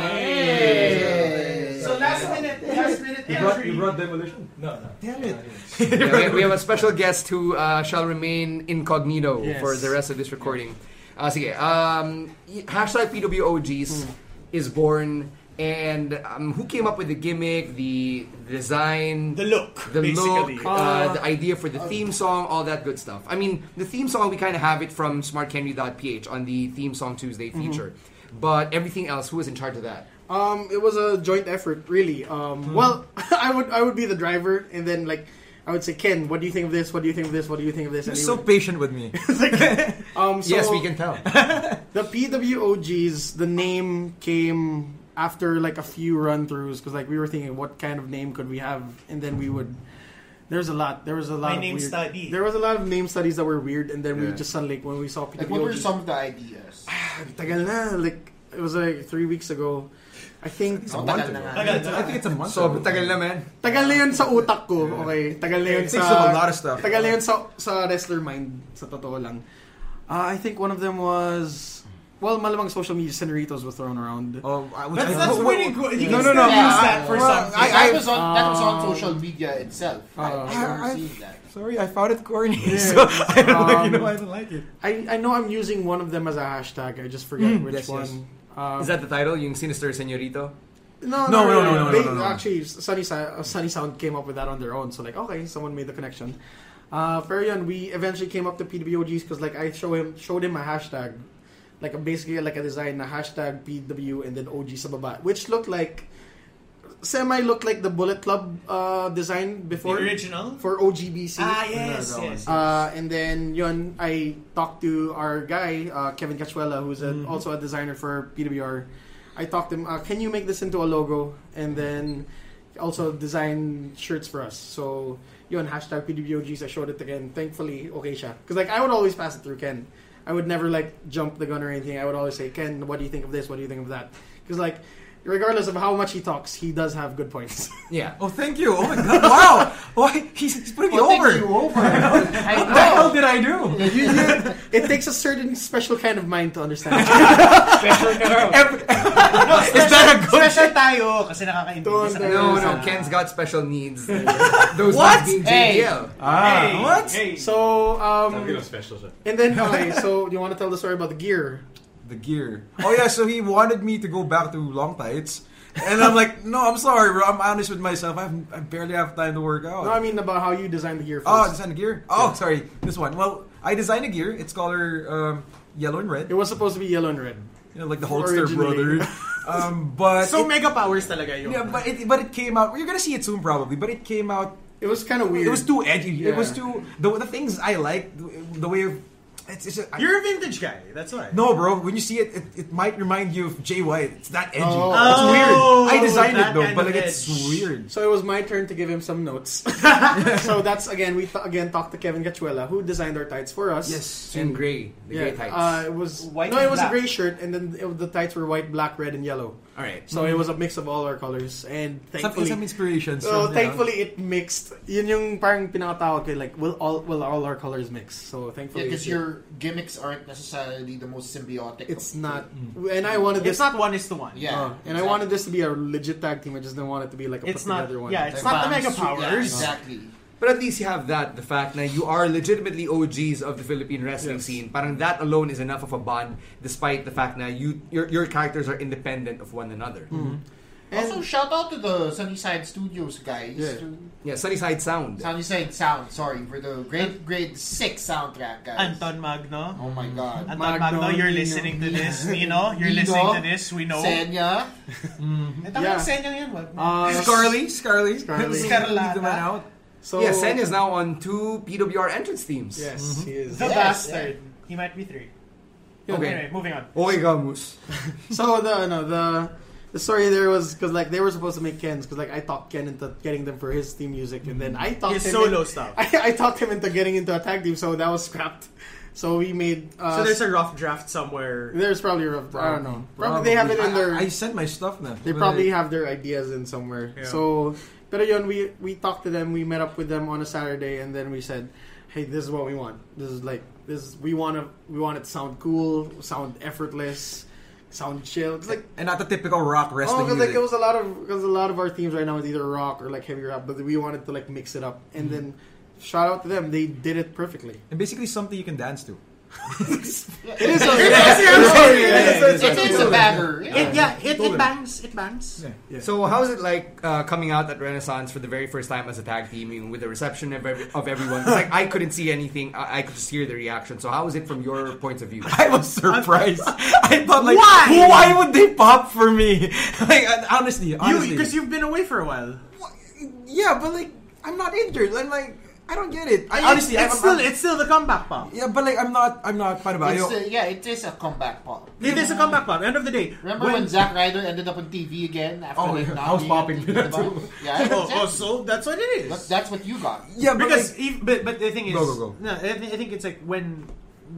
Speaker 5: So last minute, last minute
Speaker 3: demolition? No, no. Damn it.
Speaker 13: Yeah, we, we have a special guest who uh, shall remain incognito
Speaker 3: Yes.
Speaker 13: for the rest of this recording. Uh, sige, um, y- hashtag
Speaker 3: Hmm.
Speaker 13: PWOGs is born, and um, who came up with the gimmick, the design, the
Speaker 5: look,
Speaker 13: the
Speaker 5: basically.
Speaker 13: look, uh,
Speaker 5: Uh,
Speaker 13: the idea for the theme song, all that good stuff. I mean, the theme song we kind of have it from SmartHenry.ph on the theme song Tuesday
Speaker 6: Mhm.
Speaker 13: feature,
Speaker 3: Mm-hmm.
Speaker 13: but everything else, who is in charge of that?
Speaker 6: Um, it was a joint effort, really. Um, Well, I would I would be the driver, and then like I would say, Ken, what do you think of this? What do you think of this? What do you think of this?
Speaker 3: You're
Speaker 6: And he
Speaker 3: so
Speaker 6: would-
Speaker 3: patient with me.
Speaker 6: um, so
Speaker 13: yes, we can tell.
Speaker 6: the PWOGs. The name came after like a few run throughs because like we were thinking, what kind of name could we have? And then we would. There's a lot. There was a
Speaker 5: My
Speaker 6: lot. of
Speaker 5: name
Speaker 6: weird-
Speaker 5: study.
Speaker 6: There was a lot of name studies that were weird, and then we
Speaker 4: Yeah.
Speaker 6: just suddenly like, when we saw PWOGs.
Speaker 4: Like what were some of the ideas?
Speaker 13: Ah,
Speaker 6: Tagal na, like it was like three weeks ago. I think
Speaker 4: It's a month Tagal na ago. nga. Tagal, tagal. I think it's a month
Speaker 13: So, ago. tagal na, man.
Speaker 6: Tagal na yun sa utak ko, okay? Tagal na yun
Speaker 3: It
Speaker 6: sa...
Speaker 3: thinks of a lot of stuff.
Speaker 6: Tagal na yun sa, sa wrestler mind, sa totoo lang. Uh, I think one of them was... Well, malamang social media senoritos was thrown around.
Speaker 3: Oh,
Speaker 13: uh,
Speaker 4: That's- I- that's pretty
Speaker 6: really
Speaker 4: good. You
Speaker 6: no,
Speaker 4: can
Speaker 6: no, no.
Speaker 4: still use that for
Speaker 6: Well,
Speaker 4: something.
Speaker 6: I-
Speaker 4: That
Speaker 6: I-
Speaker 4: was on- that was on
Speaker 6: um,
Speaker 4: social media itself. I-
Speaker 6: uh,
Speaker 4: I remember seeing that.
Speaker 3: Sorry, I found it corny.
Speaker 6: Yeah.
Speaker 3: So I don't like, you know, I
Speaker 6: Um,
Speaker 3: don't like it.
Speaker 6: I, I know I'm using one of them as a hashtag. I just forget
Speaker 3: Mm.
Speaker 6: which
Speaker 3: Yes,
Speaker 6: one.
Speaker 3: yes.
Speaker 6: Um,
Speaker 13: Is that the title? Yung Sinister Senorito?
Speaker 6: No, no, no, no, no, they, Actually, Sunny, Si- uh, Sunny Sound came up with that on their own. So like, okay, someone made the connection. Uh, pero yun, we eventually came up to PWOGs because like I show him showed him a hashtag, like a, basically like a design, a hashtag PW and then OG sa baba, which looked like semi looked like the Bullet Club uh, design before
Speaker 5: original?
Speaker 6: for OGBC.
Speaker 5: Ah, yes, Yeah, that yes, one.
Speaker 6: Uh, and then yun,
Speaker 5: Mm-hmm.
Speaker 6: I talked to our guy uh, Kevin Cachuela, who's a, also a designer for PWR. I talked to him. Uh, Can you make this into a logo
Speaker 5: Mm-hmm.
Speaker 6: and then also design shirts for us? So yun hashtag PWOGs. I showed it to Ken. Thankfully, okay siya. Because like I would always pass it through Ken. I would never like jump the gun or anything. I would always say, Ken, what do you think of this? What do you think of that? Because like. Regardless of how much he talks, he does have good points.
Speaker 13: Yeah. Oh, thank you. Oh my god. Wow. Why he's, he's putting me
Speaker 6: Oh,
Speaker 13: over.
Speaker 6: thank you, over.
Speaker 13: what the hell did I do?
Speaker 6: You- you- it takes a certain special kind of mind to understand.
Speaker 5: Is that a good Special tayo kasi nakakaintindi sa
Speaker 13: No,
Speaker 5: kanila.
Speaker 13: no. Ken's got special needs. Those not
Speaker 6: What?
Speaker 13: being
Speaker 6: Hey.
Speaker 13: JBL.
Speaker 6: Ah,
Speaker 13: what?
Speaker 6: So, um,
Speaker 3: Sabi ko na special siya.
Speaker 6: and then okay, so you want to tell the story about the gear?
Speaker 3: the gear. Oh yeah, so he wanted me to go back to long tights, and I'm like, no, I'm sorry, bro. I'm honest with myself. I've, I barely have time to work out.
Speaker 6: No, I mean about how you designed the gear. First.
Speaker 3: oh, design a gear. Oh, sorry, this one. Well, I designed a gear. It's color um, yellow and red.
Speaker 6: It was supposed to be yellow and red.
Speaker 3: You know, like the Holster
Speaker 6: Originally.
Speaker 3: brother. um, but it-
Speaker 5: So mega powers talaga yun.
Speaker 3: yeah, but it but it came out. You're gonna see it soon, probably. But it came out.
Speaker 6: It was kind of weird.
Speaker 3: It was too edgy. It
Speaker 6: Yeah.
Speaker 3: was too the the things I like the, the way of. It's, it's I-
Speaker 5: You're a vintage guy. That's why.
Speaker 3: No, bro. When you see it, it, it might remind you of Jay White. It's that edgy.
Speaker 5: Oh.
Speaker 3: it's weird. I designed
Speaker 5: that
Speaker 3: it though,
Speaker 5: kind
Speaker 3: but
Speaker 5: of
Speaker 3: like it's
Speaker 5: edge.
Speaker 3: weird.
Speaker 6: So it was my turn to give him some notes. so that's again we t- again talked to Kevin Gachuela who designed our tights for us.
Speaker 3: Yes.
Speaker 13: In gray. The
Speaker 6: Yeah,
Speaker 13: gray tights.
Speaker 6: Uh, it was
Speaker 5: White
Speaker 6: no, it
Speaker 5: and
Speaker 6: was
Speaker 5: black.
Speaker 6: a gray shirt, and then it, the tights were white, black, red, and yellow.
Speaker 13: All right.
Speaker 6: So it was a mix of all our colors, and
Speaker 3: Some,
Speaker 6: thankfully,
Speaker 3: some inspirations.
Speaker 6: So
Speaker 3: from, you know.
Speaker 6: thankfully it mixed. Yun yung parang pinakatawag ko like will all will all our colors mix. So thankfully
Speaker 4: because your gimmicks aren't necessarily the most symbiotic.
Speaker 6: it's
Speaker 4: of-
Speaker 6: not and I wanted
Speaker 5: It's
Speaker 6: this
Speaker 5: not one is to one.
Speaker 4: Yeah,
Speaker 6: uh, and I wanted this to be a legit tag team. I just didn't want it to be like a
Speaker 5: It's
Speaker 6: put
Speaker 5: not.
Speaker 6: together one.
Speaker 5: Yeah, it's
Speaker 4: Like
Speaker 5: not the
Speaker 4: Bam
Speaker 5: mega
Speaker 4: Su- yeah,
Speaker 5: powers.
Speaker 4: exactly.
Speaker 13: But at least you have that, the fact that you are legitimately OGs of the Philippine wrestling scene. Parang that alone is enough of a bond, despite the fact that you your, your characters are independent of one another.
Speaker 3: Mm-hmm.
Speaker 4: also, shout out to the Sunnyside Studios guys.
Speaker 6: Yeah.
Speaker 4: to-
Speaker 13: Yeah, Sunnyside Sound.
Speaker 4: Sunnyside Sound, sorry, for the grade grade six soundtrack guys.
Speaker 5: Anton Magno.
Speaker 4: Oh my god.
Speaker 5: Anton Magno,
Speaker 6: Magno,
Speaker 5: you're
Speaker 6: Nino.
Speaker 5: listening to this. Nino, you're listening to this. We know.
Speaker 4: Senya.
Speaker 5: Eh, tama,
Speaker 6: Yeah.
Speaker 5: Senya yan. wag mo.
Speaker 6: Uh,
Speaker 3: Scarly, Scarly,
Speaker 6: Scarly.
Speaker 3: Leave the man out.
Speaker 6: so
Speaker 13: yeah, Sen is now on two PWR entrance themes.
Speaker 6: Yes, he is.
Speaker 5: the
Speaker 4: Yes,
Speaker 5: bastard. He might be three.
Speaker 13: Okay.
Speaker 5: Anyway, moving on.
Speaker 3: Oy Gamus.
Speaker 6: So the no the the story there was because like they were supposed to make Ken's because like I talked Ken into getting them for his theme music and then I talked
Speaker 5: Mm-hmm. His
Speaker 6: him
Speaker 5: solo
Speaker 6: in-
Speaker 5: stuff.
Speaker 6: I, I talked him into getting into a tag team so that was scrapped. So we made
Speaker 5: So
Speaker 6: uh,
Speaker 5: there's a rough draft somewhere.
Speaker 6: There's probably a rough. I don't know. Probably, they have it in their.
Speaker 3: I, I sent my stuff now.
Speaker 6: they probably have their ideas in somewhere. So, pero yun, we we talked to them. We met up with them on a Saturday, and then we said, "Hey, this is what we want. This is like this. We want to. We want it to sound cool, sound effortless, sound chill. 'Cause like
Speaker 3: and not the typical rock
Speaker 6: Oh,
Speaker 3: wrestling
Speaker 6: because like
Speaker 3: music.
Speaker 6: it was a lot of because a lot of our themes right now is either rock or like heavy rap, but we wanted to like mix it up. And
Speaker 3: Mm-hmm.
Speaker 6: then shout out to them, they did it perfectly.
Speaker 3: and basically something you can dance to.
Speaker 6: It is a it is a-
Speaker 4: It is a bagger.
Speaker 5: It, yeah, it, it bangs. It bangs.
Speaker 13: So how is it like uh, coming out at Renaissance for the very first time as a tag team and with the reception of, every, of everyone? 'Cause, like I couldn't see anything. I, I could just hear the reaction. So how is it from your point of view?
Speaker 3: I was surprised. I thought like,
Speaker 5: Why?
Speaker 3: who- Why would they pop for me? like
Speaker 13: uh,
Speaker 3: honestly, honestly.
Speaker 5: Because you, have been away for a while.
Speaker 3: yeah, but like I'm not injured. I'm like I don't get it. I, honestly,
Speaker 5: it's
Speaker 3: I'm,
Speaker 5: still
Speaker 3: I'm,
Speaker 5: it's still the comeback pop.
Speaker 3: Yeah, but like I'm not, I'm not fine about
Speaker 4: It's
Speaker 3: it.
Speaker 4: a, yeah, it is a comeback pop.
Speaker 5: It is a comeback pop. End of the day.
Speaker 4: Remember when, Zack Ryder ended up on TV again after
Speaker 3: Oh,
Speaker 4: like
Speaker 3: yeah,
Speaker 4: not
Speaker 3: I was
Speaker 4: being on
Speaker 3: popping
Speaker 4: TV,
Speaker 3: for that
Speaker 4: diba?
Speaker 3: too.
Speaker 4: Yeah,
Speaker 5: Oh,
Speaker 4: exactly.
Speaker 5: oh, so that's what it
Speaker 4: But
Speaker 5: is.
Speaker 4: that's what you got.
Speaker 3: Yeah, but
Speaker 5: because
Speaker 3: like,
Speaker 5: ev- but but the thing is,
Speaker 3: Go, go, go.
Speaker 5: no, I, thi- I think it's like when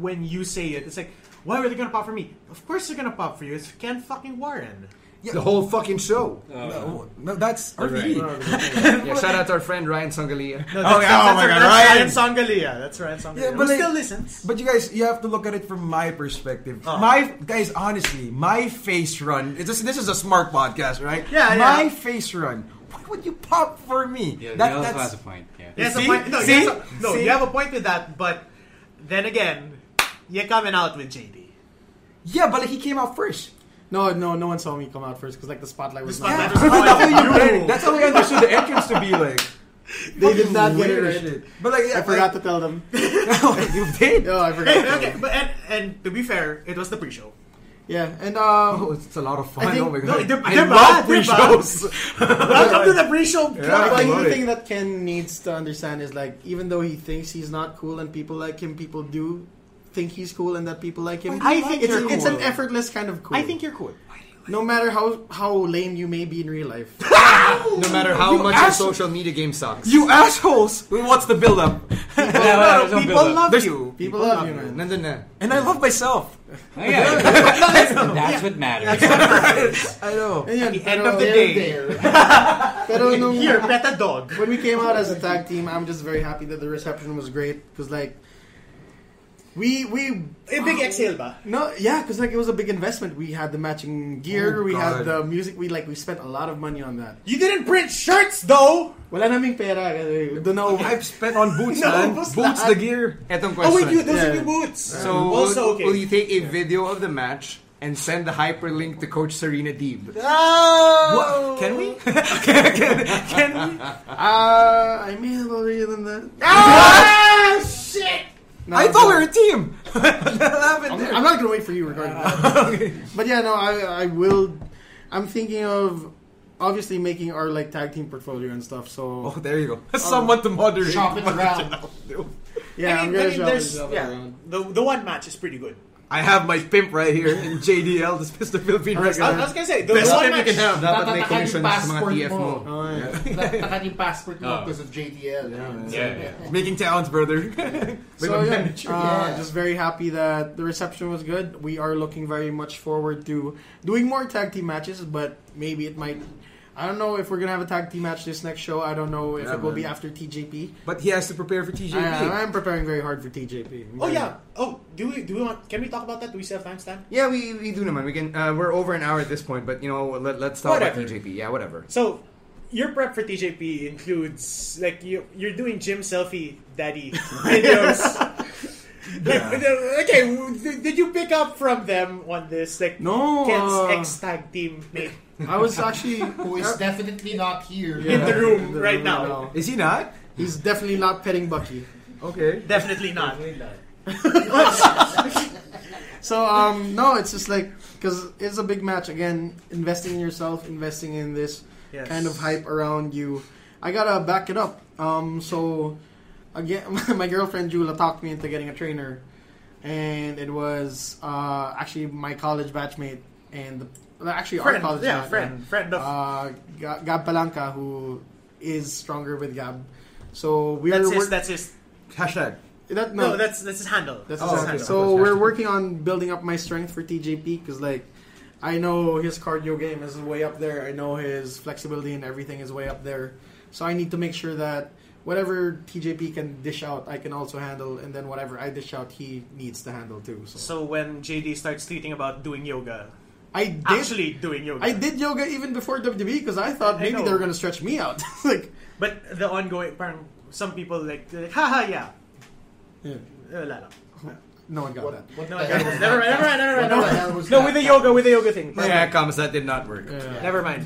Speaker 5: when you say it, it's like why were they gonna pop for me? Of course they're gonna pop for you. It's Ken fucking Warren.
Speaker 13: The whole fucking show.
Speaker 7: Oh,
Speaker 3: no, no, that's RVD.
Speaker 13: Yeah, shout out to our friend Ryan Sangalia.
Speaker 5: No,
Speaker 3: Okay,
Speaker 5: that's, that's,
Speaker 3: oh
Speaker 5: that's
Speaker 3: my
Speaker 5: our-
Speaker 3: God,
Speaker 5: that's Ryan Sangalia. That's Ryan Sangalia.
Speaker 3: Yeah,
Speaker 5: Who
Speaker 3: but like-
Speaker 5: still listens.
Speaker 3: But you guys, you have to look at it from my perspective. My guys, honestly, my face run. It's just, this is a smart podcast, right?
Speaker 5: Yeah, yeah.
Speaker 3: My face run. Why would you pop for me?
Speaker 7: Yeah,
Speaker 3: That-
Speaker 7: he also
Speaker 3: that's-
Speaker 7: has a point. Yeah.
Speaker 5: Yes,
Speaker 3: See?
Speaker 5: a point. No,
Speaker 3: See?
Speaker 5: yes, a- no
Speaker 3: See?
Speaker 5: you have a point with that, but then again, you're coming out with JD.
Speaker 3: yeah, but like, he came out first.
Speaker 6: No, no, no one saw me come out first because like the spotlight was
Speaker 5: But that
Speaker 6: not.
Speaker 5: is how I-
Speaker 3: That's how I understood the entrance to be like.
Speaker 6: They did not get it.
Speaker 3: Weird
Speaker 6: Right.
Speaker 3: shit. But like, yeah,
Speaker 6: I forgot to
Speaker 3: like,
Speaker 6: tell them.
Speaker 3: you did.
Speaker 6: Oh, I forgot. to
Speaker 5: Hey,
Speaker 6: tell
Speaker 5: okay,
Speaker 6: them.
Speaker 5: but and, and to be fair, it was the pre-show.
Speaker 6: Yeah, and
Speaker 3: Oh,
Speaker 6: um,
Speaker 3: it's a lot of fun.
Speaker 6: I think-
Speaker 3: oh my
Speaker 5: No,
Speaker 3: god!
Speaker 5: the,
Speaker 3: I
Speaker 5: the
Speaker 3: love pre-shows.
Speaker 5: Welcome to the pre-show.
Speaker 3: I
Speaker 6: But like,
Speaker 3: love
Speaker 6: the
Speaker 3: it.
Speaker 6: thing that Ken needs to understand is like, even though he thinks he's not cool and people like him, people do think he's cool and that people like him.
Speaker 5: I think
Speaker 6: it's,
Speaker 5: you're
Speaker 6: it's
Speaker 5: cool.
Speaker 6: an effortless kind of cool.
Speaker 5: I think you're cool.
Speaker 6: No matter how how lame you may be in real life,
Speaker 13: No matter how
Speaker 6: You
Speaker 13: much
Speaker 6: ass-
Speaker 13: your social media game sucks.
Speaker 3: You assholes! What's the build-up?
Speaker 13: People, love,
Speaker 3: people love
Speaker 13: There's-
Speaker 3: you.
Speaker 6: People love you, man.
Speaker 13: Nandun na.
Speaker 3: And I love myself.
Speaker 4: Oh,
Speaker 7: yeah. that's, what matters.
Speaker 3: I know.
Speaker 6: At
Speaker 5: the end of the day.
Speaker 6: Pero nung,
Speaker 5: Here, pet a dog.
Speaker 6: when we came out as a tag team, I'm just very happy that the reception was great. Cause like, we we
Speaker 5: A big exhale ba?
Speaker 6: no yeah, cause like it was a big investment. We had the matching
Speaker 3: Oh,
Speaker 6: gear, we
Speaker 3: God.
Speaker 6: had the music, we like we spent a lot of money on that.
Speaker 5: You didn't print shirts though!
Speaker 6: Wala naming pera, kasi don't
Speaker 3: Oh,
Speaker 6: know.
Speaker 3: I've spent on boots,
Speaker 5: No,
Speaker 3: man.
Speaker 5: boots
Speaker 3: Boots,
Speaker 5: lahat.
Speaker 3: the gear.
Speaker 13: Etong
Speaker 5: Oh
Speaker 13: question.
Speaker 5: wait, you, those
Speaker 6: Yeah.
Speaker 5: are your boots.
Speaker 13: so,
Speaker 5: also,
Speaker 13: will,
Speaker 5: okay.
Speaker 13: will you take a video of the match and send the hyperlink to Coach Serena Deeb?
Speaker 5: Ah!
Speaker 3: Wha- Can we?
Speaker 6: Uh, I may have already done that. Ah,
Speaker 3: I thought we were a team. That happened there.
Speaker 6: I'm not gonna wait for you regarding that. But yeah, no, I I will. I'm thinking of obviously making our like tag team portfolio and stuff. So
Speaker 3: Oh, there you go. Someone to moderate.
Speaker 4: Shop it around.
Speaker 5: I
Speaker 6: yeah,
Speaker 5: mean,
Speaker 6: I'm
Speaker 5: I
Speaker 6: gonna
Speaker 5: mean,
Speaker 6: shop
Speaker 5: there's,
Speaker 6: myself
Speaker 5: yeah,
Speaker 6: around.
Speaker 5: the, the one match is pretty good.
Speaker 3: I have my pimp right here in JDL, the Mr. Philippine
Speaker 6: Alright,
Speaker 5: I,
Speaker 3: Wrestling.
Speaker 5: I was gonna say, the
Speaker 3: Best pimp
Speaker 5: one
Speaker 3: you
Speaker 5: match.
Speaker 3: can have.
Speaker 13: Dapat may
Speaker 4: Tatatakan
Speaker 13: commission na
Speaker 4: yung
Speaker 13: sa mga
Speaker 4: passport
Speaker 13: TF mo. Oh,
Speaker 4: mo. Tatatakan yung passport mo because of JTL.
Speaker 7: yeah,
Speaker 3: Making towns, brother. With a
Speaker 6: So yeah,
Speaker 3: manager.
Speaker 6: uh, just very happy that the reception was good. We are looking very much forward to doing more tag team matches, but maybe it might. I don't know if we're gonna have a tag team match this next show. I don't know if
Speaker 3: Yeah,
Speaker 6: it will be
Speaker 3: man.
Speaker 6: after TJP.
Speaker 3: But he has to prepare for TJP.
Speaker 6: I, I'm preparing very hard for TJP.
Speaker 5: Oh yeah. Oh, do we do we want? Can we talk about that? Do we still have time, Stan?
Speaker 13: Yeah, we, we do naman. We can, uh, we're over an hour at this point, but you know, let, let's talk
Speaker 5: Whatever.
Speaker 13: about TJP. Yeah, whatever.
Speaker 5: So, your prep for TJP includes like you you're doing gym selfie daddy videos. Like, okay, w- did- did you pick up from them on this? Like,
Speaker 6: No,
Speaker 5: Ken's
Speaker 6: uh,
Speaker 5: ex tag team mate
Speaker 6: I was actually
Speaker 4: Who is oh, definitely not here.
Speaker 5: in the room
Speaker 6: the
Speaker 5: right
Speaker 6: room
Speaker 5: now.
Speaker 6: now.
Speaker 3: Is he not?
Speaker 6: He's definitely not petting Bucky.
Speaker 3: Okay.
Speaker 5: Definitely not.
Speaker 6: So um no, it's just like because it's a big match again. Investing in yourself, investing in this
Speaker 5: Yes.
Speaker 6: kind of hype around you. I gotta back it up. Um so again, my girlfriend Jula talked me into getting a trainer, and it was uh actually my college batchmate and the, well, actually our
Speaker 5: Friend,
Speaker 6: college
Speaker 5: yeah,
Speaker 6: batchmate,
Speaker 5: friend, friend of-
Speaker 6: uh, Ga- Gab Palanca who is stronger with Gab. So we
Speaker 5: That's
Speaker 6: were
Speaker 5: his.
Speaker 6: work-
Speaker 5: That's his.
Speaker 3: Hashtag.
Speaker 6: that-
Speaker 5: No, that's that's his handle.
Speaker 6: that's
Speaker 3: Oh,
Speaker 6: exactly.
Speaker 3: okay.
Speaker 6: So
Speaker 3: Okay.
Speaker 6: we're working on building up my strength for TJP because, like, I know his cardio game is way up there. I know his flexibility and everything is way up there. So I need to make sure that whatever TJP can dish out, I can also handle, and then whatever I dish out, he needs to handle too. So,
Speaker 5: So when JD starts tweeting about doing yoga,
Speaker 6: I did.
Speaker 5: actually doing yoga,
Speaker 6: I did yoga even before WWE because I thought
Speaker 5: I
Speaker 6: maybe
Speaker 5: know.
Speaker 6: they were gonna stretch me out. like,
Speaker 5: But the ongoing, parang some people like, like haha, yeah.
Speaker 6: Yeah.
Speaker 5: Wala lang.
Speaker 6: no one got that.
Speaker 5: No,
Speaker 4: uh,
Speaker 5: okay, never mind, never mind, never mind. Never mind.
Speaker 4: was
Speaker 5: No, with the yoga, with the yoga thing.
Speaker 13: Yeah, comes that did not work.
Speaker 5: Never mind.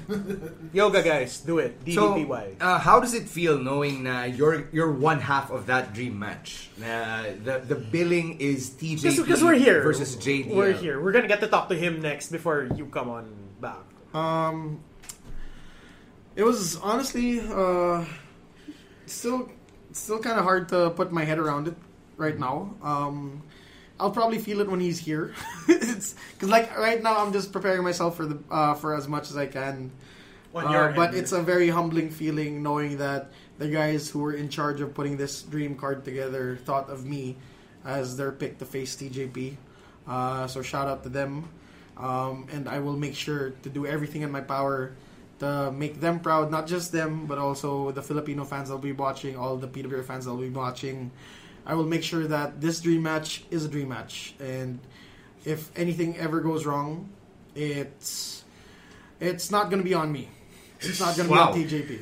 Speaker 5: Yoga, guys, do it. DDPY.
Speaker 13: So, uh, how does it feel knowing na you're you're one half of that dream match? Uh, the the billing is TJ
Speaker 5: Because we're here.
Speaker 13: versus JDL.
Speaker 5: We're here. We're gonna get to talk to him next before you come on back.
Speaker 6: Um, it was honestly uh, still still kind of hard to put my head around it right now. Um, I'll probably feel it when he's here. it's because like right now I'm just preparing myself for the uh, for as much as I can.
Speaker 5: On
Speaker 6: Uh,
Speaker 5: your
Speaker 6: but
Speaker 5: end.
Speaker 6: it's a very humbling feeling knowing that the guys who were in charge of putting this dream card together thought of me as their pick to face TJP. Uh, so shout out to them, um, and I will make sure to do everything in my power to make them proud. Not just them, but also the Filipino fans that'll be watching, all the PWR fans that'll be watching. I will make sure that this dream match is a dream match, and if anything ever goes wrong, it's it's not going to be on me. It's not going to
Speaker 13: Wow.
Speaker 6: be on TJP.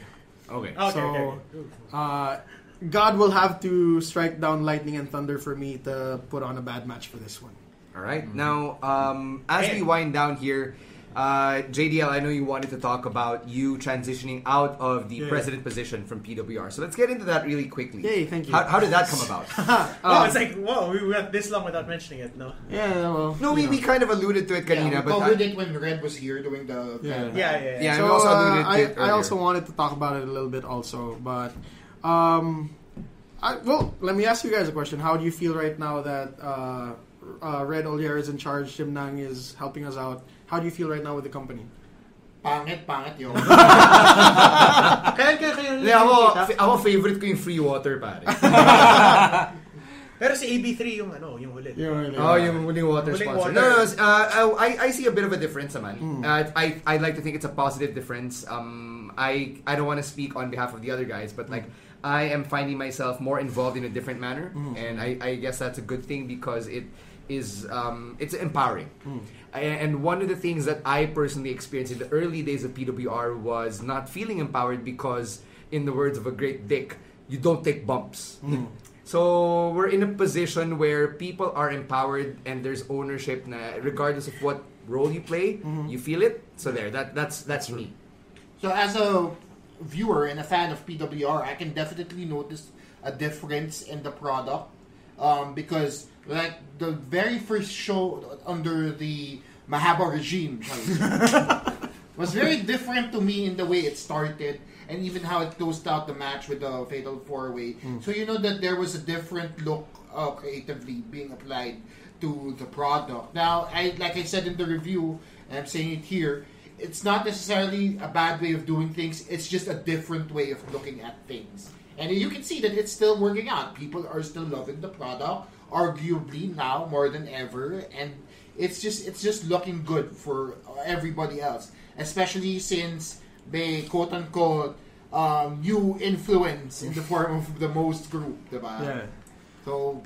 Speaker 13: Okay.
Speaker 5: okay,
Speaker 6: so,
Speaker 5: okay, okay.
Speaker 6: Uh, God will have to strike down lightning and thunder for me to put on a bad match for this one.
Speaker 13: All right. Now, um, as we wind down here, uh, JDL, I know you wanted to talk about you transitioning out of the president position from PWR. So let's get into that really quickly.
Speaker 6: Yay, thank you.
Speaker 13: How, how did that come about?
Speaker 5: wow, Oh, it's like, whoa, we went this long without mentioning it, no?
Speaker 6: Yeah, well,
Speaker 13: no, we, we kind of alluded to it, Karina,
Speaker 4: Yeah, we
Speaker 13: but
Speaker 4: covered
Speaker 13: I-
Speaker 4: it when Red was here doing the.
Speaker 6: Yeah.
Speaker 5: Yeah, yeah, yeah.
Speaker 13: yeah,
Speaker 6: So,
Speaker 13: we also alluded to it
Speaker 6: uh, I, I
Speaker 13: earlier.
Speaker 6: also wanted to talk about it a little bit also, but um, I, well, let me ask you guys a question. How do you feel right now that uh, uh, Red Olier is in charge? Jim Nang is helping us out. How do you feel right now with the company?
Speaker 4: Pangit, pangit yun.
Speaker 14: Kaya kayo kayo
Speaker 6: Hindi, ako-
Speaker 14: ako favorite ko yung free water, pare.
Speaker 5: Pero si AB3 yung ano, yung huli.
Speaker 14: Oh, yung huling water
Speaker 5: Huling
Speaker 14: sponsor.
Speaker 5: water.
Speaker 14: No, no, no, uh, I, I see a bit of a difference naman. Uh, I, I like to think it's a positive difference. Um, I, I don't want to speak on behalf of the other guys, but like, I am finding myself more involved in a different manner.
Speaker 13: Mm.
Speaker 14: And I, I guess that's a good thing because it is, um, it's empowering. A- And one of the things that I personally experienced in the early days of PWR was not feeling empowered because, in the words of a great dick, you don't take bumps. So we're in a position where people are empowered and there's ownership, na, regardless of what role you play, you feel it. So there, that that's that's me.
Speaker 4: So as a viewer and a fan of PWR, I can definitely notice a difference in the product um, because like the very first show under the Mahaba regime was very different to me in the way it started and even how it closed out the match with the fatal four way.
Speaker 16: Mm.
Speaker 4: So you know that there was a different look uh, creatively being applied to the product. Now, I like I said in the review, and I'm saying it here. It's not necessarily a bad way of doing things. It's just a different way of looking at things. And you can see that it's still working out. People are still loving the product, arguably now more than ever. And it's just it's just looking good for everybody else, especially since they quote unquote um, new influence in the form of the most group, diba?
Speaker 6: Yeah.
Speaker 4: So,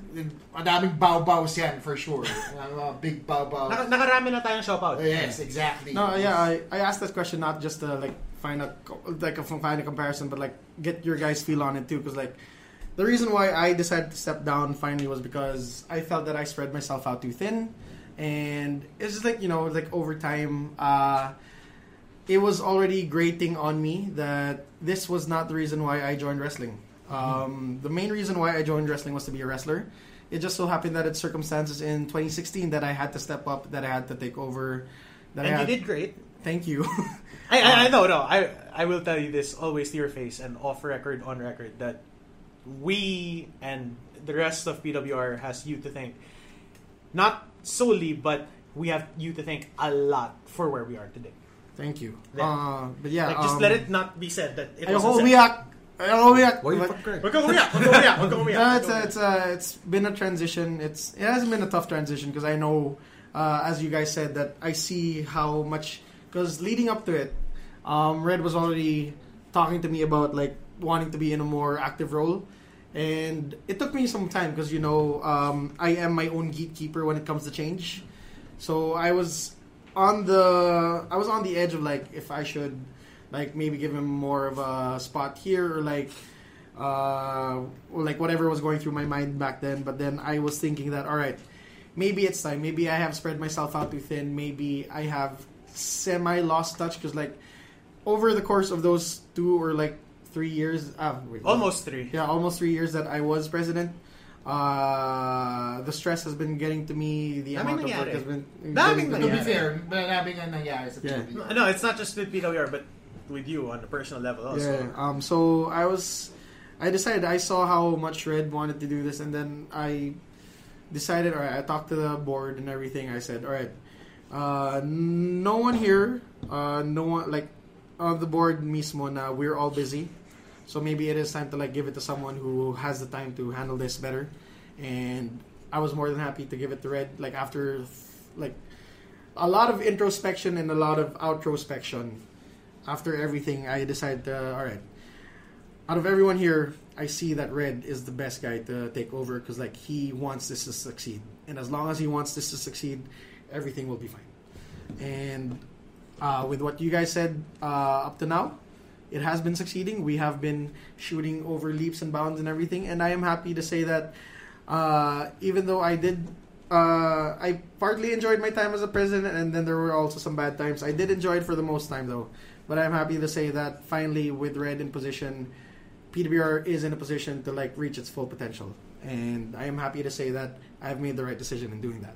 Speaker 4: madaming bow-bows yan for sure. Ang mga big bow-bows.
Speaker 5: Naka- nakarami na tayong shop-out.
Speaker 4: yes, exactly.
Speaker 6: No, yeah, I, I asked that question not just to like find a co- like a, find a comparison, but like get your guys' feel on it too, because like the reason why I decided to step down finally was because I felt that I spread myself out too thin, and it's just like you know like over time, uh, it was already grating on me that this was not the reason why I joined wrestling.
Speaker 5: Mm-hmm.
Speaker 6: Um, the main reason why I joined wrestling was to be a wrestler. It just so happened that it's circumstances in 2016 that I had to step up, that I had to take over. That
Speaker 5: And
Speaker 6: I
Speaker 5: you
Speaker 6: had,
Speaker 5: did great.
Speaker 6: Thank you.
Speaker 5: I,
Speaker 6: Um,
Speaker 5: I, I know, no. I, I will tell you this always to your face and off record, on record, that we and the rest of PWR has you to thank. Not solely, but we have you to thank a lot for where we are today.
Speaker 6: Thank you.
Speaker 5: Yeah.
Speaker 6: Uh, but yeah,
Speaker 5: Like, just
Speaker 6: um,
Speaker 5: let it not be said that it
Speaker 6: Ayoko
Speaker 5: wasn't
Speaker 6: umiyak.
Speaker 5: said.
Speaker 6: Ayoko umiyak.
Speaker 5: Why you
Speaker 6: But-
Speaker 5: fuck, Greg? Wag kang umiyak, wag kang umiyak, wag kang umiyak,
Speaker 6: No,
Speaker 5: wag
Speaker 6: it's a,
Speaker 5: kang
Speaker 6: it's a, it's been a transition. It's it hasn't been a tough transition because I know, uh, as you guys said, that I see how much because leading up to it, um, Red was already talking to me about like wanting to be in a more active role. And it took me some time because you know um, I am my own gatekeeper when it comes to change. So I was on the I was on the edge of like if I should like maybe give him more of a spot here or like uh or like whatever was going through my mind back then but then I was thinking that all right maybe it's time maybe I have spread myself out too thin maybe I have semi lost touch cuz like over the course of those two or like 3 years uh, wait,
Speaker 5: Almost three.
Speaker 6: yeah almost 3 years that I was president uh, the stress has been getting to me. The
Speaker 5: Daming
Speaker 6: amount of work
Speaker 5: nangyari.
Speaker 6: has been.
Speaker 5: Daming
Speaker 6: getting to
Speaker 4: To
Speaker 6: me.
Speaker 4: be fair, maraming ang nangyari sa
Speaker 6: Yeah.
Speaker 4: PWR.
Speaker 5: No, it's not just with PWR, but with you on a personal level also.
Speaker 6: Yeah. Um. So I was, I decided I saw how much Red wanted to do this, and then I decided. All right, I talked to the board and everything. I said, all right, uh, no one here, uh, no one like on the board mismo. Na we're all busy, so maybe it is time to like give it to someone who has the time to handle this better. And I was more than happy to give it to Red. Like after, like a lot of introspection and a lot of outrospection after everything, I decided, uh, all right. Out of everyone here, I see that Red is the best guy to take over because like he wants this to succeed, and as long as he wants this to succeed, everything will be fine. And uh, with what you guys said uh, up to now, it has been succeeding. We have been shooting over leaps and bounds and everything, and I am happy to say that uh, even though I did, uh, I partly enjoyed my time as a president, and then there were also some bad times. I did enjoy it for the most time, though. But I'm happy to say that finally, with Red in position, PWR is in a position to like reach its full potential, and I am happy to say that I've made the right decision in doing that.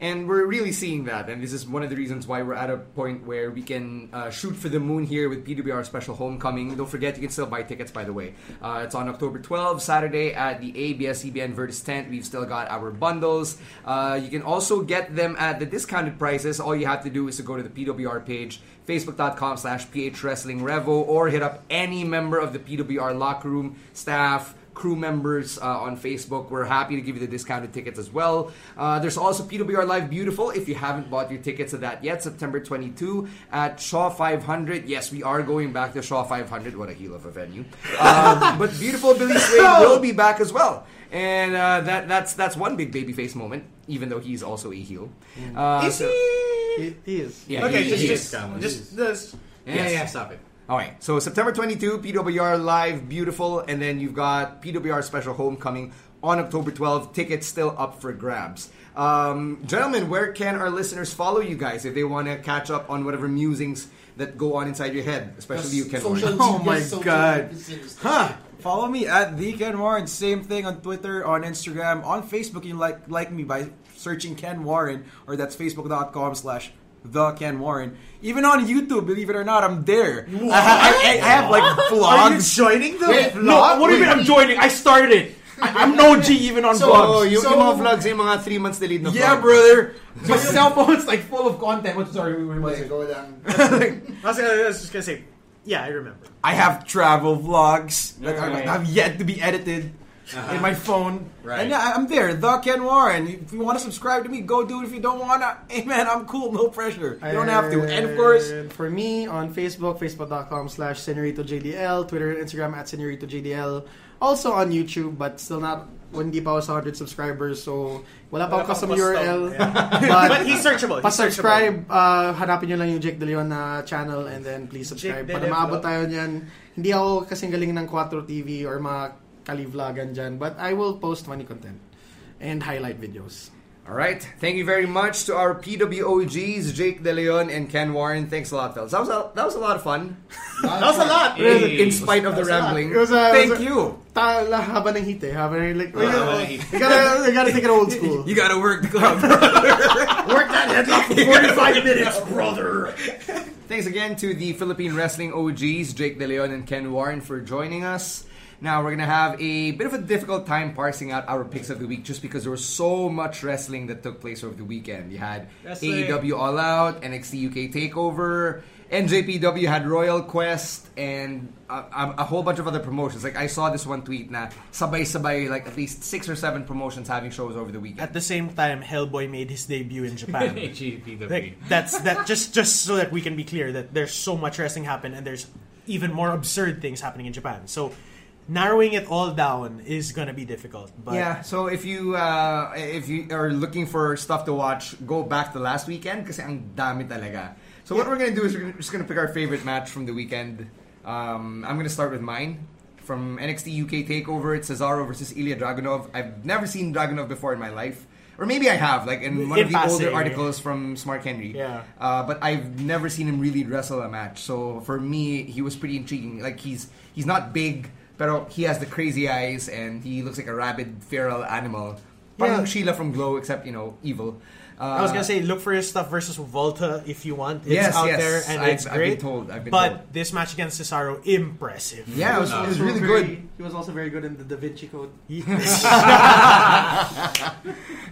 Speaker 3: And we're really seeing that, and this is one of the reasons why we're at a point where we can uh, shoot for the moon here with PWR Special Homecoming. Don't forget, you can still buy tickets, by the way. Uh, it's on October 12th, Saturday, at the ABS-CBN Vertis tent. We've still got our bundles. Uh, you can also get them at the discounted prices. All you have to do is to go to the PWR page, facebook.com slash phwrestlingrevo, or hit up any member of the PWR locker room staff, crew members uh, on Facebook. We're happy to give you the discounted tickets as well. Uh, there's also PWR Live Beautiful if you haven't bought your tickets to that yet, September 22 at Shaw 500. Yes, we are going back to Shaw 500. What a heel of a venue. Um, but beautiful Billy Slade will be back as well. And uh, that, that's that's one big babyface moment, even though he's also a heel. Uh,
Speaker 6: Mm. Is
Speaker 3: so-
Speaker 6: He, he is.
Speaker 3: Yeah,
Speaker 6: okay,
Speaker 3: he-
Speaker 6: just,
Speaker 3: he
Speaker 6: just,
Speaker 3: is. He is.
Speaker 6: just this.
Speaker 3: Yeah, yeah, yeah,
Speaker 6: stop it.
Speaker 3: All right, so September 22, PWR Live, beautiful, and then you've got PWR Special Homecoming on October 12. Tickets still up for grabs. Um, gentlemen, where can our listeners follow you guys if they want to catch up on whatever musings that go on inside your head, especially you, Ken? Warren?
Speaker 17: Oh my god. Huh. Follow me at the Ken Warren. Same thing on Twitter, on Instagram, on Facebook. You can like like me by searching Ken Warren, or that's facebook.com slash the Ken Warren. Even on YouTube, believe it or not, I'm there. I, ha- I- I- I have like
Speaker 5: Are you
Speaker 17: vlogs.
Speaker 5: joining the
Speaker 17: Wait,
Speaker 5: vlog?
Speaker 17: no, what do you mean I'm
Speaker 5: joining? I started it. I, am no G even on
Speaker 3: So, oh,
Speaker 5: vlogs.
Speaker 3: yung, yung mga vlogs, yung mga 3 months delayed na
Speaker 17: Yeah,
Speaker 3: vlog.
Speaker 17: brother.
Speaker 4: My cell phone's like full of content. What sorry, we were like, go down.
Speaker 5: I was, I was just gonna say, yeah, I remember.
Speaker 17: I have travel vlogs that are-
Speaker 5: Alright.
Speaker 17: have yet to be edited
Speaker 5: Uh-huh.
Speaker 17: in my phone.
Speaker 5: Right.
Speaker 17: And I- I'm there, the Ken Warren. If you want to subscribe to me, go do it. If you don't want to, hey man, I'm cool, no pressure. You don't have to. And of course,
Speaker 6: And for me on Facebook, facebook.com slash SenoritoJDL, Twitter and Instagram at SenoritoJDL, also on YouTube, but still not when di pa ako sa 100 subscribers, so wala
Speaker 5: Wala pang
Speaker 6: pa ako custom
Speaker 5: custom,
Speaker 6: URL.
Speaker 5: yeah.
Speaker 6: But,
Speaker 5: But he's searchable, he's
Speaker 6: Pa-subscribe, uh, hanapin nyo lang yung Jake De Leon na channel and then please subscribe.
Speaker 5: Jake De Leon.
Speaker 6: Para maabot tayo niyan. Hindi ako kasing galing ng 4 TV or mga kalivlagan dyan, but I will post funny content and highlight videos.
Speaker 3: All right, thank you very much to our PWOGs, Jake De Leon and Ken Warren. Thanks a lot, fellas. That was a, that was a lot of fun.
Speaker 6: That was a lot.
Speaker 3: In spite of the rambling.
Speaker 6: It was a- it
Speaker 3: Thank
Speaker 6: was a-
Speaker 17: you.
Speaker 6: Tala, haba ng hit eh. Haba ng like, we,
Speaker 17: Haba ng
Speaker 6: gotta,
Speaker 17: hit.
Speaker 6: we, gotta, we gotta take it old school.
Speaker 17: you gotta work the club.
Speaker 6: Work that headlock for 45 minutes, brother.
Speaker 3: Thanks again to the Philippine wrestling OGs, Jake De Leon and Ken Warren, for joining us. Now we're gonna have a bit of a difficult time parsing out our picks of the week, just because there was so much wrestling that took place over the weekend. You had
Speaker 5: Wrestling.
Speaker 3: AEW All Out, NXT UK Takeover, NJPW had Royal Quest, and a, a, a whole bunch of other promotions. Like I saw this one tweet, na sabay sabay, like at least six or seven promotions having shows over the weekend.
Speaker 5: At the same time, Hellboy made his debut in Japan.
Speaker 18: HGPW.
Speaker 5: Like, that's that just just so that we can be clear that there's so much wrestling happen and there's even more absurd things happening in Japan. So narrowing it all down is gonna be difficult. But
Speaker 3: yeah, so if you uh, if you are looking for stuff to watch, go back to last weekend kasi ang dami talaga. So what we're gonna do is we're gonna- just gonna pick our favorite match from the weekend. Um, I'm gonna start with mine from NXT UK Takeover. It's Cesaro versus Ilya Dragunov. I've never seen Dragunov before in my life, or maybe I have, like in one
Speaker 5: In
Speaker 3: of the
Speaker 5: passing,
Speaker 3: older articles from Smart Henry.
Speaker 5: Yeah.
Speaker 3: Uh, but I've never seen him really wrestle a match. So for me, he was pretty intriguing. Like he's he's not big, but he has the crazy eyes and he looks like a rabid feral animal. Parang
Speaker 5: Yeah.
Speaker 3: Sheila from Glow, except you know evil. Uh,
Speaker 5: I was gonna say look for his stuff versus Volta if you want. It's
Speaker 3: Yes,
Speaker 5: out
Speaker 3: yes.
Speaker 5: there and
Speaker 3: I've-
Speaker 5: it's
Speaker 3: I've been
Speaker 5: great.
Speaker 3: told, I've been
Speaker 5: but
Speaker 3: told.
Speaker 5: this match against Cesaro, impressive.
Speaker 3: Yeah, it was, it was really good.
Speaker 6: He was also very good in the Da Vinci Code.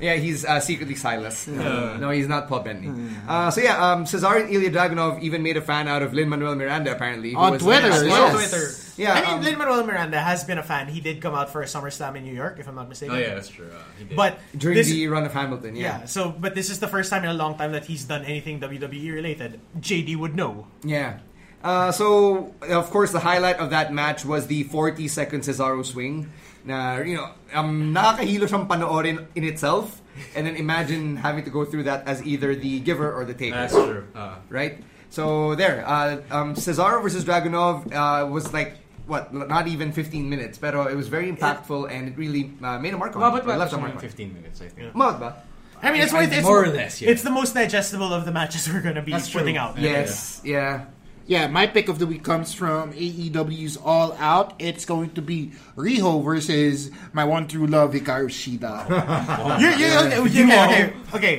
Speaker 3: Yeah, he's uh, secretly Silas. No, no, he's not Paul Bentley. Uh, so yeah, um, Cesaro and Ilya Dragunov even made a fan out of Lin Manuel Miranda apparently who
Speaker 4: On
Speaker 3: was-
Speaker 4: Twitter,
Speaker 3: Yes.
Speaker 4: yes.
Speaker 3: Yeah,
Speaker 5: I mean,
Speaker 3: um,
Speaker 5: Lin Manuel Miranda has been a fan. He did come out for a SummerSlam in New York, if I'm not mistaken.
Speaker 18: Oh yeah, that's true. Uh, he did.
Speaker 5: But
Speaker 3: during
Speaker 5: this,
Speaker 3: the run of Hamilton.
Speaker 5: yeah.
Speaker 3: Yeah,
Speaker 5: so but this is the first time in a long time that he's done anything WWE related. JD would know.
Speaker 3: Yeah. Uh, so, of course, the highlight of that match was the 40-second Cesaro swing. Na, you know, um, nakakahilo siyang panoorin in itself. And then imagine having to go through that as either the giver or the taker.
Speaker 18: that's true. Uh,
Speaker 3: Right? So, there. Uh, um, Cesaro versus Dragunov uh, was like, what, not even 15 minutes. Pero it was very impactful and it really uh, made a mark on
Speaker 18: well,
Speaker 3: it.
Speaker 18: but
Speaker 3: It
Speaker 18: left
Speaker 3: left a
Speaker 18: on
Speaker 3: mark on it.
Speaker 18: 15 minutes, I think.
Speaker 3: Mabot ba?
Speaker 5: I mean, it's,
Speaker 18: I-
Speaker 5: worth- it's
Speaker 18: more or less, yeah.
Speaker 5: It's the most digestible of the matches we're going to be
Speaker 4: That's true.
Speaker 5: putting out.
Speaker 3: Yes. Yeah.
Speaker 4: Yeah, my pick of the week comes from AEW's All Out. It's going to be Riho versus my one true love Hikaru Shida.
Speaker 5: You, you, okay, okay, okay, okay.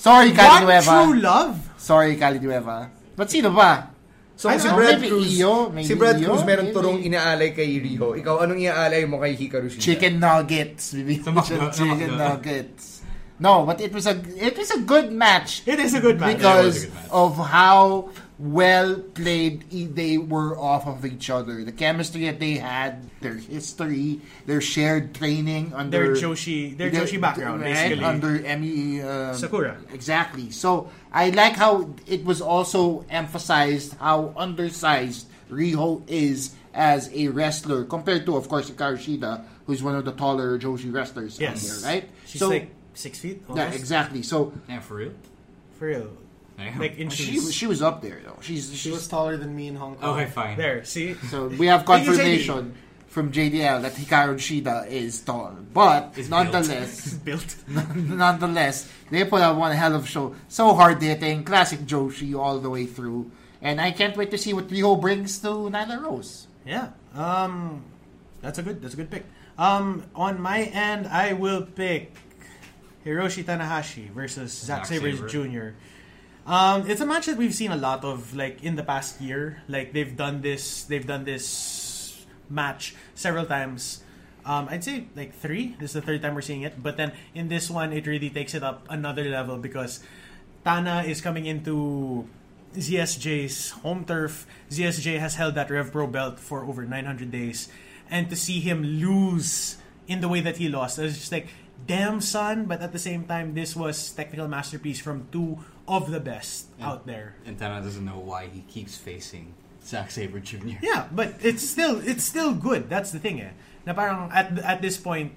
Speaker 4: Sorry, Cali
Speaker 5: What
Speaker 4: Nueva.
Speaker 5: true love?
Speaker 4: Sorry, Cali Nueva. But sino ba?
Speaker 19: So
Speaker 4: I
Speaker 19: si
Speaker 4: don't know,
Speaker 19: Brad
Speaker 4: Ano, oh, maybe
Speaker 19: Cruz,
Speaker 4: Iyo, maybe
Speaker 19: si Brad
Speaker 4: Iyo,
Speaker 19: Cruz meron
Speaker 4: maybe.
Speaker 19: turong inaalay kay Riho. Ikaw anong inaalay mo kay Hikaru Shida?
Speaker 4: Chicken nuggets. Bibi.
Speaker 19: Makdo- sa
Speaker 4: Chicken
Speaker 19: Makdo.
Speaker 4: nuggets. No, but it was a it was a good match.
Speaker 5: It is a good match.
Speaker 4: because
Speaker 5: Yeah, it was a good match.
Speaker 4: of how well played e- they were off of each other. The chemistry that they had, their history, their shared training under
Speaker 5: Their Joshi- their Joshi background,
Speaker 4: right?
Speaker 5: basically.
Speaker 4: under Emmy um,
Speaker 5: Sakura.
Speaker 4: Exactly. So I like how it was also emphasized how undersized Riho is as a wrestler compared to, of course, Hikaru Shida, who's one of the taller Joshi wrestlers. out
Speaker 5: Yes.
Speaker 4: there, right.
Speaker 5: She's like six feet.
Speaker 4: Yeah,
Speaker 5: Almost.
Speaker 4: exactly. So
Speaker 3: yeah, for real.
Speaker 5: For real. Like in
Speaker 4: she,
Speaker 5: shoes.
Speaker 4: she was up there though. She's
Speaker 20: She was taller than me in Hong Kong.
Speaker 3: Okay, fine.
Speaker 5: There, see?
Speaker 4: So we have
Speaker 5: Thank you, JD.
Speaker 4: confirmation from JDL that Hikaru Shida is tall, but nonetheless,
Speaker 5: built.
Speaker 4: nonetheless, they put out one hell of a show. So hard hitting, classic Joshi all the way through, and I can't wait to see what Riho brings to Nyla Rose.
Speaker 5: Yeah. Um, that's a good. That's a good pick. Um, on my end, I will pick Hiroshi Tanahashi versus Zack
Speaker 3: Zack
Speaker 5: Sabers
Speaker 3: Sabre.
Speaker 5: Jr. Um, it's a match that we've seen a lot of, like in the past year. Like they've done this. They've done this match several times. Um, I'd say like three. This is the third time we're seeing it. But then in this one, it really takes it up another level because Tana is coming into ZSJ's home turf. ZSJ has held that RevPro belt for over 900 days. And to see him lose in the way that he lost, it was just like, damn son. But at the same time, this was technical masterpiece from two of the best out there.
Speaker 3: And Tana doesn't know why he keeps facing Zack Sabre Jr.
Speaker 5: Yeah, but it's still it's still good. That's the thing eh. Na parang at at this point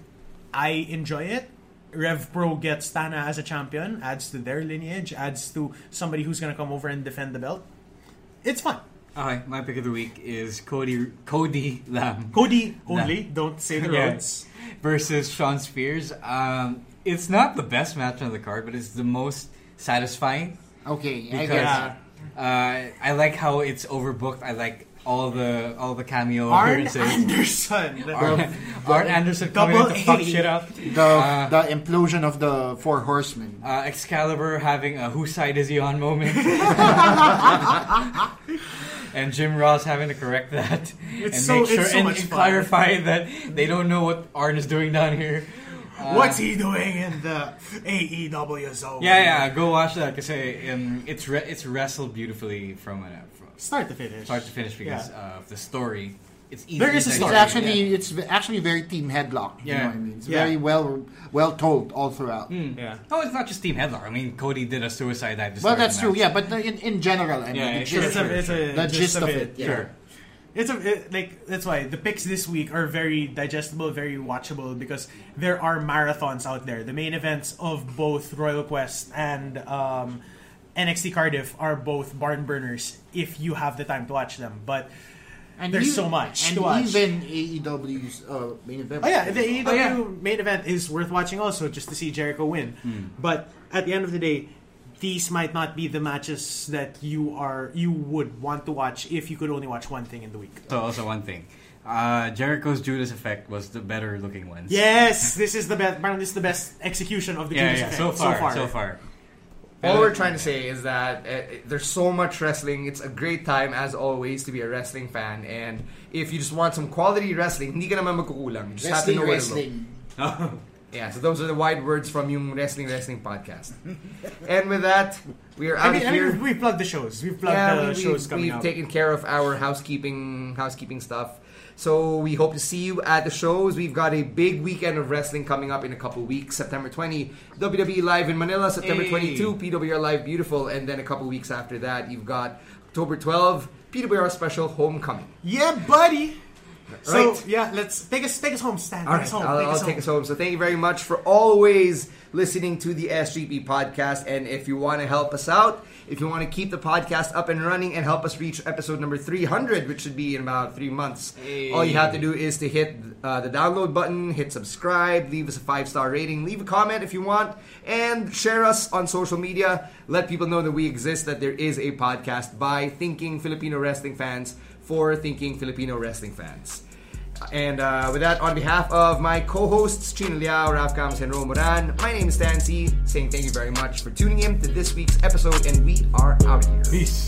Speaker 5: I enjoy it. Rev Pro gets Tana as a champion, adds to their lineage, adds to somebody who's going to come over and defend the belt. It's fun.
Speaker 3: Alright, my pick of the week is Cody Cody Lamb.
Speaker 5: Cody only, don't say the roads.
Speaker 3: Versus Sean Spears. Um, it's not the best match on the card, but it's the most satisfying.
Speaker 4: Okay, I
Speaker 3: because
Speaker 4: guess.
Speaker 3: uh, I like how it's overbooked. I like all the all the cameo
Speaker 5: Arn
Speaker 3: appearances.
Speaker 5: Anderson.
Speaker 3: Arn, Arn Anderson coming in
Speaker 5: Double
Speaker 3: to fuck
Speaker 5: A.
Speaker 3: shit up.
Speaker 4: The the implosion of the Four Horsemen.
Speaker 3: Uh, Excalibur having a whose side is he on moment. and Jim Ross having to correct that.
Speaker 5: It's
Speaker 3: and
Speaker 5: so-
Speaker 3: make
Speaker 5: it's
Speaker 3: sure
Speaker 5: so
Speaker 3: and,
Speaker 5: much
Speaker 3: and
Speaker 5: fun.
Speaker 3: clarify that they don't know what Arn is doing down here. Uh,
Speaker 5: What's he doing in the AEW zone?
Speaker 3: Yeah, yeah, go watch that because um, it's re- it's wrestled beautifully from, an, from
Speaker 5: Start to finish.
Speaker 3: start to finish because um,
Speaker 5: Yeah.
Speaker 3: of the story. It's easy.
Speaker 5: There is a
Speaker 3: to
Speaker 5: story.
Speaker 4: It's
Speaker 3: digest.
Speaker 4: actually it's actually very team headlock. You
Speaker 3: Yeah.
Speaker 4: know what I mean? It's
Speaker 3: Yeah.
Speaker 4: very well well told all throughout.
Speaker 5: Hmm.
Speaker 3: Yeah. No, it's not just Team Headlock. I mean, Cody did a suicide dive. to
Speaker 4: Well,
Speaker 3: start the
Speaker 4: that's true.
Speaker 3: match.
Speaker 4: Yeah, but in, in general, I mean,
Speaker 3: Yeah,
Speaker 4: the
Speaker 3: sure,
Speaker 4: gist,
Speaker 3: sure,
Speaker 5: it's a
Speaker 4: the gist of it. yeah.
Speaker 3: Sure.
Speaker 5: It's a it, like that's why the picks this week are very digestible, very watchable because there are marathons out there. The main events of both Royal Quest and um, NXT Cardiff are both barn burners if you have the time to watch them. But there's
Speaker 4: even-
Speaker 5: so much
Speaker 4: And
Speaker 5: to watch.
Speaker 4: even AEW's uh, main event.
Speaker 5: Oh yeah, the AEW
Speaker 4: Oh, yeah.
Speaker 5: main event is worth watching also just to see Jericho win.
Speaker 3: Hmm.
Speaker 5: But at the end of the day, these might not be the matches that you are you would want to watch if you could only watch one thing in the week.
Speaker 3: So also one thing, uh, Jericho's Judas effect was the better looking one.
Speaker 5: Yes, this is the best. Apparently, this is the best execution of the
Speaker 3: Yeah,
Speaker 5: Judas
Speaker 3: yeah,
Speaker 5: Effect
Speaker 3: so far,
Speaker 5: So far,
Speaker 3: so far.
Speaker 6: All we're trying to say is that uh, there's so much wrestling. It's a great time, as always, to be a wrestling fan. And if you just want some quality wrestling, hindi ka naman magkukulang. You just have to
Speaker 4: Wrestling,
Speaker 6: know where to look.
Speaker 4: wrestling.
Speaker 6: Yeah, so those are the wide words from yung Wrestling Wrestling Podcast. and with that, we are
Speaker 5: I
Speaker 6: out
Speaker 5: mean,
Speaker 6: of
Speaker 5: I
Speaker 6: here.
Speaker 5: mean, we plugged the shows. We plugged
Speaker 6: yeah,
Speaker 5: the
Speaker 6: we,
Speaker 5: shows
Speaker 6: have
Speaker 5: coming out.
Speaker 6: taken care of our housekeeping housekeeping stuff. So we hope to see you at the shows. We've got a big weekend of wrestling coming up in a couple weeks. September 20, WWE Live in Manila. September
Speaker 3: Hey.
Speaker 6: 22, PWR Live Beautiful. And then a couple weeks after that, you've got October 12, PWR Special Homecoming.
Speaker 5: yeah, buddy. So
Speaker 6: Right.
Speaker 5: yeah, let's take us take us home, Stan.
Speaker 6: All
Speaker 5: take
Speaker 6: right,
Speaker 5: us home.
Speaker 6: I'll,
Speaker 5: take
Speaker 6: I'll
Speaker 5: us home.
Speaker 6: take us home. So thank you very much for always listening to the SGP podcast. And if you want to help us out, if you want to keep the podcast up and running and help us reach episode number 300, which should be in about three months, all you have to do is to hit uh, the download button, hit subscribe, leave us a five star rating, leave a comment if you want, and share us on social media. Let people know that we exist, that there is a podcast by Thinking Filipino Wrestling Fans for Thinking Filipino Wrestling Fans.
Speaker 21: And uh, with that, on behalf of my co-hosts Trina Liao, Raf Kams, and Ro Moran, my name is Stancy, saying thank you very much for tuning in to this week's episode, and we are out of here. Peace.